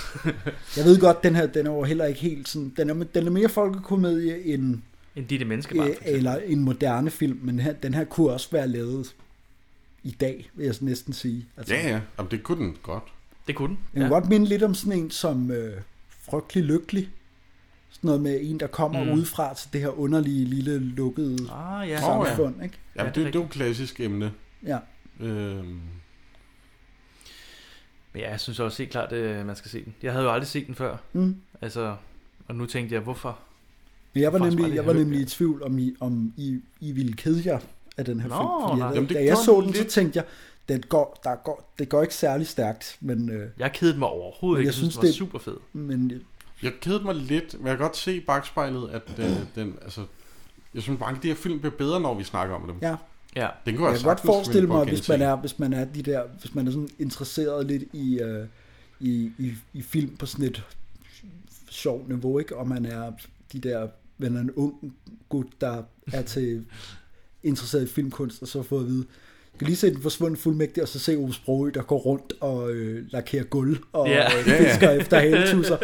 Speaker 3: jeg ved godt, den her, den er jo heller ikke helt sådan, den er, den er mere folkekomedie end,
Speaker 2: End Ditte Menneskebarn, for eksempel.
Speaker 3: Øh, eller en moderne film, men her, den her kunne også være lavet i dag, vil jeg næsten sige.
Speaker 1: Ja, ja. Jamen, det kunne den godt.
Speaker 2: Det kunne
Speaker 3: Den kan godt minde lidt om sådan en som øh, Frygtelig Lykkelig. Sådan noget med en, der kommer
Speaker 1: Mm.
Speaker 3: mm. udefra til det her underlige, lille, lukkede
Speaker 2: ah, ja.
Speaker 3: samfund. Ikke?
Speaker 1: Ja, ja det, det, det er jo et klassisk emne.
Speaker 3: Ja.
Speaker 1: Øhm,
Speaker 2: Men ja, jeg synes også helt klart, at man skal se den. Jeg havde jo aldrig set den før.
Speaker 3: Mm.
Speaker 2: Altså, og nu tænkte jeg, hvorfor?
Speaker 3: Men jeg var
Speaker 2: Faktisk var
Speaker 3: nemlig,
Speaker 2: det
Speaker 3: jeg var
Speaker 2: højt,
Speaker 3: nemlig i tvivl, om I, om I, I ville kede jer af den her
Speaker 2: Nå,
Speaker 3: film. Fordi
Speaker 2: nej. Jamen,
Speaker 3: jeg, Jamen,
Speaker 2: det
Speaker 3: da jeg
Speaker 2: gjorde
Speaker 3: så
Speaker 2: den
Speaker 3: den, så
Speaker 2: lidt.
Speaker 3: tænkte jeg, den går, der går, det går ikke særlig stærkt, men... Øh,
Speaker 2: Jeg kedede mig overhovedet
Speaker 3: Men
Speaker 2: ikke.
Speaker 3: jeg
Speaker 2: Jeg synes,
Speaker 3: synes,
Speaker 2: den var
Speaker 3: det-
Speaker 2: super fed.
Speaker 3: men
Speaker 1: jeg kedede mig lidt, men jeg kan godt se i bagspejlet, at
Speaker 3: Mm.
Speaker 1: øh, den, altså, jeg synes bare, at de her film bliver bedre, når vi snakker om dem.
Speaker 3: Ja.
Speaker 2: ja.
Speaker 1: Den kunne
Speaker 3: jeg
Speaker 1: jeg,
Speaker 3: kan godt forestille mig, hvis man
Speaker 1: er...
Speaker 3: er, hvis man er de der, hvis man er sådan interesseret lidt i, øh, i, i, i film på sådan et sjovt niveau, ikke? Og man er de der, man er en ung gut, der er til interesseret i filmkunst, og så får at vide, du kan lige se den forsvundne fuldmægtige, og så se Ove Sprogø, der går rundt og øh, lakerer gulv, og
Speaker 2: Ja.
Speaker 3: yeah. øh,
Speaker 2: Ja, ja.
Speaker 3: fisker efter haletusser.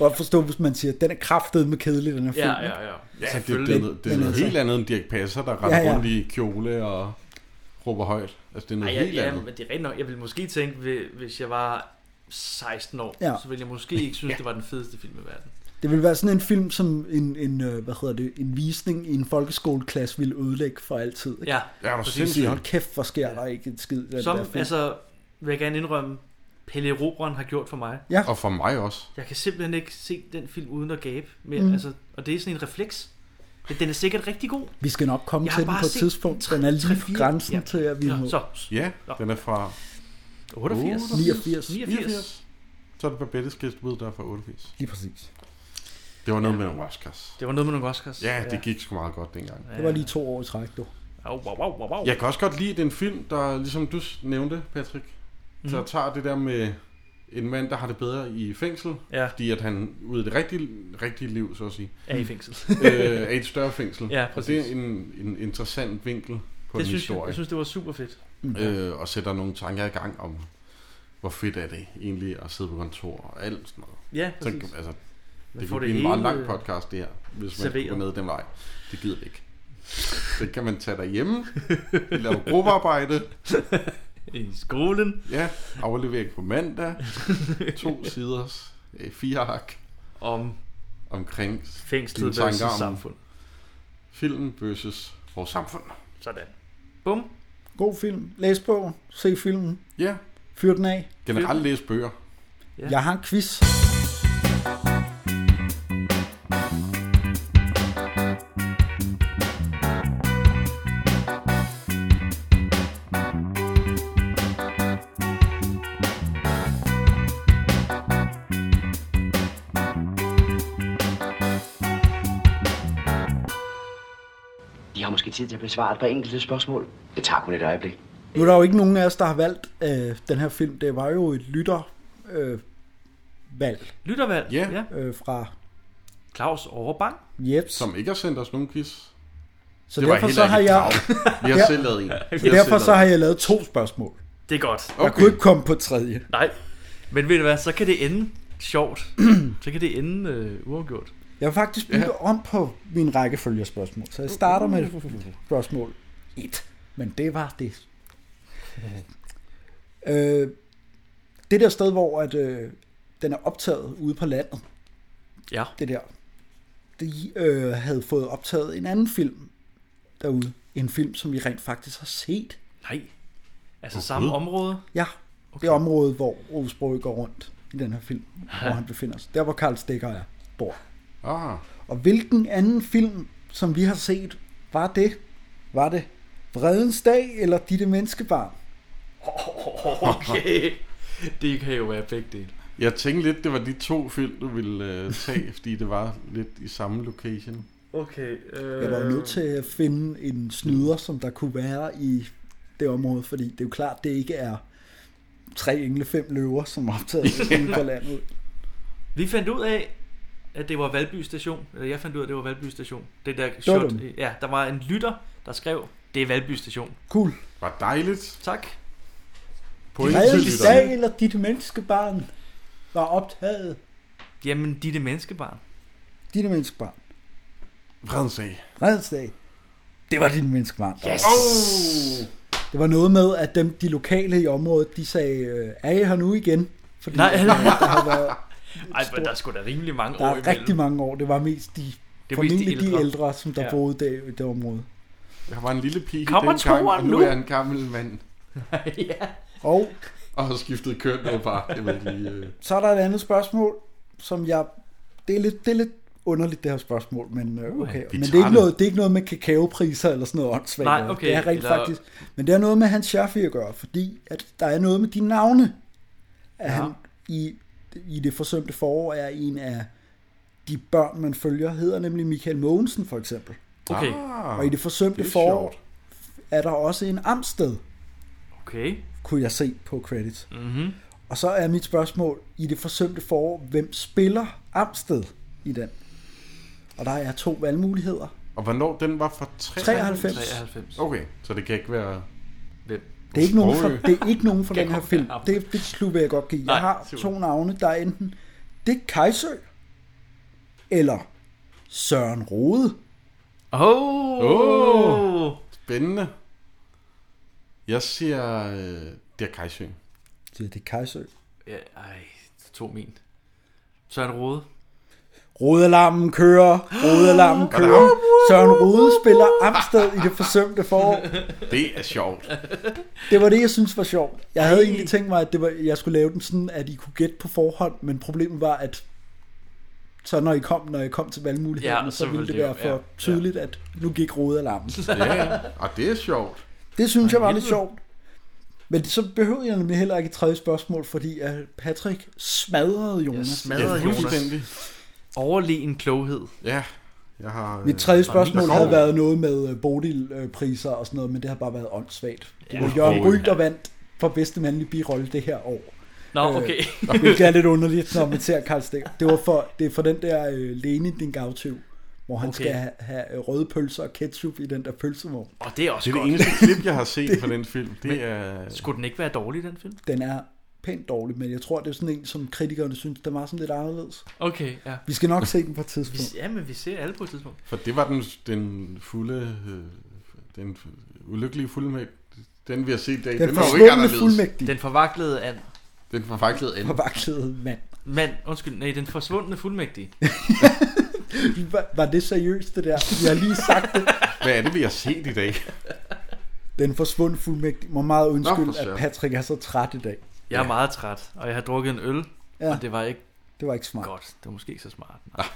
Speaker 3: Og forstå, hvis man siger, den er kraftet med kedelig, den her film.
Speaker 2: Ja, ja, ja.
Speaker 3: ikke?
Speaker 1: Ja, det, det, det, er noget- det er
Speaker 3: Men
Speaker 1: noget
Speaker 3: altså-
Speaker 1: helt andet end Dirk Passer, der
Speaker 3: Ja,
Speaker 1: render ja,
Speaker 3: ja.
Speaker 1: ja. rundt i kjole og råber højt. Altså, det er noget
Speaker 2: Ej,
Speaker 1: Ej, helt
Speaker 2: ja, ja,
Speaker 1: andet.
Speaker 2: men det er rigtigt nok. Jeg ville måske tænke, hvi- hvis jeg var 16 år,
Speaker 3: Ja.
Speaker 2: så ville jeg måske ikke synes, det var den fedeste film i verden.
Speaker 3: Det ville være sådan en film, som en, en, øh, hvad hedder det, en visning i en folkeskoleklasse ville ødelægge for altid. Ikke?
Speaker 2: Ja. Ja, er du
Speaker 3: Præcis.
Speaker 2: sindssyg?
Speaker 3: Hold kæft, hvor sker der ikke en skid. i den
Speaker 2: Som,
Speaker 3: der film.
Speaker 2: altså, vil jeg gerne indrømme, Pelle Erobreren har gjort for mig.
Speaker 3: Ja.
Speaker 1: Og for mig også.
Speaker 2: Jeg kan simpelthen ikke se den film uden at gabe. Men,
Speaker 3: Mm.
Speaker 2: mm. altså, og det er sådan en refleks. Men den er sikkert rigtig god.
Speaker 3: Vi skal nok komme
Speaker 2: Jeg har
Speaker 3: til den
Speaker 2: bare
Speaker 3: på et
Speaker 2: set
Speaker 3: tidspunkt. Den er lige på grænsen ja. til, at vi
Speaker 2: Nå,
Speaker 3: må.
Speaker 2: så.
Speaker 1: Ja, den er fra...
Speaker 2: 88.
Speaker 3: 89.
Speaker 2: 89.
Speaker 1: Så er det Babettes gæstebud, der er fra 88.
Speaker 3: Lige præcis.
Speaker 1: Det var noget med nogle Oscars.
Speaker 2: Det var noget med nogle Oscars.
Speaker 1: Ja,
Speaker 2: Ja.
Speaker 1: det gik sgu meget godt dengang.
Speaker 3: Det var lige to år i træk, du.
Speaker 2: Au, wow, wow, wow, wow.
Speaker 1: Jeg kan også godt lide den film, der, ligesom du s- nævnte, Patrick, mm-hmm. der
Speaker 2: Mhm.
Speaker 1: tager det der med en mand, der har det bedre i fængsel,
Speaker 2: Ja.
Speaker 1: fordi at han ude i det rigtige, rigtige liv, så at sige.
Speaker 2: Er i fængsel.
Speaker 1: øh, er i et større fængsel.
Speaker 2: Ja,
Speaker 1: og
Speaker 2: præcis.
Speaker 1: det er en, en interessant vinkel på
Speaker 2: Det
Speaker 1: en
Speaker 2: synes jeg-
Speaker 1: historie.
Speaker 2: jeg synes, det var super fedt.
Speaker 3: Mm.
Speaker 1: Øh, og sætter nogle tanker i gang om, hvor fedt er det egentlig at sidde på kontor og alt sådan noget.
Speaker 2: Ja,
Speaker 1: så,
Speaker 2: præcis.
Speaker 1: altså,
Speaker 2: Man
Speaker 1: det
Speaker 2: får
Speaker 1: kunne
Speaker 2: det
Speaker 1: blive en meget
Speaker 2: hele
Speaker 1: lang podcast, det her, hvis man
Speaker 2: serveret.
Speaker 1: skulle gå ned den vej. Det gider vi ikke. Det kan man tage derhjemme, lave gruppearbejde.
Speaker 2: I skolen.
Speaker 1: Ja, aflevering på mandag. To siders øh, fire ark.
Speaker 2: Om?
Speaker 1: Omkring
Speaker 2: Fængslet
Speaker 1: dine tanker
Speaker 2: versus
Speaker 1: om
Speaker 2: samfund.
Speaker 1: Filmen versus vores samfund.
Speaker 2: Sådan. Bum.
Speaker 3: God film. Læs på. Se filmen.
Speaker 1: Ja.
Speaker 3: Fyr den af.
Speaker 1: Generelt læs bøger.
Speaker 3: Ja. Jeg har en quiz.
Speaker 17: De har måske tid til at besvare et par enkelte spørgsmål. Det tager kun et øjeblik.
Speaker 3: Nu er der jo ikke nogen af os, der har valgt øh, den her film. Det var jo et lytter øh, valg.
Speaker 2: Lyttervalg?
Speaker 1: Ja.
Speaker 3: Øh, fra
Speaker 2: Claus Overbang.
Speaker 3: Jeps.
Speaker 1: Som ikke har sendt os nogen quiz.
Speaker 3: Så
Speaker 1: Det var
Speaker 3: derfor
Speaker 1: heller
Speaker 3: så har
Speaker 1: ikke
Speaker 3: jeg...
Speaker 1: et krav. Vi har
Speaker 3: Ja.
Speaker 1: selv lavet en. Vi har
Speaker 3: Så
Speaker 1: selv
Speaker 3: derfor så
Speaker 1: lavet
Speaker 3: har
Speaker 1: en.
Speaker 3: jeg lavet to spørgsmål.
Speaker 2: Det er godt.
Speaker 3: Jeg kunne ikke komme på tredje.
Speaker 2: Nej. Men ved du hvad, så kan det ende sjovt. så kan det ende øh, uafgjort.
Speaker 3: Jeg vil faktisk bytte ja. om på min rækkefølge af spørgsmål. Så jeg starter med spørgsmål 1. Men det var det. Øh, det der sted, hvor at, øh, den er optaget ude på landet.
Speaker 2: Ja.
Speaker 3: Det der. De øh, havde fået optaget en anden film derude. En film, som vi rent faktisk har set.
Speaker 2: Nej. Altså samme område.
Speaker 3: Ja, okay. det område, hvor Ove Sprogøe går rundt i den her film, hvor han befinder sig. Der, hvor Karl Stikker er, bor.
Speaker 1: Ah.
Speaker 3: Og hvilken anden film, som vi har set, var det? Var det Vredens Dag eller Ditte Menneskebarn?
Speaker 2: Okay. Det kan jo være begge dele.
Speaker 1: Jeg tænkte lidt, det var de to film, du ville øh, tage, fordi det var lidt i samme location.
Speaker 2: Okay. Øh...
Speaker 3: Jeg var jo nødt til at finde en snyder, som der kunne være i det område, fordi det er jo klart, det ikke er tre engle, fem løver, som er optaget ude på landet.
Speaker 2: Vi fandt ud af, at det var Valby station. Eller jeg fandt ud af, at det var Valby station. Det der
Speaker 3: var
Speaker 2: shot.
Speaker 3: dumt.
Speaker 2: Ja, der var en lytter, der skrev, det er Valby station.
Speaker 3: Cool.
Speaker 1: Var dejligt.
Speaker 2: Tak. Point til
Speaker 3: Vredens
Speaker 2: lytteren.
Speaker 3: Dag eller Ditte Menneskebarn var optaget.
Speaker 2: Jamen, de er det menneskebarn.
Speaker 3: Ditte Menneskebarn.
Speaker 1: Vredens Dag.
Speaker 3: Vredens Dag. Det var Ditte Menneskebarn. der
Speaker 2: Yes!
Speaker 3: var Det var noget med, at dem, de lokale i området, de sagde, øh, er I her nu igen? Fordi
Speaker 2: Nej.
Speaker 3: at, øh, der har været
Speaker 2: Ej, men der er sgu da rimelig mange
Speaker 3: der
Speaker 2: år
Speaker 3: er
Speaker 2: imellem.
Speaker 3: rigtig mange år. Det var mest de,
Speaker 2: de
Speaker 3: det formentlig de ældre.
Speaker 2: ældre.
Speaker 3: de ældre, som der
Speaker 2: Ja.
Speaker 3: ja. boede der, i det område.
Speaker 1: Jeg var en lille pige
Speaker 2: Kommer
Speaker 1: dengang, og
Speaker 2: toeren
Speaker 1: nu
Speaker 2: nu?
Speaker 1: er jeg en gammel mand.
Speaker 2: ja.
Speaker 3: Og
Speaker 1: Og har skiftet køn noget bare. Det var lige... Øh...
Speaker 3: så er der et andet spørgsmål, som jeg... Det er lidt, det er lidt underligt, det her spørgsmål, men øh, okay.
Speaker 1: vi
Speaker 3: Men det er,
Speaker 1: tager
Speaker 3: ikke
Speaker 1: det.
Speaker 3: noget, det er ikke noget med kakaopriser eller sådan noget åndssvagt.
Speaker 2: Nej,
Speaker 3: noget.
Speaker 2: okay,
Speaker 3: Det er rent
Speaker 2: eller-
Speaker 3: faktisk... Men det er noget med hans Shaffi at gøre, fordi at der er noget med de navne, at ja. han i, i det forsømte forår er en af de børn, man følger, hedder nemlig Michael Mogensen for eksempel.
Speaker 2: Okay.
Speaker 1: Ah,
Speaker 3: og i det forsømte
Speaker 1: det er
Speaker 3: forår er der også en Amsted,
Speaker 2: Okay.
Speaker 3: kunne jeg se på credits.
Speaker 2: Mm-hmm.
Speaker 3: Og så er mit spørgsmål, i det forsømte forår, hvem spiller Amsted i den? Og der er to valgmuligheder.
Speaker 1: Og hvornår den var fra 93?
Speaker 2: 93.
Speaker 1: Okay, så det kan ikke være...
Speaker 2: Hvem?
Speaker 3: Det er ikke nogen fra, det er ikke nogen fra den her film. Det, det klubber jeg godt give.
Speaker 1: Nej,
Speaker 3: Jeg har
Speaker 1: super.
Speaker 3: to navne, der er enten Dick Kajsø, eller Søren Rode.
Speaker 2: Åh!
Speaker 1: Oh, spændende. Jeg siger... Øh, det er Kajsø.
Speaker 3: Det er Dick Kajsø.
Speaker 2: Ja, ej, det tog min. Søren Rode.
Speaker 3: Rodealarmen kører, rodealarmen
Speaker 2: Var det
Speaker 3: kører. Søren Rode spiller Amsted i det forsømte forår.
Speaker 1: Det er sjovt.
Speaker 3: Det var det, jeg synes var sjovt. Jeg havde egentlig tænkt mig, at det var, jeg skulle lave den sådan, at I kunne gætte på forhånd, men problemet var, at så når I kom, når jeg kom til valgmulighederne,
Speaker 2: Ja,
Speaker 3: ja, så,
Speaker 2: så
Speaker 3: ville
Speaker 2: ville
Speaker 3: det
Speaker 2: det
Speaker 3: være
Speaker 2: jo- ja,
Speaker 3: for tydeligt, at nu gik rodealarmen.
Speaker 1: Ja, ja. og det er sjovt.
Speaker 3: Det synes
Speaker 1: For
Speaker 3: jeg var lidt
Speaker 1: helvede.
Speaker 3: sjovt. Men så behøvede jeg nemlig heller ikke et tredje spørgsmål, fordi at Patrick smadrede Jonas.
Speaker 2: Smadret Jonas. Overlegen kloghed.
Speaker 1: Ja, jeg har... øh,
Speaker 3: Mit tredje spørgsmål
Speaker 1: Hvornår?
Speaker 3: havde været noget med Bodil-priser og sådan noget, men det har bare været åndssvagt.
Speaker 2: Ja.
Speaker 3: Det var Jørgen
Speaker 2: Bodil.
Speaker 3: Ryg, der vandt for bedste mandlige birolle det her år.
Speaker 2: Nå, okay.
Speaker 3: Øh, hvilket er lidt underligt, når man ser Karl Stikker. Det var for, det er for den der øh, Lene, din gavtøv, hvor han
Speaker 2: Okay.
Speaker 3: okay. skal have, have øh, røde pølser og ketchup i den der pølsevogn.
Speaker 2: Og det er også
Speaker 1: Det er
Speaker 2: godt.
Speaker 1: det eneste klip, jeg har set fra den film.
Speaker 2: Men
Speaker 1: Det er...
Speaker 2: Skulle den ikke være dårlig, den film?
Speaker 3: Den er pænt dårlig, men jeg tror, det er sådan en, som kritikerne synes, der var sådan lidt anderledes.
Speaker 2: Okay, ja.
Speaker 3: Vi skal nok se den på et
Speaker 2: Vi,
Speaker 3: tidspunkt.
Speaker 2: ja, men vi ser alle på et tidspunkt.
Speaker 1: For det var den, den fulde... Øh, den ulykkelige fuldmægt. Den vi har set i dag.
Speaker 3: Den
Speaker 1: Den, var jo ikke
Speaker 3: forsvundne
Speaker 1: anderledes.
Speaker 3: fuldmægtig.
Speaker 2: Den forvaklede and.
Speaker 1: Den forvaklede anden.
Speaker 3: Forvaklede mand.
Speaker 2: Mand, undskyld, nej, den forsvundne fuldmægtige.
Speaker 3: Var, var det seriøst, det der? Vi har lige sagt det.
Speaker 1: Hvad er det, vi har set i dag?
Speaker 3: Den forsvundne fuldmægtig. Må meget
Speaker 1: Nå,
Speaker 3: undskylde,
Speaker 1: for søren.
Speaker 3: at Patrick er så træt i dag.
Speaker 2: Jeg er meget træt, og jeg har drukket en øl,
Speaker 3: Ja.
Speaker 2: og det var ikke
Speaker 3: Det var ikke smart.
Speaker 2: godt. Det var måske ikke så smart. Nej.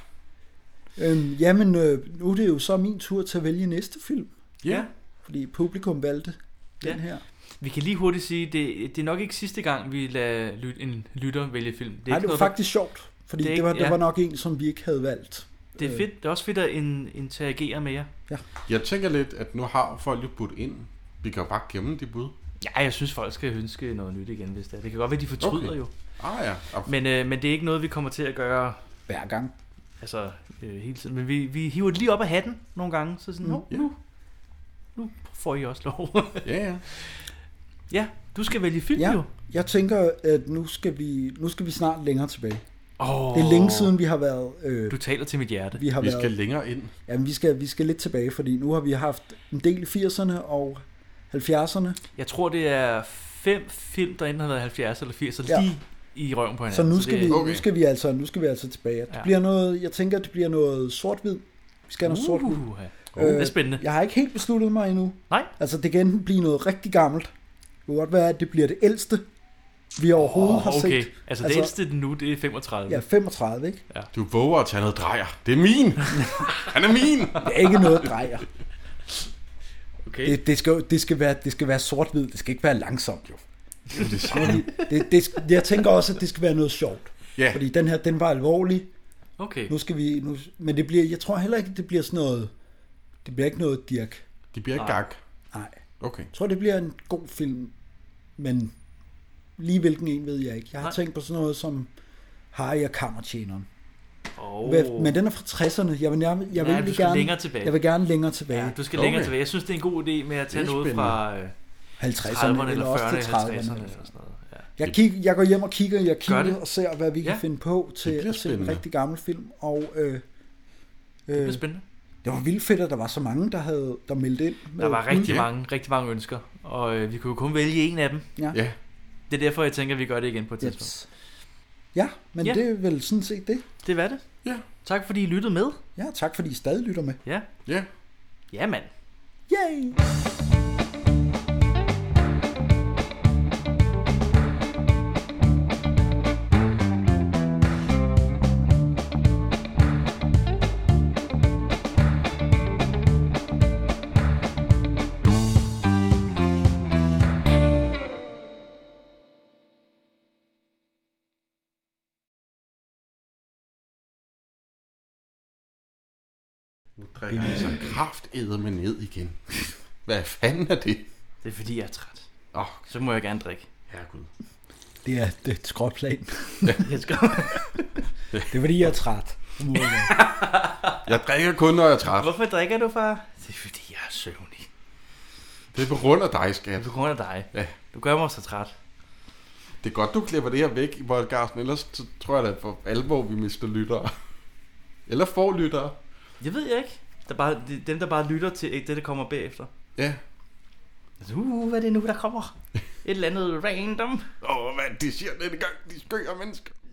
Speaker 1: Ah,
Speaker 3: Øhm, jamen, øh, nu er det jo så min tur til at vælge næste film.
Speaker 1: Ja.
Speaker 3: Fordi publikum valgte den
Speaker 2: Ja.
Speaker 3: her.
Speaker 2: Vi kan lige hurtigt sige, det, det er nok ikke sidste gang, vi lader lyt, en lytter vælge film.
Speaker 3: Det Nej, det var
Speaker 2: noget, der-
Speaker 3: faktisk sjovt, fordi
Speaker 2: Det
Speaker 3: det,
Speaker 2: er
Speaker 3: det, var,
Speaker 2: ikke-
Speaker 3: det
Speaker 2: ja.
Speaker 3: var nok en, som vi ikke havde valgt.
Speaker 2: Det
Speaker 1: øh.
Speaker 2: er fedt. Det er også fedt at in, interagere med jer.
Speaker 1: Jeg tænker lidt, at nu har folk jo budt ind. Vi kan jo bare gemme de bud.
Speaker 2: Ja, jeg synes, folk skal ønske noget nyt igen, hvis det er. Det kan godt være, de fortryder
Speaker 1: Okay.
Speaker 2: jo.
Speaker 1: Ah ja. Og
Speaker 2: Men, øh, men det er ikke noget, vi kommer til at gøre
Speaker 3: Hver gang.
Speaker 2: Altså, øh, hele tiden. Men vi, vi hiver det lige op af hatten nogle gange, så sådan,
Speaker 1: Mm.
Speaker 2: nu,
Speaker 1: Ja.
Speaker 2: nu, nu får I også lov.
Speaker 1: ja, ja.
Speaker 2: Ja, du skal vælge film
Speaker 3: ja,
Speaker 2: jo.
Speaker 3: jeg tænker, at nu skal vi, nu skal vi snart længere tilbage.
Speaker 2: Åh.
Speaker 3: Det er længe siden, vi har været... Øh,
Speaker 2: Du taler til mit hjerte.
Speaker 3: vi har
Speaker 1: Vi
Speaker 3: været,
Speaker 1: skal længere ind.
Speaker 3: Jamen, vi skal, vi skal lidt tilbage, fordi nu har vi haft en del i 80'erne og 70'erne.
Speaker 2: Jeg tror, det er fem film, der enten har været 70 eller 80, så ja.
Speaker 3: Ja.
Speaker 2: lige i røven på hinanden.
Speaker 3: Så nu skal,
Speaker 2: det,
Speaker 3: vi, nu skal vi altså, nu skal vi altså tilbage. Det
Speaker 2: Ja.
Speaker 3: bliver noget, jeg tænker, det bliver noget sort-hvid. Vi skal have noget sort-hvid.
Speaker 2: Uh,
Speaker 3: Øh,
Speaker 2: det er spændende.
Speaker 3: Jeg har ikke helt besluttet mig endnu.
Speaker 2: Nej.
Speaker 3: Altså, det kan enten blive noget rigtig gammelt. Det kan godt være, at det bliver det ældste, vi overhovedet
Speaker 2: Åh,
Speaker 3: har set.
Speaker 2: okay. Altså, altså, det ældste nu, det er 35.
Speaker 3: Ja, 35, ikke?
Speaker 2: Ja.
Speaker 1: Du våger at tage noget drejer. Det er min. Han er min.
Speaker 3: Det er ikke noget drejer.
Speaker 2: Okay.
Speaker 3: Det, det, skal, jo- det, skal være, det skal være sort-hvid. Det skal ikke være langsomt, jo.
Speaker 1: Det
Speaker 3: det, det, skal- jeg tænker også, at det skal være noget sjovt.
Speaker 1: Ja.
Speaker 3: Fordi den her, den var alvorlig.
Speaker 2: Okay.
Speaker 3: Nu skal vi, nu, men det bliver, jeg tror heller ikke, det bliver sådan noget, det bliver ikke noget dirk.
Speaker 1: Det bliver ikke
Speaker 3: Nej.
Speaker 1: gak.
Speaker 3: Nej.
Speaker 1: Okay.
Speaker 3: Jeg tror, det bliver en god film, men lige hvilken en ved jeg ikke. Jeg har
Speaker 2: Nej.
Speaker 3: tænkt på sådan noget som Harry og Kammertjeneren.
Speaker 2: Oh.
Speaker 3: Hvad- Men den er fra 60'erne. Jeg vil, jeg, vil- jeg vil
Speaker 2: Ja,
Speaker 3: egentlig
Speaker 2: du skal
Speaker 3: gerne,
Speaker 2: længere tilbage.
Speaker 3: Jeg vil gerne længere tilbage. Ja,
Speaker 2: Du skal længere tilbage. Jeg synes, det er en god idé med at tage
Speaker 3: Det er
Speaker 2: noget
Speaker 3: spændende.
Speaker 2: fra øh,
Speaker 3: 50'erne
Speaker 2: 30'erne eller
Speaker 3: eller også
Speaker 2: 40'erne
Speaker 3: til
Speaker 2: eller
Speaker 3: 30'erne
Speaker 2: 50'erne
Speaker 3: eller
Speaker 2: eller sådan noget. Ja.
Speaker 3: Jeg, kig, jeg går hjem og kigger, jeg
Speaker 2: det.
Speaker 3: kigger og ser, hvad vi kan
Speaker 2: Ja.
Speaker 3: finde på til
Speaker 2: Det bliver
Speaker 3: at se en
Speaker 2: spændende.
Speaker 3: rigtig gammel film. Og, øh, det
Speaker 2: bliver
Speaker 3: Øh,
Speaker 2: spændende.
Speaker 3: Det var vildt fedt, at der var så mange, der havde der meldt ind.
Speaker 2: Der var rigtig
Speaker 3: Mm.
Speaker 2: mange, rigtig mange ønsker, og øh, vi kunne jo kun vælge en af dem.
Speaker 3: Ja. Ja.
Speaker 2: Det er derfor, jeg tænker, at vi gør det igen på et
Speaker 3: Yes.
Speaker 2: tidspunkt.
Speaker 3: Ja, men
Speaker 2: Ja.
Speaker 3: det er vel sådan set det.
Speaker 2: Det var det.
Speaker 1: Ja.
Speaker 2: Tak fordi I lyttede med.
Speaker 3: Ja, tak fordi I stadig lytter med.
Speaker 2: Ja.
Speaker 1: Ja.
Speaker 2: Ja, mand.
Speaker 3: Yay!
Speaker 1: Nu drikker jeg altså så kraftedeme ned igen. Hvad fanden er det?
Speaker 2: Det er fordi, jeg er træt.
Speaker 1: Åh,
Speaker 2: Så må jeg gerne drikke.
Speaker 1: Herregud.
Speaker 3: Det er, det er et skråplan.
Speaker 2: Jeg skal...
Speaker 3: det er fordi, jeg er træt. Det må jeg være.
Speaker 1: Jeg drikker kun, når jeg er træt.
Speaker 2: Hvorfor drikker du, far? Det er fordi, jeg er søvnig.
Speaker 1: Det er på grund af dig, skat. Det
Speaker 2: er på grund af dig.
Speaker 1: Ja.
Speaker 2: Du gør mig så træt.
Speaker 1: Det er godt, du klipper det her væk i podcasten, ellers så tror jeg da for alvor, vi mister lyttere. Eller får lyttere.
Speaker 2: Jeg ved jeg ikke. Der er bare, det er dem, der bare lytter til det, der kommer bagefter.
Speaker 1: Ja.
Speaker 2: Uh, hvad er det nu, der kommer? Et eller andet random.
Speaker 1: Åh, oh, hvad de siger denne gang, de skøger mennesker.